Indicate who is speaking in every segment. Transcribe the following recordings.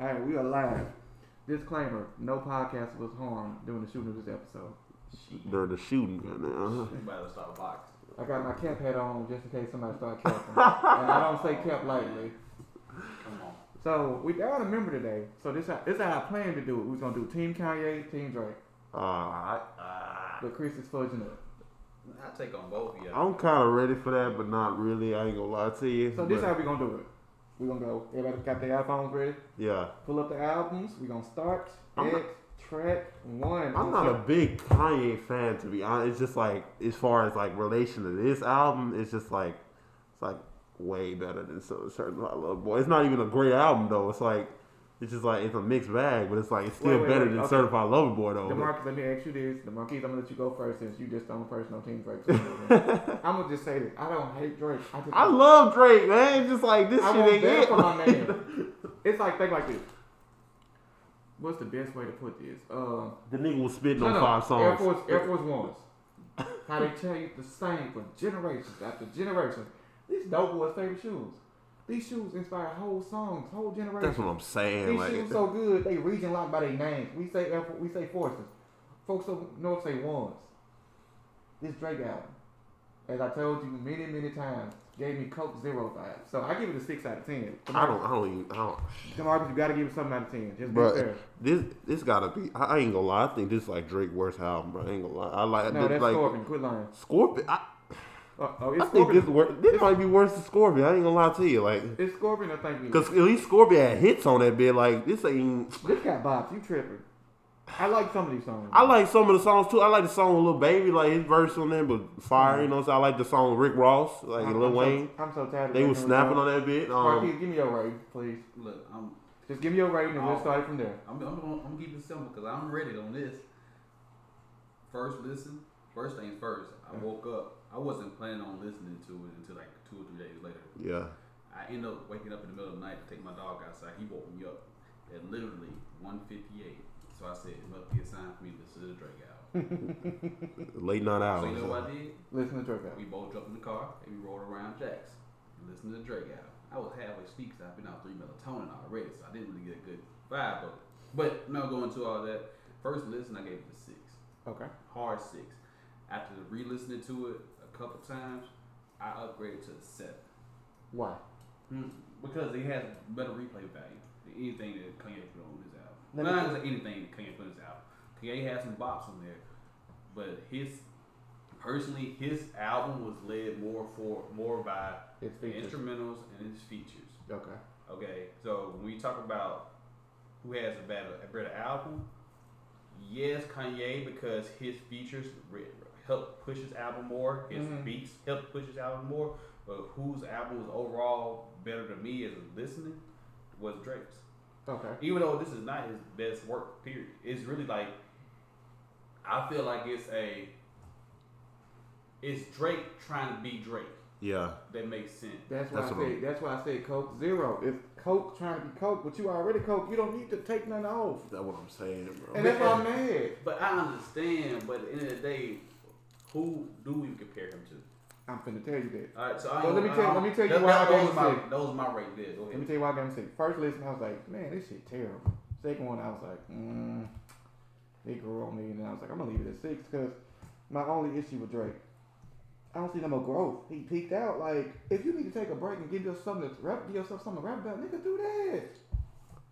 Speaker 1: All right, we are live. Disclaimer: No podcast was harmed during the shooting of this episode.
Speaker 2: during the shooting. goddamn.
Speaker 3: You better start boxing.
Speaker 1: I got my cap hat on just in case somebody start capping, and I don't say cap lightly.
Speaker 3: Come on.
Speaker 1: So we down a member today. So this how, this how I plan to do it. We're gonna do Team Kanye, Team Drake,
Speaker 2: Uh, I,
Speaker 3: Ah,
Speaker 1: but Chris is fudging up.
Speaker 3: I take on both of you.
Speaker 2: I'm kind of ready for that, but not really. I ain't gonna lie to you.
Speaker 1: So this
Speaker 2: but,
Speaker 1: how we gonna do it. We gonna go. Everybody got their iPhones ready.
Speaker 2: yeah,
Speaker 1: Pull up the albums. We gonna start
Speaker 2: I'm
Speaker 1: at
Speaker 2: not-
Speaker 1: track one.
Speaker 2: I'm not a big Kanye fan to be honest. It's just like as far as like relation to this album, it's just like it's like way better than so certain I Love Boy. It's not even a great album though. It's like it's just like it's a mixed bag, but it's like it's still
Speaker 1: Wait, wait,
Speaker 2: better
Speaker 1: wait,
Speaker 2: than
Speaker 1: okay.
Speaker 2: Certified Lover Boy though.
Speaker 1: The Marcus, let me ask you this. The Marquis, I'm gonna let you go first since you just the only person on Team Drake. I'm gonna just say this. I don't hate Drake. I, just,
Speaker 2: I love Drake, man. It's just like this
Speaker 1: I
Speaker 2: shit
Speaker 1: want
Speaker 2: ain't
Speaker 1: better
Speaker 2: it.
Speaker 1: for my man. It's like think like this. What's the best way to put this? Uh,
Speaker 2: The nigga was spitting
Speaker 1: no,
Speaker 2: on
Speaker 1: no,
Speaker 2: five songs.
Speaker 1: Air Force, Air Force Ones. How they tell you the same for generations after generations. These dope boys' favorite shoes. These shoes inspire whole songs, whole generations.
Speaker 2: That's what I'm saying.
Speaker 1: These
Speaker 2: like,
Speaker 1: shoes so good, they region locked by their names. We say Air Fo- we say forces. Folks up north say ones. This Drake album, as I told you many many times, gave me Coke Zero vibes. So I give it a six out of ten.
Speaker 2: I don't. I don't even. I don't.
Speaker 1: Tomorrow you gotta give it something out of ten. Just
Speaker 2: Bruh,
Speaker 1: be fair.
Speaker 2: This this gotta be. I, I ain't gonna lie. I think this is like Drake's worst album, bro. I ain't gonna lie. I like.
Speaker 1: No,
Speaker 2: this,
Speaker 1: that's
Speaker 2: like
Speaker 1: Scorpion. Quit lying.
Speaker 2: Scorpion. I,
Speaker 1: Oh, oh,
Speaker 2: I
Speaker 1: it's
Speaker 2: think this
Speaker 1: Scorpion.
Speaker 2: wor- This
Speaker 1: it's-
Speaker 2: might be worse than Scorpion. I ain't gonna lie to you, like,
Speaker 1: It's Scorpion. I think we.
Speaker 2: cause at least Scorpion had hits on that bit. Like this ain't.
Speaker 1: this got bops. You tripping? I like some of these songs.
Speaker 2: I like some of the songs too. I like the song with Lil Baby, like his verse on there, but fire. You know, what I'm saying? I like the song with Rick Ross, like
Speaker 1: I'm-
Speaker 2: Lil
Speaker 1: I'm so-
Speaker 2: Wayne.
Speaker 1: I'm so tired. of
Speaker 2: They
Speaker 1: Drake
Speaker 2: was
Speaker 1: and
Speaker 2: snapping
Speaker 1: Rihanna.
Speaker 2: on that bit. Um,
Speaker 1: Marquise, give me your rating, please.
Speaker 3: Look, I'm,
Speaker 1: Just give me your rating, and we'll
Speaker 3: Oh.
Speaker 1: start it from there.
Speaker 3: I'm, I'm, gonna- I'm keeping it simple because I'm ready on this. First listen, first things first. I woke up. I wasn't planning on listening to it until like two or three days later.
Speaker 2: yeah.
Speaker 3: I end up waking up in the middle of the night to take my dog outside. He woke me up at literally 1:58. So I said, it must be a sign for me to listen to the Drake album.
Speaker 2: Late night
Speaker 3: so
Speaker 2: hours.
Speaker 3: you know what I did?
Speaker 1: Listen to Drake album.
Speaker 3: We both jumped in the car and we rolled around Jack's and listened to Drake album. I was halfway asleep 'cause I've been out three melatonin already, so I didn't really get a good vibe of it. But no, going to all that. First listen, I gave it a six,
Speaker 1: Okay.
Speaker 3: hard six. After re-listening to it a couple times, I upgraded to a seven
Speaker 1: Why?
Speaker 3: Hmm, because it has better replay value than anything that Kanye put on his album.
Speaker 1: Let me-
Speaker 3: Not as anything that Kanye put on his album. Kanye has some bops on there, but his personally his album was led more for more by
Speaker 1: It's
Speaker 3: the
Speaker 1: features.
Speaker 3: instrumentals and its features.
Speaker 1: Okay.
Speaker 3: Okay, so when we talk about who has a better a better album, yes, Kanye because his features re- helped push his album more. His
Speaker 1: Mhm.
Speaker 3: beats helped push his album more. But whose album was overall better to me as a listening was Drake's.
Speaker 1: Okay.
Speaker 3: Even though this is not his best work, period. It's really like I feel like it's a it's Drake trying to be Drake.
Speaker 2: Yeah.
Speaker 3: That makes sense.
Speaker 1: That's why
Speaker 2: That's
Speaker 1: I
Speaker 2: what
Speaker 1: said. That's why I said Coke Zero. If Coke trying to be Coke, but you already Coke, you don't need to take nothing off.
Speaker 2: That's what I'm saying, bro.
Speaker 1: And that's why I'm mad.
Speaker 3: But I understand. But at the end of the day, who do we compare him to?
Speaker 1: I'm finna tell you that.
Speaker 3: All right, so I
Speaker 1: Well,
Speaker 3: ain't-
Speaker 1: let me
Speaker 3: I
Speaker 1: tell-
Speaker 3: don't-
Speaker 1: let me tell you
Speaker 3: that,
Speaker 1: why I
Speaker 3: that,
Speaker 1: gave
Speaker 3: that was
Speaker 1: it
Speaker 3: my
Speaker 1: six.
Speaker 3: that was my rate there. Go
Speaker 1: Let me
Speaker 3: ahead.
Speaker 1: tell you why I got him sick. First listen, I was like, man, this shit terrible. Second one, I was like, mm, it grew on me, and I was like, I'm gonna leave it at six because my only issue with Drake, I don't see no more growth. He peaked out. Like, if you need to take a break and give yourself something to rap, give yourself something to rap about, nigga, do that.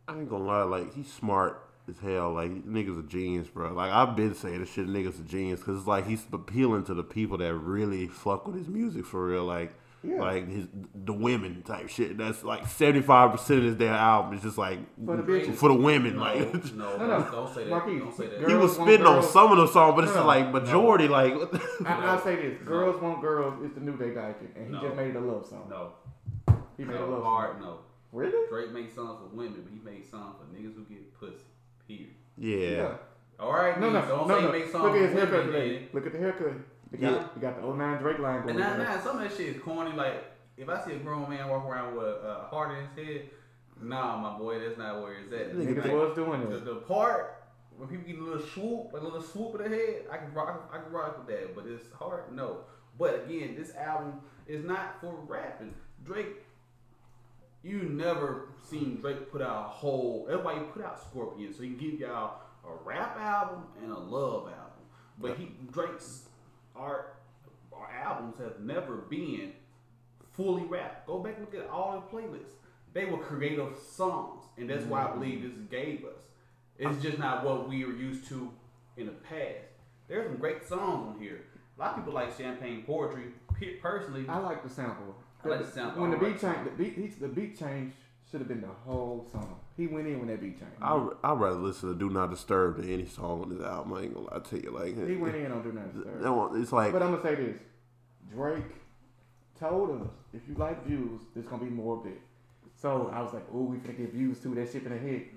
Speaker 2: I ain't gonna lie, like he's smart as hell. Like niggas a genius, bro. Like I've been saying this shit, niggas a genius, cause it's like he's appealing to the people that really fuck with his music for real. Like,
Speaker 1: Yeah.
Speaker 2: like his the women type shit. That's like seventy five percent of his damn album is just like
Speaker 1: For the bitches.
Speaker 2: for the women.
Speaker 3: no,
Speaker 2: like
Speaker 3: no,
Speaker 1: No, no.
Speaker 3: don't say that.
Speaker 1: Marquise,
Speaker 3: don't say that.
Speaker 2: he
Speaker 1: girl-
Speaker 2: was
Speaker 1: want
Speaker 2: spitting on
Speaker 1: girls.
Speaker 2: some of the songs, but it's
Speaker 1: No,
Speaker 2: just like majority. Like
Speaker 1: I, I'll say this:
Speaker 3: No.
Speaker 1: "Girls Want Girls" is the new day Dyken, and he
Speaker 3: No.
Speaker 1: just made it a love song.
Speaker 3: no,
Speaker 1: He made a
Speaker 3: no,
Speaker 1: love song.
Speaker 3: hard no.
Speaker 1: Really?
Speaker 3: Drake made songs for women, but he made songs for niggas who get pussy. Period.
Speaker 2: yeah,
Speaker 3: All right,
Speaker 1: No, no,
Speaker 3: niggas, don't
Speaker 1: no,
Speaker 3: say
Speaker 1: no.
Speaker 3: he made songs
Speaker 1: Look at his
Speaker 3: for women.
Speaker 1: haircut
Speaker 3: then.
Speaker 1: today. Look at the haircut. You got,
Speaker 3: Yeah.
Speaker 1: you got the 09 Drake line going.
Speaker 3: And nah,
Speaker 1: on.
Speaker 3: nah, some of that shit is corny. Like, if I see a grown man walk around with a heart in his head, nah, my boy, that's not where it's at.
Speaker 2: Nigga,
Speaker 1: Niggas
Speaker 3: Like,
Speaker 1: was doing
Speaker 3: the,
Speaker 1: it.
Speaker 3: the part when people get a little swoop, a little swoop of the head, I can rock, I can rock with that. But it's hard, no. But again, this album is not for rapping. Drake You never seen Drake put out a whole. That's why he put out Scorpion, so he can give y'all a rap album and a love album. But he Drake's art or albums have never been fully rap. Go back and look at all the playlists. They were creative songs, and that's why I believe this gave us. It's just not what we are used to in the past. There's some great songs on here. A lot of people like champagne poetry. Pe- Personally,
Speaker 1: I like the sample.
Speaker 3: I like the sample.
Speaker 1: When the
Speaker 3: I
Speaker 1: beat
Speaker 3: like-
Speaker 1: change, the beat, he, the beat change should have been the whole song. He went in when that beat changed.
Speaker 2: I I'd rather listen to "Do Not Disturb" than any song on this album. I ain't gonna lie to you, like
Speaker 1: he went in on do not disturb.
Speaker 2: no, it's like
Speaker 1: But I'm gonna say this: Drake told us if you like views, there's gonna be more of it. So I was like, "Oh, we finna get views too. That shit finna hit."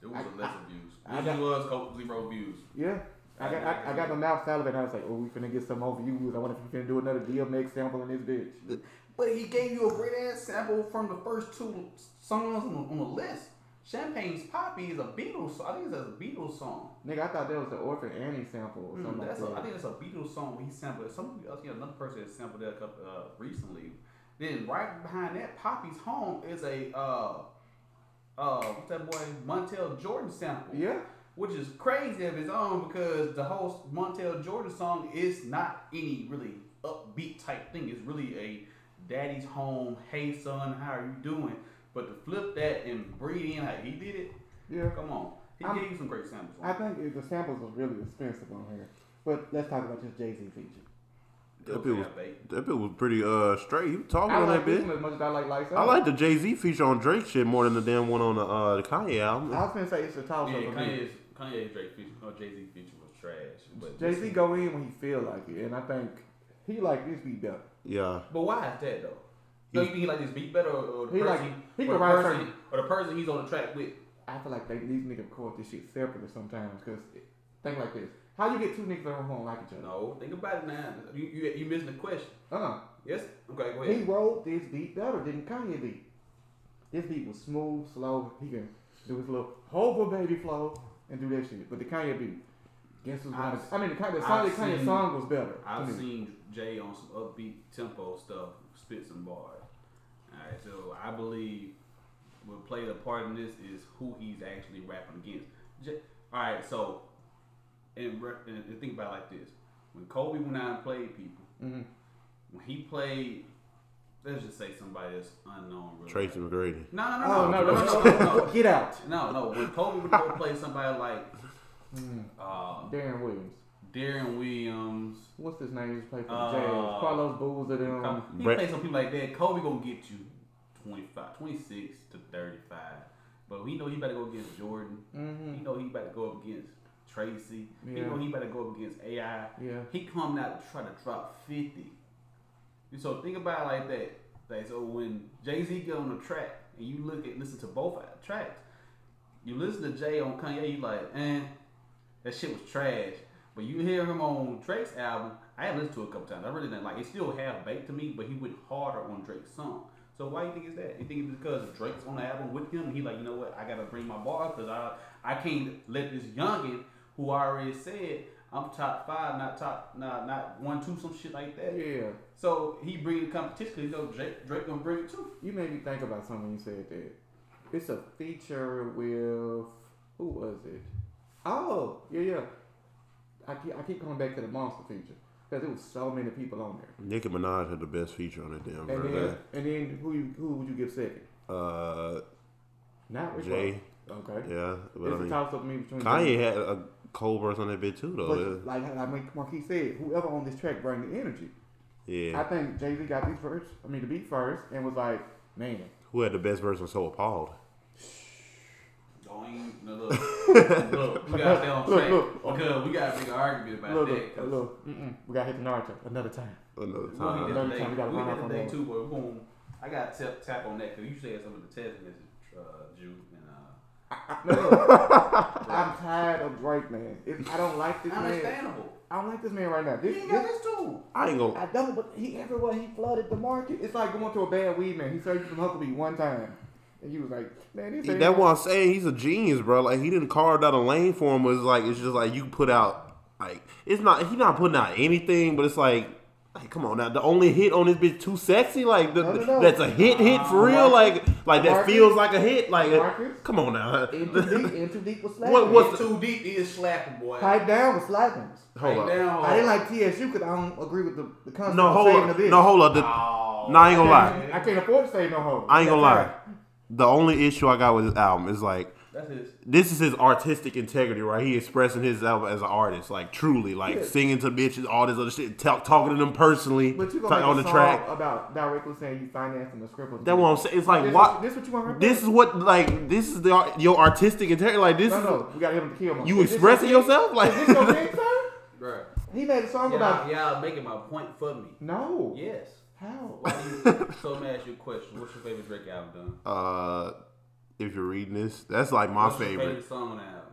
Speaker 3: It was
Speaker 1: I-
Speaker 3: a less views.
Speaker 1: I
Speaker 3: It
Speaker 1: got-
Speaker 3: was co- zero views.
Speaker 1: Yeah, I got I, I got my mouth salivating. I was like, "Oh, we finna get some more views. I wonder if we finna do another DMX sample in this bitch."
Speaker 3: But he gave you a great ass sample from the first two songs on, on the list. Champagne's Poppy is a Beatles. song. I think it's a Beatles song.
Speaker 1: Nigga, I thought that was the Orphan Annie sample or something
Speaker 3: Mm, that's a,
Speaker 1: like
Speaker 3: I
Speaker 1: that.
Speaker 3: think that's a Beatles song where he sampled it. Somebody else, yeah, another person that sampled that a couple, uh, recently. Then right behind that, Poppy's Home is a uh, uh, what's that boy Montel Jordan sample.
Speaker 1: yeah,
Speaker 3: which is crazy of its own because the whole Montel Jordan song is not any really upbeat type thing. It's really a daddy's home, hey son, how are you doing? But to flip that and breathe in how he did it,
Speaker 1: yeah.
Speaker 3: come on. He
Speaker 1: I'm-
Speaker 3: gave you some great samples.
Speaker 1: I think it, the samples was really expensive on here. But let's talk about this Jay Z feature.
Speaker 2: that bit was that bit was pretty uh straight. You talking
Speaker 1: I
Speaker 2: on
Speaker 1: like
Speaker 2: that
Speaker 1: this
Speaker 2: bit?
Speaker 1: one as much as I like Lights
Speaker 2: I
Speaker 1: Out.
Speaker 2: like the Jay Z feature on Drake shit more than the damn one on the uh the Kanye album.
Speaker 1: I was gonna say it's a toss
Speaker 3: Yeah,
Speaker 1: up for me.
Speaker 3: Kanye's Kanye Drake feature, no Jay Z feature was trash. But
Speaker 1: Jay Z go in when he feel like it, and I think he like this beat better.
Speaker 2: Yeah,
Speaker 3: But why is that though? Don't you think he like this beat better, or, or the
Speaker 1: He like-
Speaker 3: person,
Speaker 1: he
Speaker 3: or,
Speaker 1: can
Speaker 3: the
Speaker 1: write
Speaker 3: person or the person he's on the track with?
Speaker 1: I feel like they, these niggas caught this shit separately sometimes. Cause it- think like this: how you get two niggas that don't wanna like each other?
Speaker 3: No, think about it now. You you, you missing the question.
Speaker 1: Uh
Speaker 3: Yes. Okay. Go
Speaker 1: uh
Speaker 3: ahead.
Speaker 1: He wrote this beat better than Kanye beat. This beat was smooth, slow. He can do his little hover baby flow and do that shit. But the Kanye beat, guess who's gonna?
Speaker 3: I've-
Speaker 1: I mean, the Kanye, the Kanye,
Speaker 3: I've
Speaker 1: Kanye
Speaker 3: seen-
Speaker 1: song was better. to
Speaker 3: I've
Speaker 1: me.
Speaker 3: seen Jay on some upbeat tempo stuff, spit some bars. Alright, so I believe what played a part in this is who he's actually rapping against. J- Alright, so and, re- and and think about it like this. When Kobe went out and played people,
Speaker 1: Mhm.
Speaker 3: when he played let's just say somebody that's unknown really.
Speaker 2: Tracy McGrady.
Speaker 3: No no
Speaker 1: Oh
Speaker 3: no
Speaker 1: no no no!
Speaker 3: no
Speaker 1: no,
Speaker 3: no
Speaker 1: Get out,
Speaker 3: no, no. When Kobe would go play somebody like
Speaker 1: Mm.
Speaker 3: uh,
Speaker 1: Darren Williams.
Speaker 3: Darren Williams
Speaker 1: What's his name? He used to play for the
Speaker 3: Uh,
Speaker 1: Jazz. Carlos Boozer. Them.
Speaker 3: Come- He
Speaker 2: Brett-
Speaker 3: plays some people like that. Kobe gonna get you 25, 26 to 35. But we know he better go against Jordan.
Speaker 1: hmm
Speaker 3: He know he better go up against Tracy. He
Speaker 1: Yeah.
Speaker 3: know he better go up against AI.
Speaker 1: Yeah.
Speaker 3: He come out to try to drop 50. And So think about it like that. Like, so when Jay-Z get on the track and you look at listen to both tracks, you listen to Jay on Kanye, you like, eh, that shit was trash. But you hear him on Drake's album, I have listened to it a couple times. I really didn't like it. Still half baked to me, but he went harder on Drake's song. So why you think it's that? You think it's because Drake's on the album with him? He like, you know what? I gotta bring my bar because I I can't let this youngin who already said I'm top five, not top, not not one, two, some shit like that.
Speaker 1: Yeah.
Speaker 3: So he bring the competition. 'cause He know Drake Drake gonna bring it too.
Speaker 1: You made me think about something when you said that. It's a feature with who was it? Oh, yeah, yeah. I keep, I keep coming back to the monster feature because there was so many people on there.
Speaker 2: Nicki Minaj had the best feature on that
Speaker 1: And
Speaker 2: damn record.
Speaker 1: then, and then who you, who would you give second?
Speaker 2: Uh,
Speaker 1: Not Rick
Speaker 2: Jay.
Speaker 1: Ross. Okay.
Speaker 2: yeah, but I
Speaker 1: it's a
Speaker 2: mean,
Speaker 1: toss up me between
Speaker 2: Kanye had a cold burst on that bit too,
Speaker 1: But
Speaker 2: though.
Speaker 1: like I mean, Marquis said, whoever on this track bring the energy.
Speaker 2: yeah,
Speaker 1: I think Jay Z got these first. I mean, the beat first, and was like, man,
Speaker 2: who had the best verse on So Appalled?
Speaker 3: Don't even, no, look, look, we gotta stay on
Speaker 1: Look,
Speaker 3: track
Speaker 1: look.
Speaker 3: because we gotta make an argument about
Speaker 1: look,
Speaker 3: that.
Speaker 1: look,
Speaker 3: 'cause
Speaker 1: look, mm-mm, we got hit the Naruto another time.
Speaker 2: Another
Speaker 3: we
Speaker 2: time.
Speaker 3: hit
Speaker 1: Another
Speaker 3: that
Speaker 1: time,
Speaker 3: today.
Speaker 1: we
Speaker 3: We
Speaker 1: gotta run up
Speaker 3: hit
Speaker 1: on
Speaker 3: that
Speaker 1: that
Speaker 3: too, but boom, I gotta tap tap on that because you said something to test message, uh, Jew, and uh,
Speaker 1: No, look, I'm tired of Drake, man. If I don't like this man.
Speaker 3: understandable.
Speaker 1: I don't like this man right now.
Speaker 3: You
Speaker 1: This,
Speaker 3: ain't got
Speaker 1: this,
Speaker 3: this too.
Speaker 2: I ain't gonna.
Speaker 1: I don't, but he everywhere he flooded the market. It's like going to a bad weed man. He served you some Huckabee one time, and he was like, man, this
Speaker 2: He-
Speaker 1: ain't-
Speaker 2: That's why I'm saying he's a genius, bro. Like he didn't carve out a lane for him. It's like it's just like you put out like it's not he not putting out anything, but it's like Like, come on now. The only hit on this bitch too sexy. Like the,
Speaker 1: No, no, no.
Speaker 2: that's a hit, hit for real. Like, like that
Speaker 1: Marcus.
Speaker 2: feels like a hit. Like,
Speaker 1: Marcus.
Speaker 2: come on now.
Speaker 1: In too deep, in too deep was slapping.
Speaker 2: What- what- What's
Speaker 3: What's too deep is slapping, boy.
Speaker 1: Pipe down was slapping.
Speaker 2: Hold
Speaker 3: Pipe
Speaker 2: up.
Speaker 3: down.
Speaker 1: I didn't like TSU because I don't agree with the, the concept
Speaker 2: No,
Speaker 1: of
Speaker 2: hold
Speaker 1: saving
Speaker 2: up.
Speaker 1: the bitch.
Speaker 2: No, hold up. The-
Speaker 3: Oh,
Speaker 2: Nah, I ain't gonna lie.
Speaker 1: I can't afford to save no hoe.
Speaker 2: I ain't gonna lie. The only issue I got with this album is like
Speaker 3: That's his.
Speaker 2: this is his artistic integrity, right? He expressing his album as an artist, like truly, like
Speaker 1: Yeah.
Speaker 2: singing to bitches, all this other shit, ta- talking to them personally,
Speaker 1: But you
Speaker 2: ta-
Speaker 1: gonna make
Speaker 2: on
Speaker 1: a
Speaker 2: the
Speaker 1: song
Speaker 2: track.
Speaker 1: about directly saying you financing the script.
Speaker 2: That's what I'm saying. It's like
Speaker 1: This,
Speaker 2: what
Speaker 1: this what you want? to
Speaker 2: this is what like this is the ar- your artistic integrity. Like this
Speaker 1: No,
Speaker 2: is
Speaker 1: no, we gotta hit him to kill him.
Speaker 2: you expressing yourself. Like
Speaker 1: Is this your thing, sir?
Speaker 3: Bruh.
Speaker 1: He made a song
Speaker 3: Y'all,
Speaker 1: about
Speaker 3: y'all making my point for me.
Speaker 1: no.
Speaker 3: Yes.
Speaker 1: How?
Speaker 3: Why do you, so let me ask you a question. What's your favorite Drake album done?
Speaker 2: uh, if you're reading this, that's like my
Speaker 3: What's Your
Speaker 2: favorite.
Speaker 3: favorite song on the album?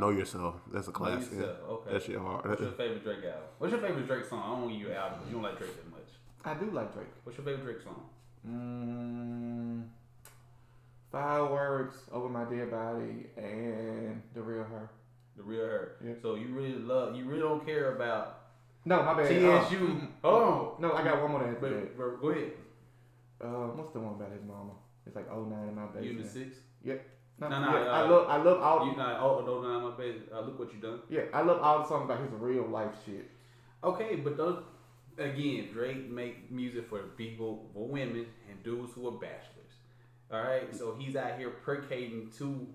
Speaker 2: Uh, know yourself. That's a classic.
Speaker 3: Yourself, okay.
Speaker 2: That shit hard.
Speaker 3: What's your favorite Drake album? What's your favorite Drake song? I don't want your album. You don't like Drake that much.
Speaker 1: I do like Drake.
Speaker 3: What's your favorite Drake song?
Speaker 1: Mm, fireworks over my dead body and the real her.
Speaker 3: The Real Her.
Speaker 1: Yeah.
Speaker 3: So you really love. You really don't care about
Speaker 1: No, my bad. uh,
Speaker 3: TSU. Oh.
Speaker 1: no, I got one more to add to that.
Speaker 3: But, but go ahead.
Speaker 1: Uh, what's the one about his mama? It's like 09 in my
Speaker 3: You in the
Speaker 1: basement.
Speaker 3: six?
Speaker 1: No,
Speaker 3: No, no,
Speaker 1: yeah,
Speaker 3: uh,
Speaker 1: I love, I love all.
Speaker 3: You not oh no no my bad. Uh, look what you done.
Speaker 1: yeah, I love all the songs about his real life shit.
Speaker 3: Okay, but those again, Drake make music for people, for women, and dudes who are bachelors. All right, so he's out here placating to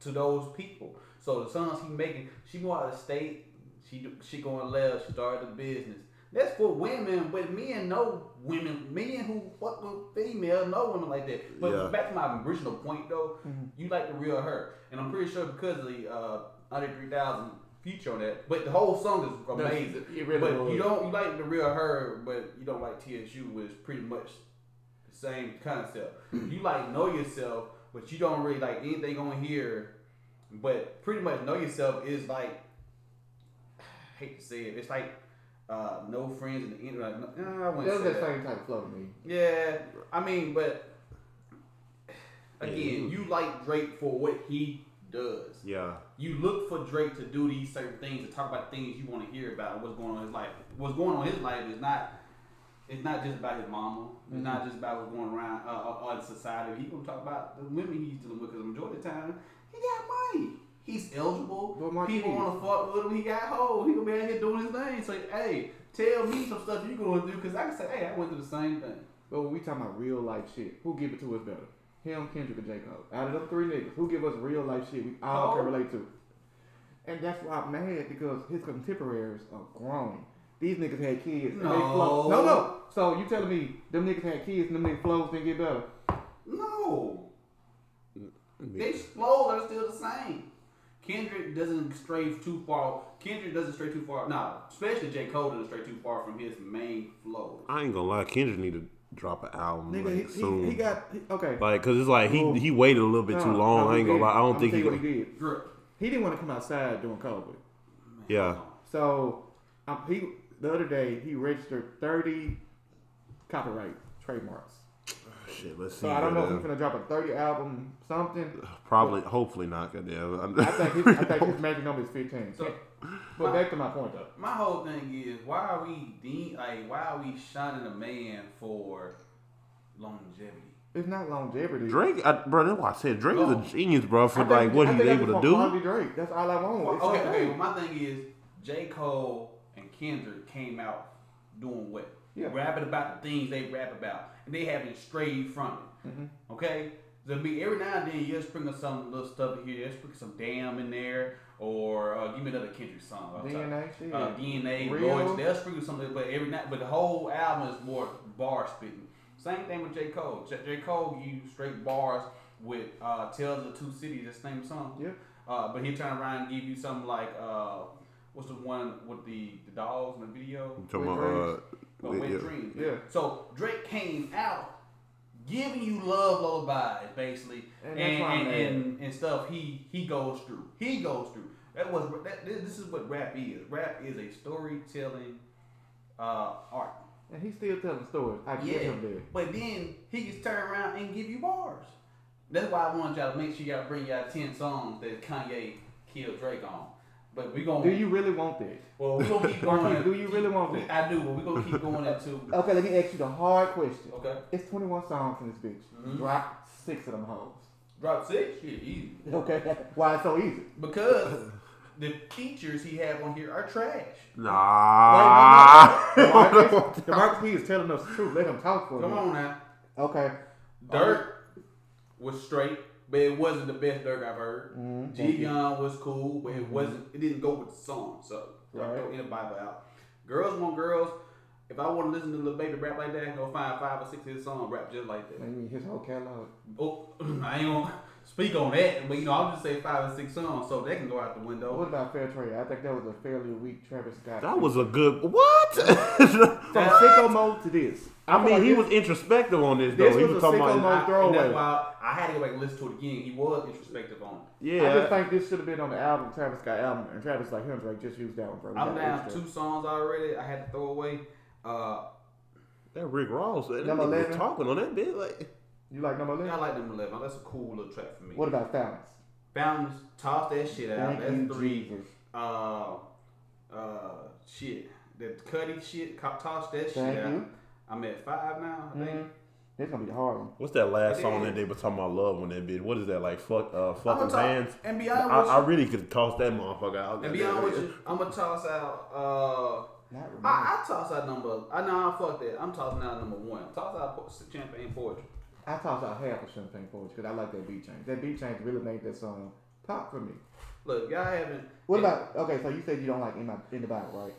Speaker 3: to those people. So the songs he making, she go out of state, she do- she going left, she started a business. That's for women, but men know women, men who fuck with female know women like that. But
Speaker 2: Yeah.
Speaker 3: back to my original point though, you like the real her, and I'm pretty sure because of the uh, under three thousand feature on that. But the whole song is amazing.
Speaker 1: It really
Speaker 3: But
Speaker 1: was.
Speaker 3: you don't you like the real her, but you don't like TSU, which is pretty much the same concept. you like know yourself, but you don't really like anything on here. But pretty much know yourself is like I hate to say it, it's like uh, no friends in the end. Like, no, nah, I
Speaker 1: that
Speaker 3: wouldn't
Speaker 1: was
Speaker 3: say
Speaker 1: that
Speaker 3: that.
Speaker 1: same type of flow to me.
Speaker 3: Yeah, I mean, but
Speaker 2: Yeah, you-
Speaker 3: again, you like Drake for what he does.
Speaker 2: Yeah.
Speaker 3: You look for Drake to do these certain things to talk about things you want to hear about what's going on in his life. What's going on in his life is not it's not just about his mama. It's not just about what's going around uh, uh, in society. He gonna talk about the women he's dealing with because majority of the time he got money. He's eligible.
Speaker 1: But my
Speaker 3: People
Speaker 1: kids-
Speaker 3: want to fuck with him. He got hoes. He gonna be out here doing his thing. So hey, tell me some stuff you gonna do because I can say hey, I went through the same thing.
Speaker 1: But when Oh, we talking about real life shit, who give it to us better? Him, Kendrick, and J. Cole. Out of them three niggas, who give us real life shit we all
Speaker 3: Cole?
Speaker 1: can relate to? And that's why I'm mad because his contemporaries are grown. These niggas had kids. and they flow.
Speaker 3: No.
Speaker 1: no, no. So you telling me them niggas had kids and them niggas flows didn't get better?
Speaker 3: No. They flows are still the same. Kendrick doesn't stray too far. Kendrick doesn't stray too far. No, especially J. Cole doesn't stray too far from his main flow.
Speaker 2: I ain't gonna lie, Kendrick need to drop an album
Speaker 1: Nigga,
Speaker 2: like,
Speaker 1: he- he,
Speaker 2: soon.
Speaker 1: he, got he- okay.
Speaker 2: Like, cause it's like
Speaker 1: Well,
Speaker 2: he he waited a little bit too
Speaker 1: Nah,
Speaker 2: long.
Speaker 1: no,
Speaker 2: I
Speaker 1: he
Speaker 2: ain't gonna
Speaker 1: did.
Speaker 2: lie. I don't
Speaker 1: I'ma
Speaker 2: think
Speaker 1: tell
Speaker 2: he.
Speaker 1: you what
Speaker 2: Gonna,
Speaker 1: he did.
Speaker 3: Drip.
Speaker 1: He didn't want to come outside during COVID.
Speaker 2: yeah,
Speaker 1: So um, he the other day he registered thirty copyright trademarks.
Speaker 2: shit. Let's see.
Speaker 1: So I don't know if
Speaker 2: goddamn.
Speaker 1: he's gonna drop a thirty album something.
Speaker 2: Probably, hopefully not. Goddamn. I'm-
Speaker 1: I think his, I think his magic number is fifteen.
Speaker 3: So uh,
Speaker 1: but back to my point though.
Speaker 3: my whole thing is, why are we de- like why are we shunning a man for longevity?
Speaker 1: It's not longevity.
Speaker 2: Drake, I, bro. That's why I said Drake
Speaker 3: Oh.
Speaker 2: is a genius, bro. For
Speaker 1: I think-
Speaker 2: like what
Speaker 1: I
Speaker 2: he's
Speaker 1: think I just
Speaker 2: able to
Speaker 1: want
Speaker 2: do.
Speaker 1: Quality Drake. That's all I want.
Speaker 3: Well,
Speaker 1: It's
Speaker 3: okay,
Speaker 1: okay.
Speaker 3: okay. Well, my thing is, J. Cole and Kendrick came out doing what?
Speaker 1: Yeah.
Speaker 3: Rapping about the things they rap about, and they haven't strayed from it.
Speaker 1: Mhm.
Speaker 3: Okay. So, I mean, every now and then you're sprinkling some little stuff in here. You're sprinkling some damn in there, or uh, give me another Kendrick song. I'll talk-
Speaker 1: DNA shit.
Speaker 3: uh, DNA,
Speaker 1: Real.
Speaker 3: Royce, they'll sprinkle something, but every night, but the whole album is more bar spitting. Same thing with J. Cole. J. J. Cole used straight bars with uh, Tales of Two Cities, that same song.
Speaker 1: Yeah.
Speaker 3: Uh, but he turn around and give you something like, uh, what's the one with the, the dogs in the video?
Speaker 2: I'm talking about, uh,
Speaker 3: But Wet
Speaker 2: yeah.
Speaker 3: Dreams.
Speaker 1: Yeah.
Speaker 3: So Drake came out giving you love lullabies, basically,
Speaker 1: And
Speaker 3: and
Speaker 1: that's
Speaker 3: and,
Speaker 1: why I'm
Speaker 3: and,
Speaker 1: mad.
Speaker 3: and, stuff. He he goes through. He goes through. That was that, this this is what rap is. Rap is a storytelling uh, art.
Speaker 1: And he's still telling stories. I give
Speaker 3: Yeah,
Speaker 1: him that.
Speaker 3: but then he can turn around and give you bars. That's why I want y'all to make sure y'all bring y'all ten songs that Kanye killed Drake on. But we gonna
Speaker 1: Do you really want this?
Speaker 3: well we gonna keep
Speaker 1: Marquise,
Speaker 3: going.
Speaker 1: do you really want
Speaker 3: We-
Speaker 1: this?
Speaker 3: I do, but we gonna keep going into
Speaker 1: Okay, let me ask you the hard question.
Speaker 3: okay.
Speaker 1: It's 21 songs in this bitch.
Speaker 3: Mhm.
Speaker 1: Drop six of them hoes.
Speaker 3: Drop six, shit, easy.
Speaker 1: Okay, why it's so easy?
Speaker 3: Because the features he have on here are trash.
Speaker 2: Nah.
Speaker 1: Marcus, Marcus P is telling us the truth. Let him talk for
Speaker 3: Come
Speaker 1: me.
Speaker 3: on now.
Speaker 1: Okay.
Speaker 3: Dirk was straight, but it wasn't the best Dirk I've heard.
Speaker 1: Mhm,
Speaker 3: G
Speaker 1: thank you. Mm-hmm.
Speaker 3: Young was cool, but it wasn't. It didn't go with the song, so don't
Speaker 1: Right.
Speaker 3: throw any Bible out. Girls want girls. If I want to listen to Lil Baby rap like that, I can go find five or six of his songs rap just like that.
Speaker 1: I mean, his whole catalog.
Speaker 3: Oh, I ain't gonna speak on that, but you know I'll just say five or six songs, so that can go out the
Speaker 1: What
Speaker 3: window.
Speaker 1: about Fair Trade? I think that was a fairly weak Travis Scott.
Speaker 2: That was a good what?
Speaker 1: from sicko mode to this.
Speaker 2: I mean, he
Speaker 1: This-
Speaker 2: was introspective on this though.
Speaker 1: This
Speaker 2: He
Speaker 1: was
Speaker 2: was
Speaker 1: a
Speaker 2: talking
Speaker 1: sicko
Speaker 2: about
Speaker 1: mode.
Speaker 3: I, and
Speaker 1: throwaway.
Speaker 3: that's why I had to go back and listen to it again. He was introspective on it.
Speaker 1: I just
Speaker 2: yeah.
Speaker 1: think this should have been on the album, Travis Scott album, and Travis like him like just use that one, bro. We
Speaker 3: I'm
Speaker 1: got
Speaker 3: down
Speaker 1: extra.
Speaker 3: two songs already. I had to throw away. Uh,
Speaker 2: That Rick Ross, that
Speaker 1: Number
Speaker 2: nigga was
Speaker 1: 11.
Speaker 2: talking on that bit like
Speaker 1: You like number
Speaker 3: I
Speaker 1: eleven?
Speaker 3: like number eleven. That's a cool little track for me.
Speaker 1: What about Fountains?
Speaker 3: Fountains, toss that shit out.
Speaker 1: Thank
Speaker 3: That's
Speaker 1: you,
Speaker 3: three.
Speaker 1: Jesus.
Speaker 3: Uh, uh, shit. That Cuddy shit, co- toss that shit
Speaker 1: Thank
Speaker 3: out.
Speaker 1: you.
Speaker 3: I'm at five now. I think.
Speaker 1: Mhm. This gonna be a hard. one.
Speaker 2: What's that last
Speaker 3: Yeah.
Speaker 2: song that they were talking about love on that bit? What is that like? Fuck, uh,
Speaker 3: I'm gonna
Speaker 2: fucking
Speaker 3: talk,
Speaker 2: hands.
Speaker 3: and
Speaker 2: I,
Speaker 3: beyond with
Speaker 2: I
Speaker 3: you,
Speaker 2: really could toss that motherfucker out.
Speaker 3: and beyond with you, I'm gonna toss out. Uh,
Speaker 1: Not remember. I,
Speaker 3: I, I toss out number. I know I fuck that. I'm tossing out number one. Toss out po- champagne poetry.
Speaker 1: tossed out half of Champagne Forge because I like that beat change. That beat change really made that song pop for me.
Speaker 3: Look, y'all haven't.
Speaker 1: What about okay? So you said you don't like in my in the Bible, right?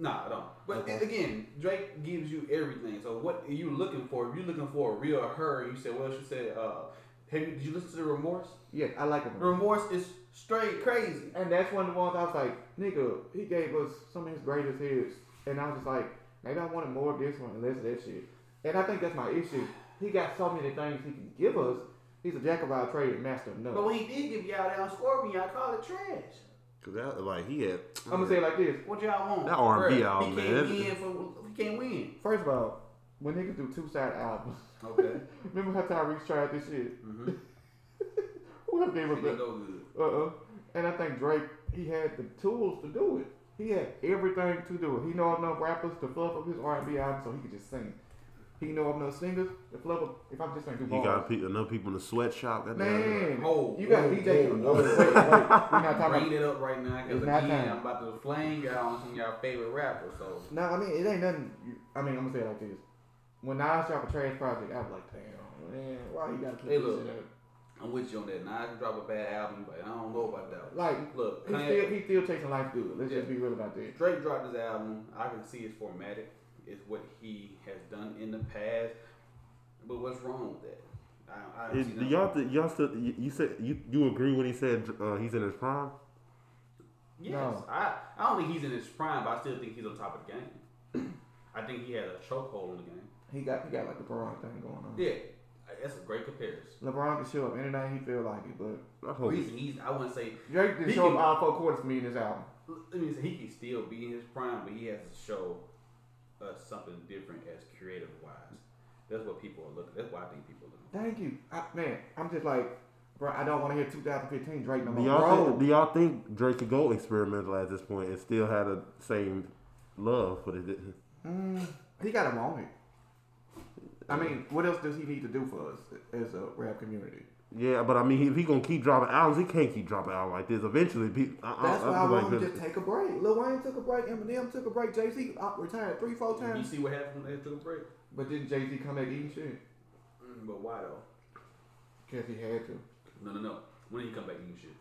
Speaker 3: Nah, I don't. But
Speaker 1: Okay.
Speaker 3: a- again, Drake gives you everything. So what are you looking for? If you're looking for a real her, you said, well, she said, uh, have you, did you listen to Remorse?
Speaker 1: Yeah, I like it.
Speaker 3: Remorse is straight crazy.
Speaker 1: And that's one of the ones I was like, nigga, he gave us some of his greatest hits. And I was just like, maybe I wanted more of this one and less of that shit. And I think that's my issue. He got so many things he can give us. He's a jack of all trades and master of none.
Speaker 3: But when he did give y'all down Scorpion, y'all call it trash.
Speaker 2: Cause that like he had.
Speaker 1: I'm going to say it like this.
Speaker 3: What y'all want?
Speaker 2: That R&B
Speaker 3: Bruh,
Speaker 2: album,
Speaker 3: he
Speaker 2: man,
Speaker 3: Can't
Speaker 2: that-
Speaker 3: win for, he can't win.
Speaker 1: First of all, when niggas do two side albums,
Speaker 3: Okay.
Speaker 1: remember how Tyrese tried this shit?
Speaker 3: Mm-hmm.
Speaker 1: Who else gave us
Speaker 3: It
Speaker 1: that?
Speaker 3: didn't go good.
Speaker 1: Uh-uh. And I think Drake, he had the tools to do it. He had everything to do it. He know enough rappers to fluff up his R&B album so he could just sing. He know enough singers to fluff up. If I'm just saying, do
Speaker 2: He
Speaker 1: bars.
Speaker 2: got pe- enough people in the sweatshop. That nigga-
Speaker 1: man,
Speaker 3: Oh,
Speaker 1: you got
Speaker 3: oh,
Speaker 1: DJ.
Speaker 3: oh,
Speaker 1: wait,
Speaker 3: oh.
Speaker 1: wait, wait. We're not talking.
Speaker 3: Bring it up right now because
Speaker 1: It's not
Speaker 3: again,
Speaker 1: time.
Speaker 3: I'm about to flame y'all on some of y'all favorite rappers. So
Speaker 1: No, I mean it ain't nothing. you- I mean I'm gonna say it like this. When I drop a trash project, I was like, damn, man, why you gotta put
Speaker 3: Hey,
Speaker 1: this
Speaker 3: look.
Speaker 1: shit out?
Speaker 3: I'm with you on that. Now I can drop a bad album, but I don't know about that. one.
Speaker 1: Like,
Speaker 3: Look,
Speaker 1: he
Speaker 3: Kanye-
Speaker 1: still he still chasing life good. Let's just
Speaker 3: Yeah.
Speaker 1: be real about that.
Speaker 3: Drake dropped his album. I can see it's formatted. It's what he has done in the past. But what's wrong with that? I, I don't
Speaker 2: Is-
Speaker 3: see
Speaker 2: do
Speaker 3: nothing
Speaker 2: y'all,
Speaker 3: wrong.
Speaker 2: th- y'all still, you, you said you, you agree when he said uh, he's in his prime.
Speaker 3: Yes,
Speaker 1: No.
Speaker 3: I, I don't think he's in his prime, but I still think he's on top of the game. I think he had a chokehold on the game.
Speaker 1: He got he got like the LeBron thing going on.
Speaker 3: Yeah, that's a great comparison.
Speaker 1: LeBron can show up any night he feel like it, but
Speaker 2: I hope
Speaker 3: Reason he's I wouldn't say
Speaker 1: Drake
Speaker 3: He
Speaker 1: didn't show
Speaker 3: can-
Speaker 1: up all four quarters for me in this album.
Speaker 3: let me say he can still be in his prime, but he has to show us something different as creative wise. That's what people are looking. That's why I think people are looking.
Speaker 1: Thank you, I, man. I'm just like, bro. I don't want to hear 2015 Drake no
Speaker 2: do
Speaker 1: more,
Speaker 2: y'all,
Speaker 1: bro.
Speaker 2: think, do y'all think Drake could go experimental at this point and still had the same love for the?
Speaker 1: Mm, he gotta want it. I mean, what else does he need to do for us as a rap community?
Speaker 2: Yeah, but I mean, if he gonna keep dropping albums, he can't keep dropping albums like this. Eventually, people.
Speaker 1: That's why I want him to
Speaker 2: this-
Speaker 1: just take a break. Lil Wayne took a break. Eminem took a break. Jay Z retired three, four
Speaker 3: You
Speaker 1: times.
Speaker 3: see what happened when they took a break?
Speaker 1: But didn't Jay Z come back eating shit?
Speaker 3: Mm, but why though?
Speaker 1: Because he had to.
Speaker 3: No, no, no. When did he come back eating shit?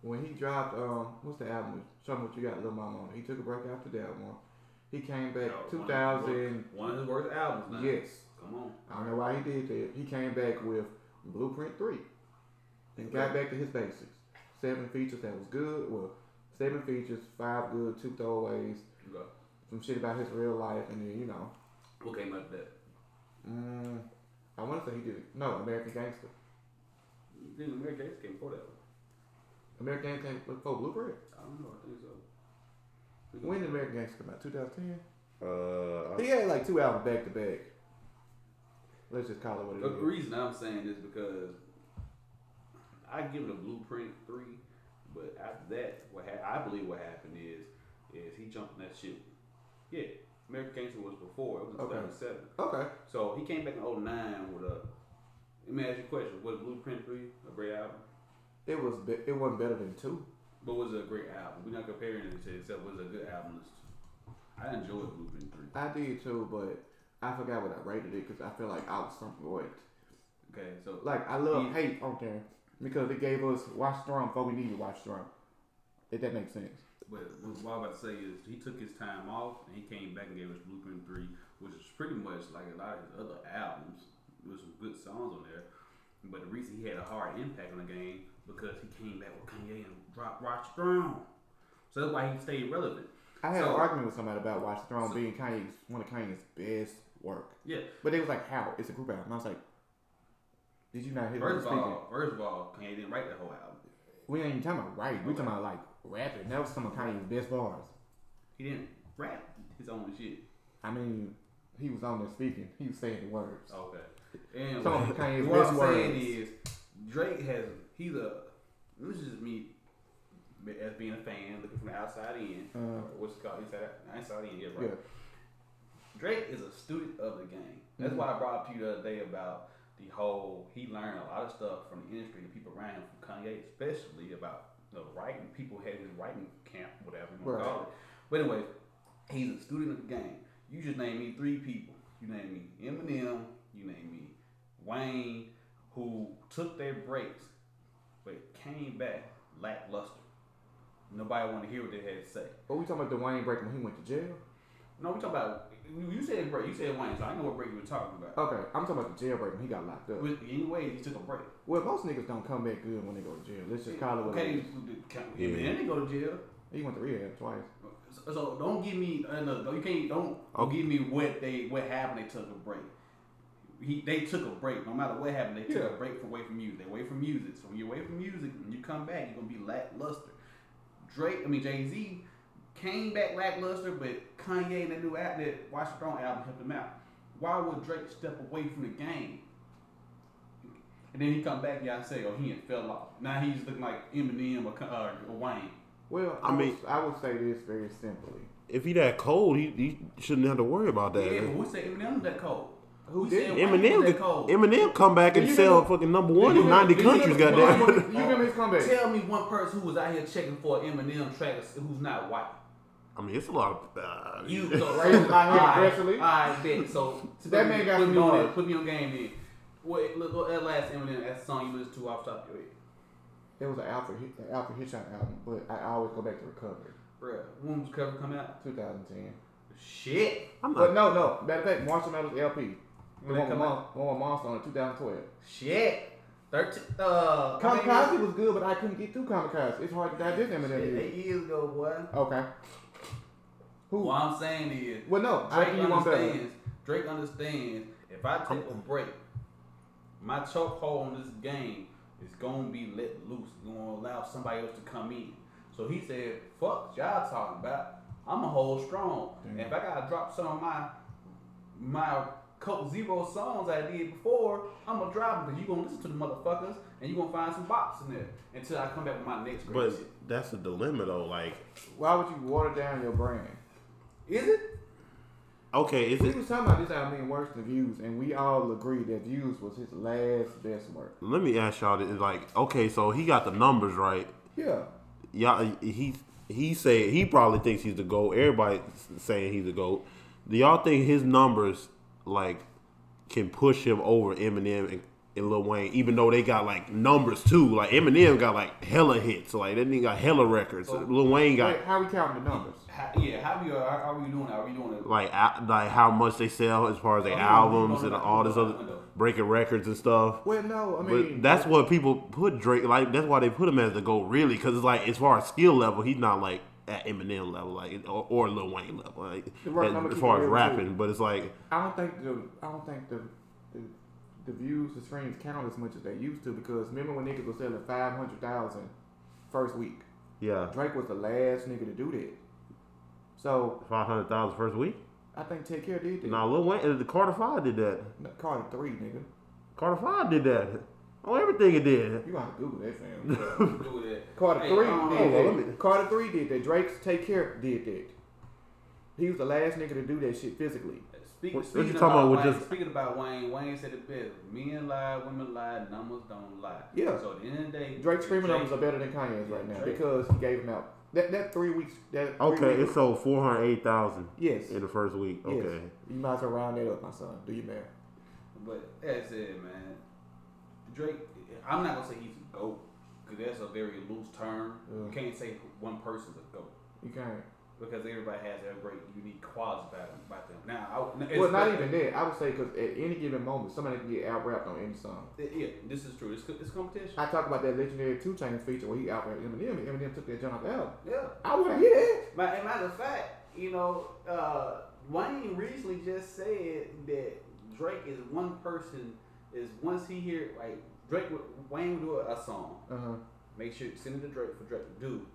Speaker 1: When he dropped, um, what's the album? with- Show me what you got, Lil Mama. On. it? He took a break after that one. He came back
Speaker 3: No,
Speaker 1: 2000.
Speaker 3: One of his worst albums. Now.
Speaker 1: Yes.
Speaker 3: Come on.
Speaker 1: I don't know why he did that. He came back with Blueprint 3 and got back to his basics. Seven features that was good. Well, seven features, five good, two throwaways,
Speaker 3: You go.
Speaker 1: some shit about his real life, and then, you know.
Speaker 3: What came after that?
Speaker 1: Mm, I want to say he did. No, American Gangster.
Speaker 3: Then Mary Gates came before that one.
Speaker 1: American Gangster came before Blueprint.
Speaker 3: I don't know. I think so.
Speaker 1: When did American Gangster come out? 2010?
Speaker 2: Uh,
Speaker 1: He had like two albums back to back. Let's just call it what
Speaker 3: The
Speaker 1: it is.
Speaker 3: reason I'm saying this because I give it a blueprint three, But after that, what ha- I believe what happened is is he jumped in that shit. Yeah, American Gangster was before. It was in
Speaker 1: Okay.
Speaker 3: 2007.
Speaker 1: Okay.
Speaker 3: So he came back in 09 with a. Let me ask you a question. Was Blueprint 3 a great album?
Speaker 1: It was. Be- it wasn't better than two.
Speaker 3: But was it a great album? We're not comparing it to itself. Was it a good album? I enjoyed Blueprint 3.
Speaker 1: I did too, but I forgot what I rated it because I feel like I was something with.
Speaker 3: Okay, so
Speaker 1: Like I love
Speaker 3: Yeah.
Speaker 1: hate on there because it gave us watch Strong before we needed watch Strong. If that makes sense.
Speaker 3: But what I'm about to say is he took his time off and he came back and gave us Blueprint 3, which is pretty much like a lot of his other albums. There was some good songs on there. But the reason he had a hard impact on the game because he came back with Kanye and dropped Rock Strong. So that's why he stayed relevant.
Speaker 1: I had
Speaker 3: So-
Speaker 1: an argument with somebody about Watch the Throne
Speaker 3: So-
Speaker 1: being Kanye's one of Kanye's best work,
Speaker 3: Yeah.
Speaker 1: but they was like, "How? It's a group album." I was like, "Did you not hear what I'm
Speaker 3: First of
Speaker 1: speaking?"
Speaker 3: all, first of all, Kanye didn't write the whole album.
Speaker 1: We ain't even talking about writing. We
Speaker 3: Okay.
Speaker 1: talking about like rapping. That was some of Kanye's best bars.
Speaker 3: He didn't rap his own shit.
Speaker 1: I mean, he was on there speaking. He was saying the words.
Speaker 3: Okay. And
Speaker 1: Some of Kanye's
Speaker 3: what
Speaker 1: best
Speaker 3: I'm saying
Speaker 1: words.
Speaker 3: is Drake has he's a this is me as being a fan looking from the outside in.
Speaker 1: Uh.
Speaker 3: or what's it called inside inside in? Yeah, right.
Speaker 1: yeah,
Speaker 3: Drake is a student of the game. That's why I brought up to you the other day about the whole he learned a lot of stuff from the industry and people around him from Kanye, especially about the writing people had his writing camp, whatever you want
Speaker 1: Right.
Speaker 3: to call it. But anyway, he's a student of the game. You just name me three people. You name me Eminem, you name me Wayne, who took their breaks but came back lackluster. Nobody wanted to hear what they had to say.
Speaker 1: but we talking about Dwayne Break when he went to jail.
Speaker 3: No, we talking about you you said break. You said Wayne, so I know what break you were talking about.
Speaker 1: Okay, I'm talking about the jail break when he got locked up.
Speaker 3: But anyway, he took a break.
Speaker 1: Well, most niggas don't come back good when they go to jail. Let's just call it what it
Speaker 3: okay,
Speaker 1: is.
Speaker 3: yeah. man, they didn't go to jail.
Speaker 1: He went to rehab twice.
Speaker 3: So, so don't give me another. You can't don't
Speaker 2: Okay.
Speaker 3: give me what they what happened. They took a break. He, they took a break. No matter what happened, they took
Speaker 1: Yeah.
Speaker 3: a break from away from music. They away from music. So when you're away from music, when you come back, you're gonna be lackluster. Drake, I mean Jay Z, came back lackluster, but Kanye and that new album, that Watch the Throne album, helped him out. Why would Drake step away from the game? And then he come back, y'all say, oh, he ain't fell off. Now he's looking like Eminem or, Ka- uh, or Wayne.
Speaker 1: Well, I,
Speaker 2: I mean-
Speaker 1: mean, I would say this very simply.
Speaker 2: If he that cold, he, he shouldn't have to worry about that.
Speaker 3: Yeah, but we say Eminem was that cold.
Speaker 1: Who
Speaker 3: We
Speaker 1: did?
Speaker 3: said Wayne was
Speaker 2: Eminem,
Speaker 3: that cold.
Speaker 2: Eminem come back and
Speaker 1: You
Speaker 2: sell
Speaker 1: remember-
Speaker 2: fucking number one
Speaker 1: You
Speaker 2: in ninety
Speaker 1: remember-
Speaker 2: countries.
Speaker 1: you remember-
Speaker 2: Goddamn.
Speaker 1: You remember his comeback?
Speaker 3: Tell me one person who was out here checking for an Eminem track who's not white.
Speaker 2: I mean, it's a lot of. Uh,
Speaker 3: You go
Speaker 1: Right,
Speaker 3: right.
Speaker 1: I hear
Speaker 3: I
Speaker 1: aggressively.
Speaker 3: I bet. So
Speaker 1: That man got
Speaker 3: put
Speaker 1: some
Speaker 3: me on
Speaker 1: bars.
Speaker 3: it. Put me on game then. What look what that last Eminem that song you listen to off the top of your head,
Speaker 1: It was an Alfred, Hit- an Alfred Hitchcock album, but I always go back to Recovery,
Speaker 3: Bruh, When was the cover come out?
Speaker 1: 2010.
Speaker 3: Shit.
Speaker 2: I'm
Speaker 1: But
Speaker 2: not.
Speaker 1: no, no. Matter of fact, Marshall Mathers LP. The
Speaker 3: When that
Speaker 1: one with
Speaker 3: come out?
Speaker 1: Mon- one with Monster on it, 2012.
Speaker 3: Shit. Thirteen. Uh.
Speaker 1: Kamikaze was good, but I couldn't get through Kamikaze. It's hard to digest him in that
Speaker 3: Shit,
Speaker 1: music.
Speaker 3: eight years ago, boy.
Speaker 1: Okay. Who?
Speaker 3: What I'm saying is,
Speaker 1: Well, no. I
Speaker 3: Drake
Speaker 1: give you one better.
Speaker 3: understands. Drake understands. If I take a break, my chokehold on this game is gonna be let loose. Gonna allow somebody else to come in. So he said, "Fuck y'all talking about. I'm a hold strong. And if I gotta drop some of my my Coke Zero songs I did before, I'm gonna drop them because you gonna listen to the motherfuckers and you gonna find some bops in there until I come back with my next great
Speaker 2: But
Speaker 3: shit.
Speaker 2: that's a dilemma though. Like,
Speaker 1: Why would you water down your brand?
Speaker 3: Is it?
Speaker 2: okay, is
Speaker 1: We
Speaker 2: it?
Speaker 1: was talking about this album being worse than Views, and we all agreed that Views was his last best work.
Speaker 2: Let me ask y'all. This, like, okay, so he got the numbers right.
Speaker 1: Yeah.
Speaker 2: Y'all, he he said he probably thinks he's the goat. Everybody saying he's the goat. Do y'all think his numbers like can push him over Eminem and, and Lil Wayne, even though they got like numbers too? Like Eminem got like hella hits. Like that nigga got hella records. Lil Wayne got
Speaker 1: Wait, how we counting the numbers?
Speaker 3: How, yeah. How we are? How are we doing? that? Are we doing it?
Speaker 2: like al- like how much they sell as far as their
Speaker 3: Oh, no,
Speaker 2: albums
Speaker 3: no,
Speaker 2: and
Speaker 3: no,
Speaker 2: all this
Speaker 3: no,
Speaker 2: other
Speaker 3: no, no.
Speaker 2: breaking records and stuff.
Speaker 1: Well, no, I mean.
Speaker 2: But that's what people put Drake like. That's why they put him as the goat, really, because it's like as far as skill level, he's not like at Eminem level, like or, or Lil Wayne level, like
Speaker 1: Right,
Speaker 2: as-
Speaker 1: I'ma
Speaker 2: as
Speaker 1: keep
Speaker 2: far
Speaker 1: it real,
Speaker 2: as
Speaker 1: too.
Speaker 2: rapping. But it's like
Speaker 1: I don't think the I don't think the, the the views the streams count as much as they used to because remember when niggas was selling 500,000 first week.
Speaker 2: yeah,
Speaker 1: Drake was the last nigga to do that. So
Speaker 2: five hundred thousand first week.
Speaker 1: I think Take Care did that.
Speaker 2: Nah, Lil Wayne, uh, the Carter Five did that.
Speaker 1: No, Carter three nigga.
Speaker 2: Carter Five did that. Oh, everything it did.
Speaker 1: You gotta Google that, fam.
Speaker 3: Do that.
Speaker 1: Carter
Speaker 3: Hey,
Speaker 1: three
Speaker 3: um,
Speaker 1: did
Speaker 2: hold
Speaker 1: that.
Speaker 2: on, let me-
Speaker 1: Carter three did that. Drake's Take Care did that. He was the last nigga to do that shit physically.
Speaker 3: Speak,
Speaker 2: What- what
Speaker 3: speaking
Speaker 2: you talking
Speaker 3: about,
Speaker 2: about with
Speaker 3: Wayne,
Speaker 2: just-
Speaker 3: speaking about Wayne, Wayne said it best. Men lie, women lie, numbers don't lie.
Speaker 1: Yeah.
Speaker 3: So at the end of the day,
Speaker 1: Drake's streaming numbers are better than Kanye's right now
Speaker 3: Drake-
Speaker 1: because he gave him out. That that three weeks. That three
Speaker 2: Okay, it
Speaker 1: Weeks,
Speaker 2: sold four hundred eight thousand
Speaker 1: yes.
Speaker 2: in the first week.
Speaker 1: Yes.
Speaker 2: Okay.
Speaker 1: You might as well round that up, my son. Do your math.
Speaker 3: But as I said, man, Drake. I'm not gonna say he's a goat because that's a very loose term. You
Speaker 1: Yeah.
Speaker 3: can't say one person's a goat
Speaker 1: You can't.
Speaker 3: because everybody has their great unique qualities about them. About them. Now, I,
Speaker 1: well,
Speaker 3: it's-
Speaker 1: not even that. I would say because at any given moment, somebody can get out rapped on any song.
Speaker 3: Yeah, this is true. It's, co- it's competition.
Speaker 1: I talk about that legendary Two Chainz feature where he out rapped Eminem. and Eminem took that joint off the album.
Speaker 3: yeah.
Speaker 1: I want to hear that.
Speaker 3: But as a matter of fact, you know, uh, Wayne recently just said that Drake is one person. Is once he hear like Drake, would- Wayne would do a, a song.
Speaker 1: Uh huh.
Speaker 3: Make sure you send it to Drake for Drake to do.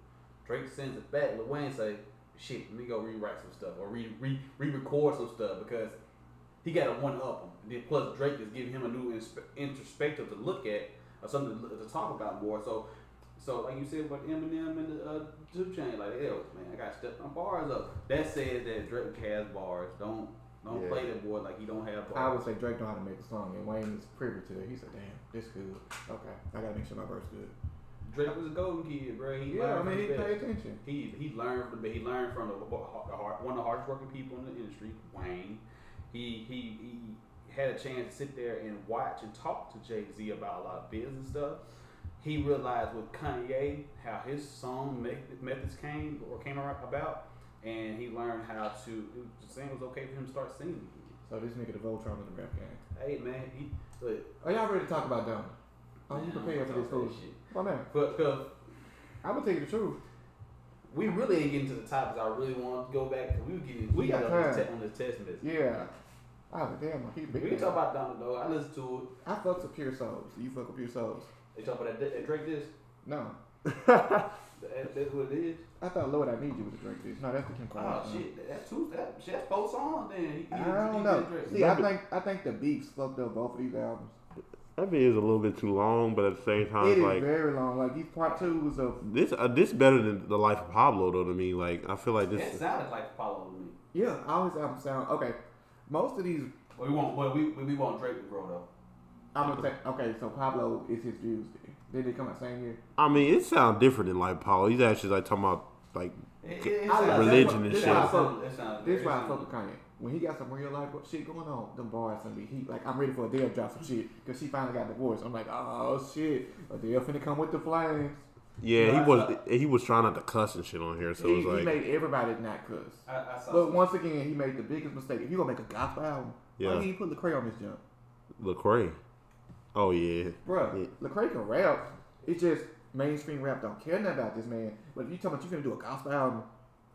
Speaker 3: Drake sends it back. Lil Wayne say, "Shit, let me go rewrite some stuff or re re re-record some stuff because he got a one up him." And then plus Drake is giving him a new inspe- introspective to look at or something to, to talk about more. So, so like you said about Eminem and the uh, Two Chain, like hell, man, I got to step my bars up. That says that Drake has bars. Don't don't
Speaker 2: Yeah.
Speaker 3: play that boy like he don't have
Speaker 1: I would
Speaker 3: bars.
Speaker 1: say Drake know how to make a song, and Wayne is privy to that. He said, "Damn, this good. Okay, I gotta make sure my verse good."
Speaker 3: Drake was a golden kid, bro. He
Speaker 1: Yeah, I
Speaker 3: learned
Speaker 1: mean, he
Speaker 3: from the
Speaker 1: pay
Speaker 3: best.
Speaker 1: attention.
Speaker 3: He he learned from the he learned from the, the hard, one of the hardest working people in the industry, Wayne. He he he had a chance to sit there and watch and talk to Jay Z about a lot of biz and stuff. He realized with Kanye how his song meth- methods came or came ar- about, and he learned how to. It was, saying it was okay for him to start singing.
Speaker 1: So this nigga the Voltron of the rap game.
Speaker 3: Hey man, he look.
Speaker 1: Are y'all ready to talk about Donald? Are Oh, you
Speaker 3: man,
Speaker 1: prepared
Speaker 3: I'm
Speaker 1: for this
Speaker 3: talking
Speaker 1: fool?
Speaker 3: shit.
Speaker 1: Why not?
Speaker 3: But because
Speaker 1: I'm gonna tell you the truth.
Speaker 3: we really ain't getting to the topics I really want to go back. 'cause We were getting
Speaker 1: We got
Speaker 3: heated on this
Speaker 1: time.
Speaker 3: te- on this test message.
Speaker 1: Yeah. I was like, damn, he big.
Speaker 3: We can talk about Donald though. I listen to it.
Speaker 1: I fucks with Pure Souls. You fuck with Pure Souls.
Speaker 3: They talk about that, that Drake this.
Speaker 1: No.
Speaker 3: That, that's what it is.
Speaker 1: I thought, Lord, I need you to drink this. No, that's the Kim
Speaker 3: Oh
Speaker 1: Kardashian.
Speaker 3: shit, that- that's two. That, shit, that's four songs. Then he, he,
Speaker 1: Uh-huh. I
Speaker 3: he
Speaker 1: don't
Speaker 3: did
Speaker 1: know.
Speaker 3: Drake.
Speaker 1: See, I think I think the beats fucked up both of these albums.
Speaker 2: That video is a little bit too long, but at the same time,
Speaker 1: It
Speaker 2: it's
Speaker 1: is
Speaker 2: like
Speaker 1: very long. Like these part twos of
Speaker 2: this. Uh, this better than the life of Pablo, though. To me, like I feel like
Speaker 3: that
Speaker 2: this.
Speaker 3: sounded like Apollo to me.
Speaker 1: yeah, all his albums sound okay. Most of these,
Speaker 3: But we want, but we we want Drake to grow though.
Speaker 1: I'm gonna take. Okay, so Pablo is his Jews. Did they come out same year?
Speaker 2: I mean, it sounds different than like Pablo. He's actually like talking about like
Speaker 3: It, it, it
Speaker 1: I
Speaker 3: sounded-
Speaker 1: like-
Speaker 2: Religion and
Speaker 1: this
Speaker 2: shit.
Speaker 1: Why I
Speaker 3: It
Speaker 1: fuck,
Speaker 3: sounded- Oh, it sounded
Speaker 1: this
Speaker 3: very
Speaker 1: why I
Speaker 3: similar.
Speaker 1: fuck with Kanye. When he got some real life shit going on, them bars gonna be heat. Like I'm ready for Adele to drop some shit because she finally got divorced. I'm like, oh shit, Adele finna come with the flames.
Speaker 2: yeah,
Speaker 3: Yeah,
Speaker 2: he
Speaker 3: I
Speaker 2: was he was trying not to cuss and shit on here, so
Speaker 1: he,
Speaker 2: it's
Speaker 1: he
Speaker 2: like
Speaker 1: made everybody not cuss.
Speaker 3: I, I saw.
Speaker 1: But once again, he made the biggest mistake. If you gonna make a gospel album,
Speaker 2: Yeah.
Speaker 1: why did you put Lecrae on this jump,
Speaker 2: Lecrae. Oh yeah,
Speaker 1: Bruh,
Speaker 2: Yeah.
Speaker 1: Lecrae can rap. It's just mainstream rap don't care nothing about this man. But if you talking about you finna do a gospel album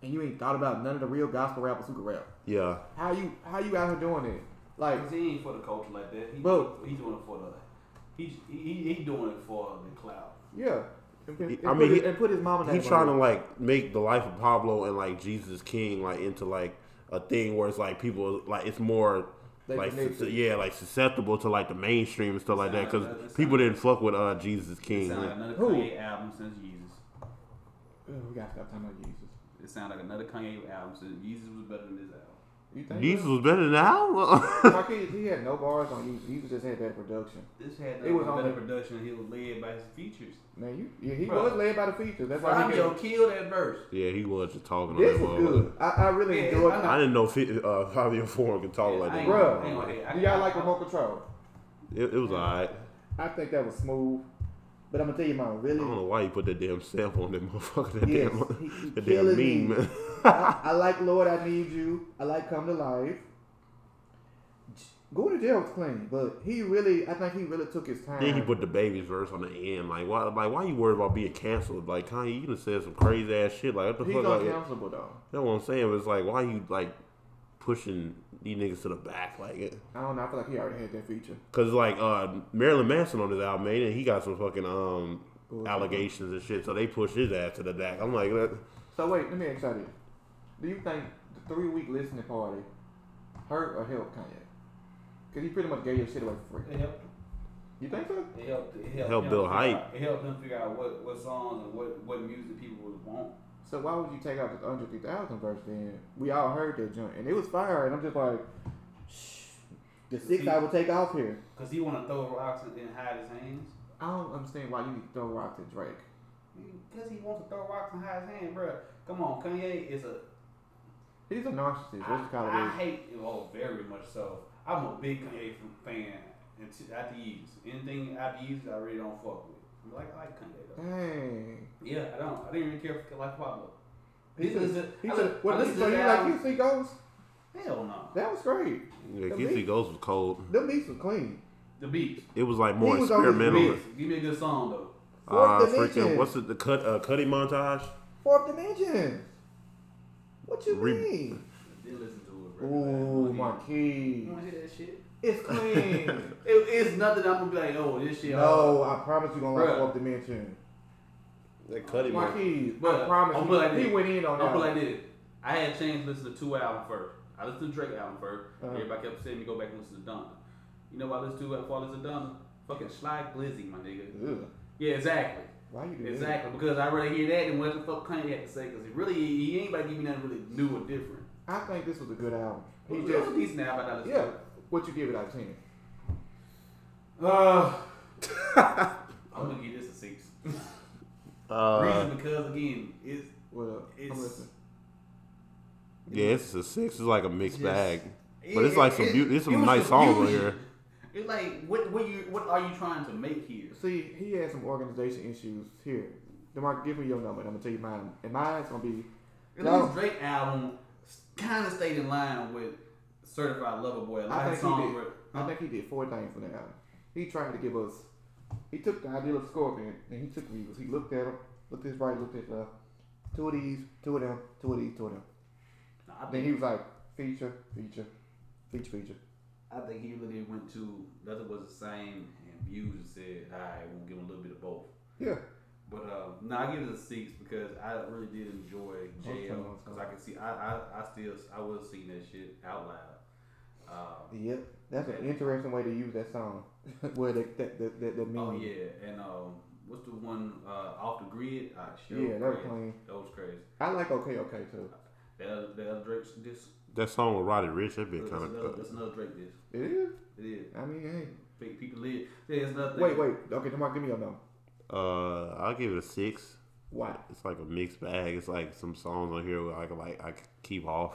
Speaker 1: and you ain't thought about none of the real gospel rappers who can rap,
Speaker 2: yeah.
Speaker 1: how you how you out here doing it? Like
Speaker 3: Cause he ain't for the culture like that. He,
Speaker 1: Bro.
Speaker 3: he doing it for the. He, he, he doing it for the cloud.
Speaker 1: Yeah. And, put-
Speaker 2: He-
Speaker 1: and
Speaker 2: I
Speaker 1: put
Speaker 2: mean,
Speaker 1: his,
Speaker 2: he-
Speaker 1: and put his mama.
Speaker 2: He trying to like make the life of Pablo and like Jesus King like into like a thing where it's like people like it's more
Speaker 1: They
Speaker 2: like
Speaker 1: connected.
Speaker 2: sus- yeah like susceptible to like the mainstream and stuff like that
Speaker 3: Sound-
Speaker 2: because
Speaker 3: that
Speaker 2: people
Speaker 3: sound-
Speaker 2: didn't fuck with uh Jesus
Speaker 3: It
Speaker 2: King.
Speaker 3: sounded like
Speaker 2: Like,
Speaker 3: another
Speaker 1: Who?
Speaker 3: Kanye album since Jesus.
Speaker 1: we gotta stop talking about Jesus.
Speaker 3: It sounded like another Kanye album since Jesus was better than this album.
Speaker 1: You think
Speaker 2: Jesus was better now.
Speaker 1: My kid, he had no bars on Jesus. Jesus just had better production.
Speaker 3: This had
Speaker 1: It was on
Speaker 3: nothing to do
Speaker 1: the-
Speaker 3: with production. He was led by his features.
Speaker 1: Man, you yeah, he
Speaker 3: Bruh.
Speaker 1: was led by the features. That's why he
Speaker 3: Fabio
Speaker 1: can,
Speaker 3: killed that verse.
Speaker 2: yeah, he was just talking.
Speaker 1: This is
Speaker 2: on that
Speaker 1: good. I, I really
Speaker 3: Yeah,
Speaker 1: enjoyed
Speaker 3: I
Speaker 1: it.
Speaker 3: know.
Speaker 2: I didn't know Fi- uh, Fabio Four could talk
Speaker 3: Yeah,
Speaker 2: like
Speaker 3: I
Speaker 2: that.
Speaker 3: ain't-
Speaker 1: Bruh.
Speaker 3: I ain't gonna hate. I-
Speaker 1: Do y'all
Speaker 3: I-
Speaker 1: like
Speaker 3: I-
Speaker 1: remote control?
Speaker 2: It, it was alright.
Speaker 1: I think that was smooth. But I'm gonna tell you my
Speaker 2: I
Speaker 1: really
Speaker 2: don't know why you put that damn sample on that motherfucker. That
Speaker 1: Yes,
Speaker 2: damn,
Speaker 1: he- he
Speaker 2: that
Speaker 1: killing
Speaker 2: damn
Speaker 1: me.
Speaker 2: meme. man.
Speaker 1: I, I like Lord, I need you. I like Come to Life. J- Going to jail was clean, but he really I think he really took his time.
Speaker 2: Then he put the baby's verse on the end. Like why? Like why you worried about being canceled? Like Kanye, you done said some crazy ass shit. Like what the
Speaker 1: He's
Speaker 2: fuck? Like,
Speaker 1: uncancelable though.
Speaker 2: that's what I'm saying. But it's like why you like pushing these niggas to the back like it?
Speaker 1: I don't know, I feel like he already had that feature.
Speaker 2: Cause like uh, Marilyn Manson on his album, man, and he got some fucking um
Speaker 1: Bullshit.
Speaker 2: allegations and shit. So they pushed his ass to the back. I'm like, that,
Speaker 1: So wait, let me ask you this. Do you think the three week listening party hurt or helped Kanye? Because he pretty much gave your shit away for free.
Speaker 3: It helped.
Speaker 1: You think so?
Speaker 3: It helped. It helped,
Speaker 2: Helped
Speaker 3: him figure
Speaker 2: build
Speaker 3: out-
Speaker 2: hype.
Speaker 3: It helped them figure out what, what songs and what, what music people would want.
Speaker 1: So why would you take out this under three thousand verse then? We all heard that joint and it was fire and I'm just like shh, the six I would take off here.
Speaker 3: Cause he want to throw rocks and then hide his hands.
Speaker 1: I don't understand why you need to throw rocks at Drake.
Speaker 3: Cause he wants to throw rocks and hide his hand, bro. Come on, Kanye is a.
Speaker 1: He's a narcissist.
Speaker 3: I,
Speaker 1: Let's call
Speaker 3: I
Speaker 1: it
Speaker 3: hate oh very much so. I'm a big Kanye f- fan. until- After Yeezus, anything after Yeezus, I really don't fuck with. I'm like I like Kanye though.
Speaker 1: this. Dang.
Speaker 3: Yeah, I don't. I didn't even care for like Pablo.
Speaker 1: He
Speaker 3: He
Speaker 1: said,
Speaker 3: listen.
Speaker 1: he
Speaker 3: I
Speaker 1: said,
Speaker 3: li- I
Speaker 1: what,
Speaker 3: listen
Speaker 1: so
Speaker 3: to
Speaker 1: you
Speaker 3: that
Speaker 1: like
Speaker 3: album.
Speaker 1: Kissy Ghost?
Speaker 3: Hell no.
Speaker 1: That was great.
Speaker 2: Yeah,
Speaker 1: The
Speaker 2: Kissy
Speaker 1: beat-
Speaker 2: Ghost was cold.
Speaker 1: Them beats was clean.
Speaker 3: The beats.
Speaker 2: It was like more
Speaker 1: He was on his
Speaker 3: The
Speaker 2: experimental.
Speaker 3: beats. Give me a good song though.
Speaker 1: Fourth
Speaker 2: Uh,
Speaker 1: dimension.
Speaker 2: freaking, what's it? The cut, uh, cutting montage.
Speaker 1: Fourth dimension. What you
Speaker 2: Re-
Speaker 1: mean?
Speaker 3: I did listen to it. Bro.
Speaker 1: Ooh, my
Speaker 3: You
Speaker 1: key.
Speaker 3: want to hear that shit?
Speaker 1: It's clean.
Speaker 3: It, it's nothing. I'm gonna be like, oh, this shit.
Speaker 1: no, I promise you gonna like
Speaker 3: Bruh.
Speaker 1: fourth dimension.
Speaker 2: The cutting
Speaker 1: Marquise, I
Speaker 3: But
Speaker 1: promise
Speaker 3: I'm
Speaker 1: you,
Speaker 3: put like
Speaker 1: he
Speaker 3: this.
Speaker 1: went in
Speaker 3: I'm
Speaker 1: on
Speaker 3: gonna
Speaker 1: that.
Speaker 3: put it like this. I had a chance to listen to two albums first. I listened to Drake album 1st
Speaker 1: Uh-huh.
Speaker 3: Everybody kept saying me go back and listen to Donna. You know what I listened to before I listened to Donna? Fucking Sly Glizzy, my nigga.
Speaker 1: Ugh,
Speaker 3: Yeah, exactly.
Speaker 1: why you do that?
Speaker 3: Exactly, because I rather hear that than what the fuck Kanye had to say. Because really, he ain't about to give me nothing really new or different.
Speaker 1: I think this was a good album. He
Speaker 3: It was
Speaker 1: just
Speaker 3: a decent album. I listened
Speaker 1: yeah. What you give it out of ten?
Speaker 3: to. Uh,
Speaker 1: Uh,
Speaker 3: I'm gonna give this a six.
Speaker 2: Uh,
Speaker 3: Reason because again, it's
Speaker 1: What up?
Speaker 3: It's-
Speaker 1: I'm listening.
Speaker 2: yeah, it's a six. It's like a mixed
Speaker 3: Just-
Speaker 2: bag. But it's like some beau- it's some
Speaker 3: was
Speaker 2: nice songs on
Speaker 3: confusion.
Speaker 2: here.
Speaker 3: It's like what what you what are you trying to make here?
Speaker 1: See, he had some organization issues here. Demarc, give me your number. and I'm gonna tell you mine. And mine's gonna be
Speaker 3: At
Speaker 1: No.
Speaker 3: least Drake album kind of stayed in line with Certified Lover Boy. A lot
Speaker 1: I
Speaker 3: of
Speaker 1: think he
Speaker 3: songs
Speaker 1: did.
Speaker 3: were.
Speaker 1: I think he did four things for that album. He tried to give us. He took the idea of Scorpion and he took Reeves. He looked at him, looked his right, looked his left. Two of these, two of them, two of these, two of them.
Speaker 3: Nah, I
Speaker 1: Then he
Speaker 3: think
Speaker 1: was like, feature, feature, feature, feature.
Speaker 3: I think he really went to nothing was the same and views and said, all right, we'll give him a little bit of both.
Speaker 1: Yeah.
Speaker 3: But um, no, I give it a six because I really did enjoy
Speaker 1: Okay,
Speaker 3: jail because
Speaker 1: okay.
Speaker 3: I can see I, I I still I was seeing that shit out loud. Um,
Speaker 1: Yep. That's an interesting way to use that song. Where that that that, that, that
Speaker 3: Oh
Speaker 1: means.
Speaker 3: yeah, and um, what's the one uh, off the grid? I showed
Speaker 1: Yeah, that was
Speaker 3: crazy.
Speaker 1: clean.
Speaker 3: That was crazy.
Speaker 1: I like Okay Okay too.
Speaker 3: That other, that other Drake's disc.
Speaker 2: That song with Roddy Rich, that been
Speaker 3: That's
Speaker 2: kind
Speaker 3: another,
Speaker 2: of.
Speaker 3: that's another Drake disc.
Speaker 1: It is.
Speaker 3: It is.
Speaker 1: I mean, hey.
Speaker 3: Pe- People live. There's nothing.
Speaker 1: Wait, wait. Okay, Demar, give me your number.
Speaker 2: Uh, I'll give it a six.
Speaker 1: Why?
Speaker 2: It's like a mixed bag. It's like some songs on here where I can like I can keep off.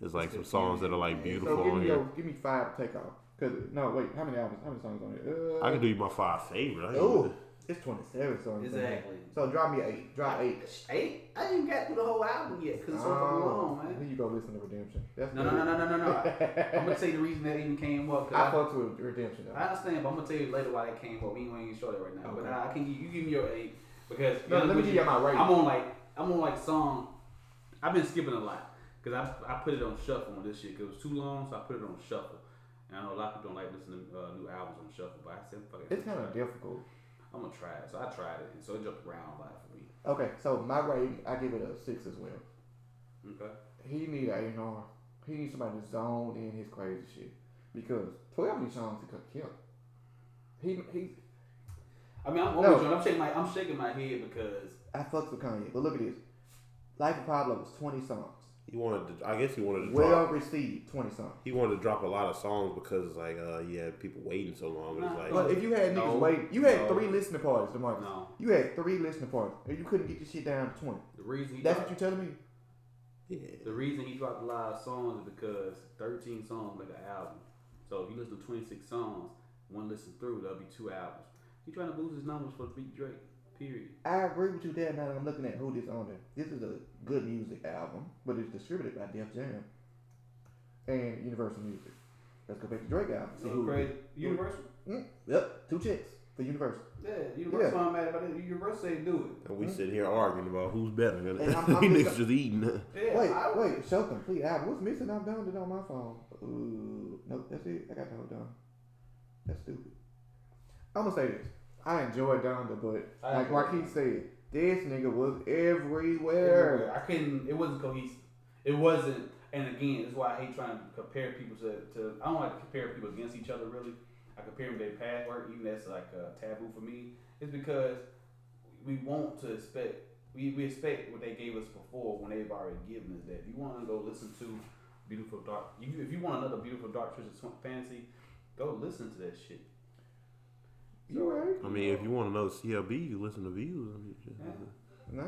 Speaker 2: It's like some songs that are like beautiful
Speaker 1: So give
Speaker 2: on
Speaker 1: me
Speaker 2: here.
Speaker 1: your, give me five to take off. Cause no, wait. How many albums? How many songs on it? Uh,
Speaker 2: I can do you my five favorite. I can
Speaker 1: Oh, it's twenty seven songs. on here.
Speaker 3: Exactly.
Speaker 1: So drop me eight. Drop eight. Oh,
Speaker 3: Eight. I didn't get through the whole album yet because it's so fucking long, man.
Speaker 1: Then you go listen to Redemption. That's
Speaker 3: No, no, no, no, no, no, no. I'm gonna tell you the reason that even came up. Cause
Speaker 1: I
Speaker 3: I,
Speaker 1: fucked with Redemption though.
Speaker 3: I understand, but I'm gonna tell you later why that came up. We ain't even show that right now.
Speaker 1: Okay.
Speaker 3: But I, I can give you, you give me your eight because
Speaker 1: no, let me give you my rating.
Speaker 3: I'm on like I'm on like song. I've been skipping a lot because I, I put it on shuffle on this shit. 'cause it was too long, so I put it on shuffle. And I know a lot of people don't like listening to uh, new albums on shuffle, but I said, "Fuck it."
Speaker 1: It's kind of difficult.
Speaker 3: I'm gonna try it. So I tried it, and so it jumped around a lot for me.
Speaker 1: Okay, so my rating, I give it a six as well.
Speaker 3: Okay.
Speaker 1: He need an A&R. He needs somebody to zone in his crazy shit because twelve of these songs he could kill. He he,
Speaker 3: I mean, I'm
Speaker 1: No.
Speaker 3: over I'm shaking my I'm shaking my head because
Speaker 1: I fucks with Kanye, but look at this. Life of Pablo was twenty songs,
Speaker 2: He wanted. To, I guess he wanted to
Speaker 1: well
Speaker 2: drop.
Speaker 1: received, twenty songs.
Speaker 2: He wanted to drop a lot of songs because like uh, he had people waiting so long. It's like
Speaker 1: But if you had niggas
Speaker 3: No.
Speaker 1: wait, you had
Speaker 3: No.
Speaker 1: three listening parties, Demarcus.
Speaker 3: no,
Speaker 1: You had three listening parties, and you couldn't get your shit down to twenty.
Speaker 3: the reason he
Speaker 1: That's
Speaker 3: dropped,
Speaker 1: what you telling me?
Speaker 2: yeah.
Speaker 3: the reason he dropped a lot of songs is because 13 songs make an album. So if you listen to 26 songs, one listen through, that'll be two albums. He trying to boost his numbers for Beat Drake. Period.
Speaker 1: I agree with you there. Now that I'm looking at who this on there. This is a good music album, but it's distributed by Def Jam and Universal Music. Let's go back to Drake album. See
Speaker 3: So
Speaker 1: who-
Speaker 3: crazy. Universal?
Speaker 1: Mm, yep, two chicks for Universal.
Speaker 3: Yeah, Universal. I'm mad about it. Universal say do
Speaker 2: And we sit here arguing about who's better. These
Speaker 1: And I'm- I'm
Speaker 2: niggas
Speaker 1: just-
Speaker 2: just eating.
Speaker 3: it. Yeah,
Speaker 1: wait,
Speaker 3: I,
Speaker 1: wait, show complete album. What's missing? I've done it on my phone. Ooh, nope, that's it. I got the whole done. That's stupid. I'm gonna say this. I enjoy Donda, but
Speaker 3: I
Speaker 1: like
Speaker 3: enjoy
Speaker 1: Marquis
Speaker 3: Donda.
Speaker 1: said, this nigga was everywhere.
Speaker 3: everywhere. I couldn't. It wasn't cohesive. It wasn't. And again, that's why I hate trying to compare people to. to I don't like to compare people against each other. Really, I I compare him to their past work, even that's like uh, taboo for me, is because we want to expect we, we expect what they gave us before when they've already given us that. If you want to go listen to Beautiful Dark, you, if you want another Beautiful Dark Twisted Sw- Fantasy, go listen to that shit.
Speaker 1: You right?
Speaker 2: I mean, if you want to know CLB, you listen to Views. I mean, shit.
Speaker 3: Yeah.
Speaker 1: Nah.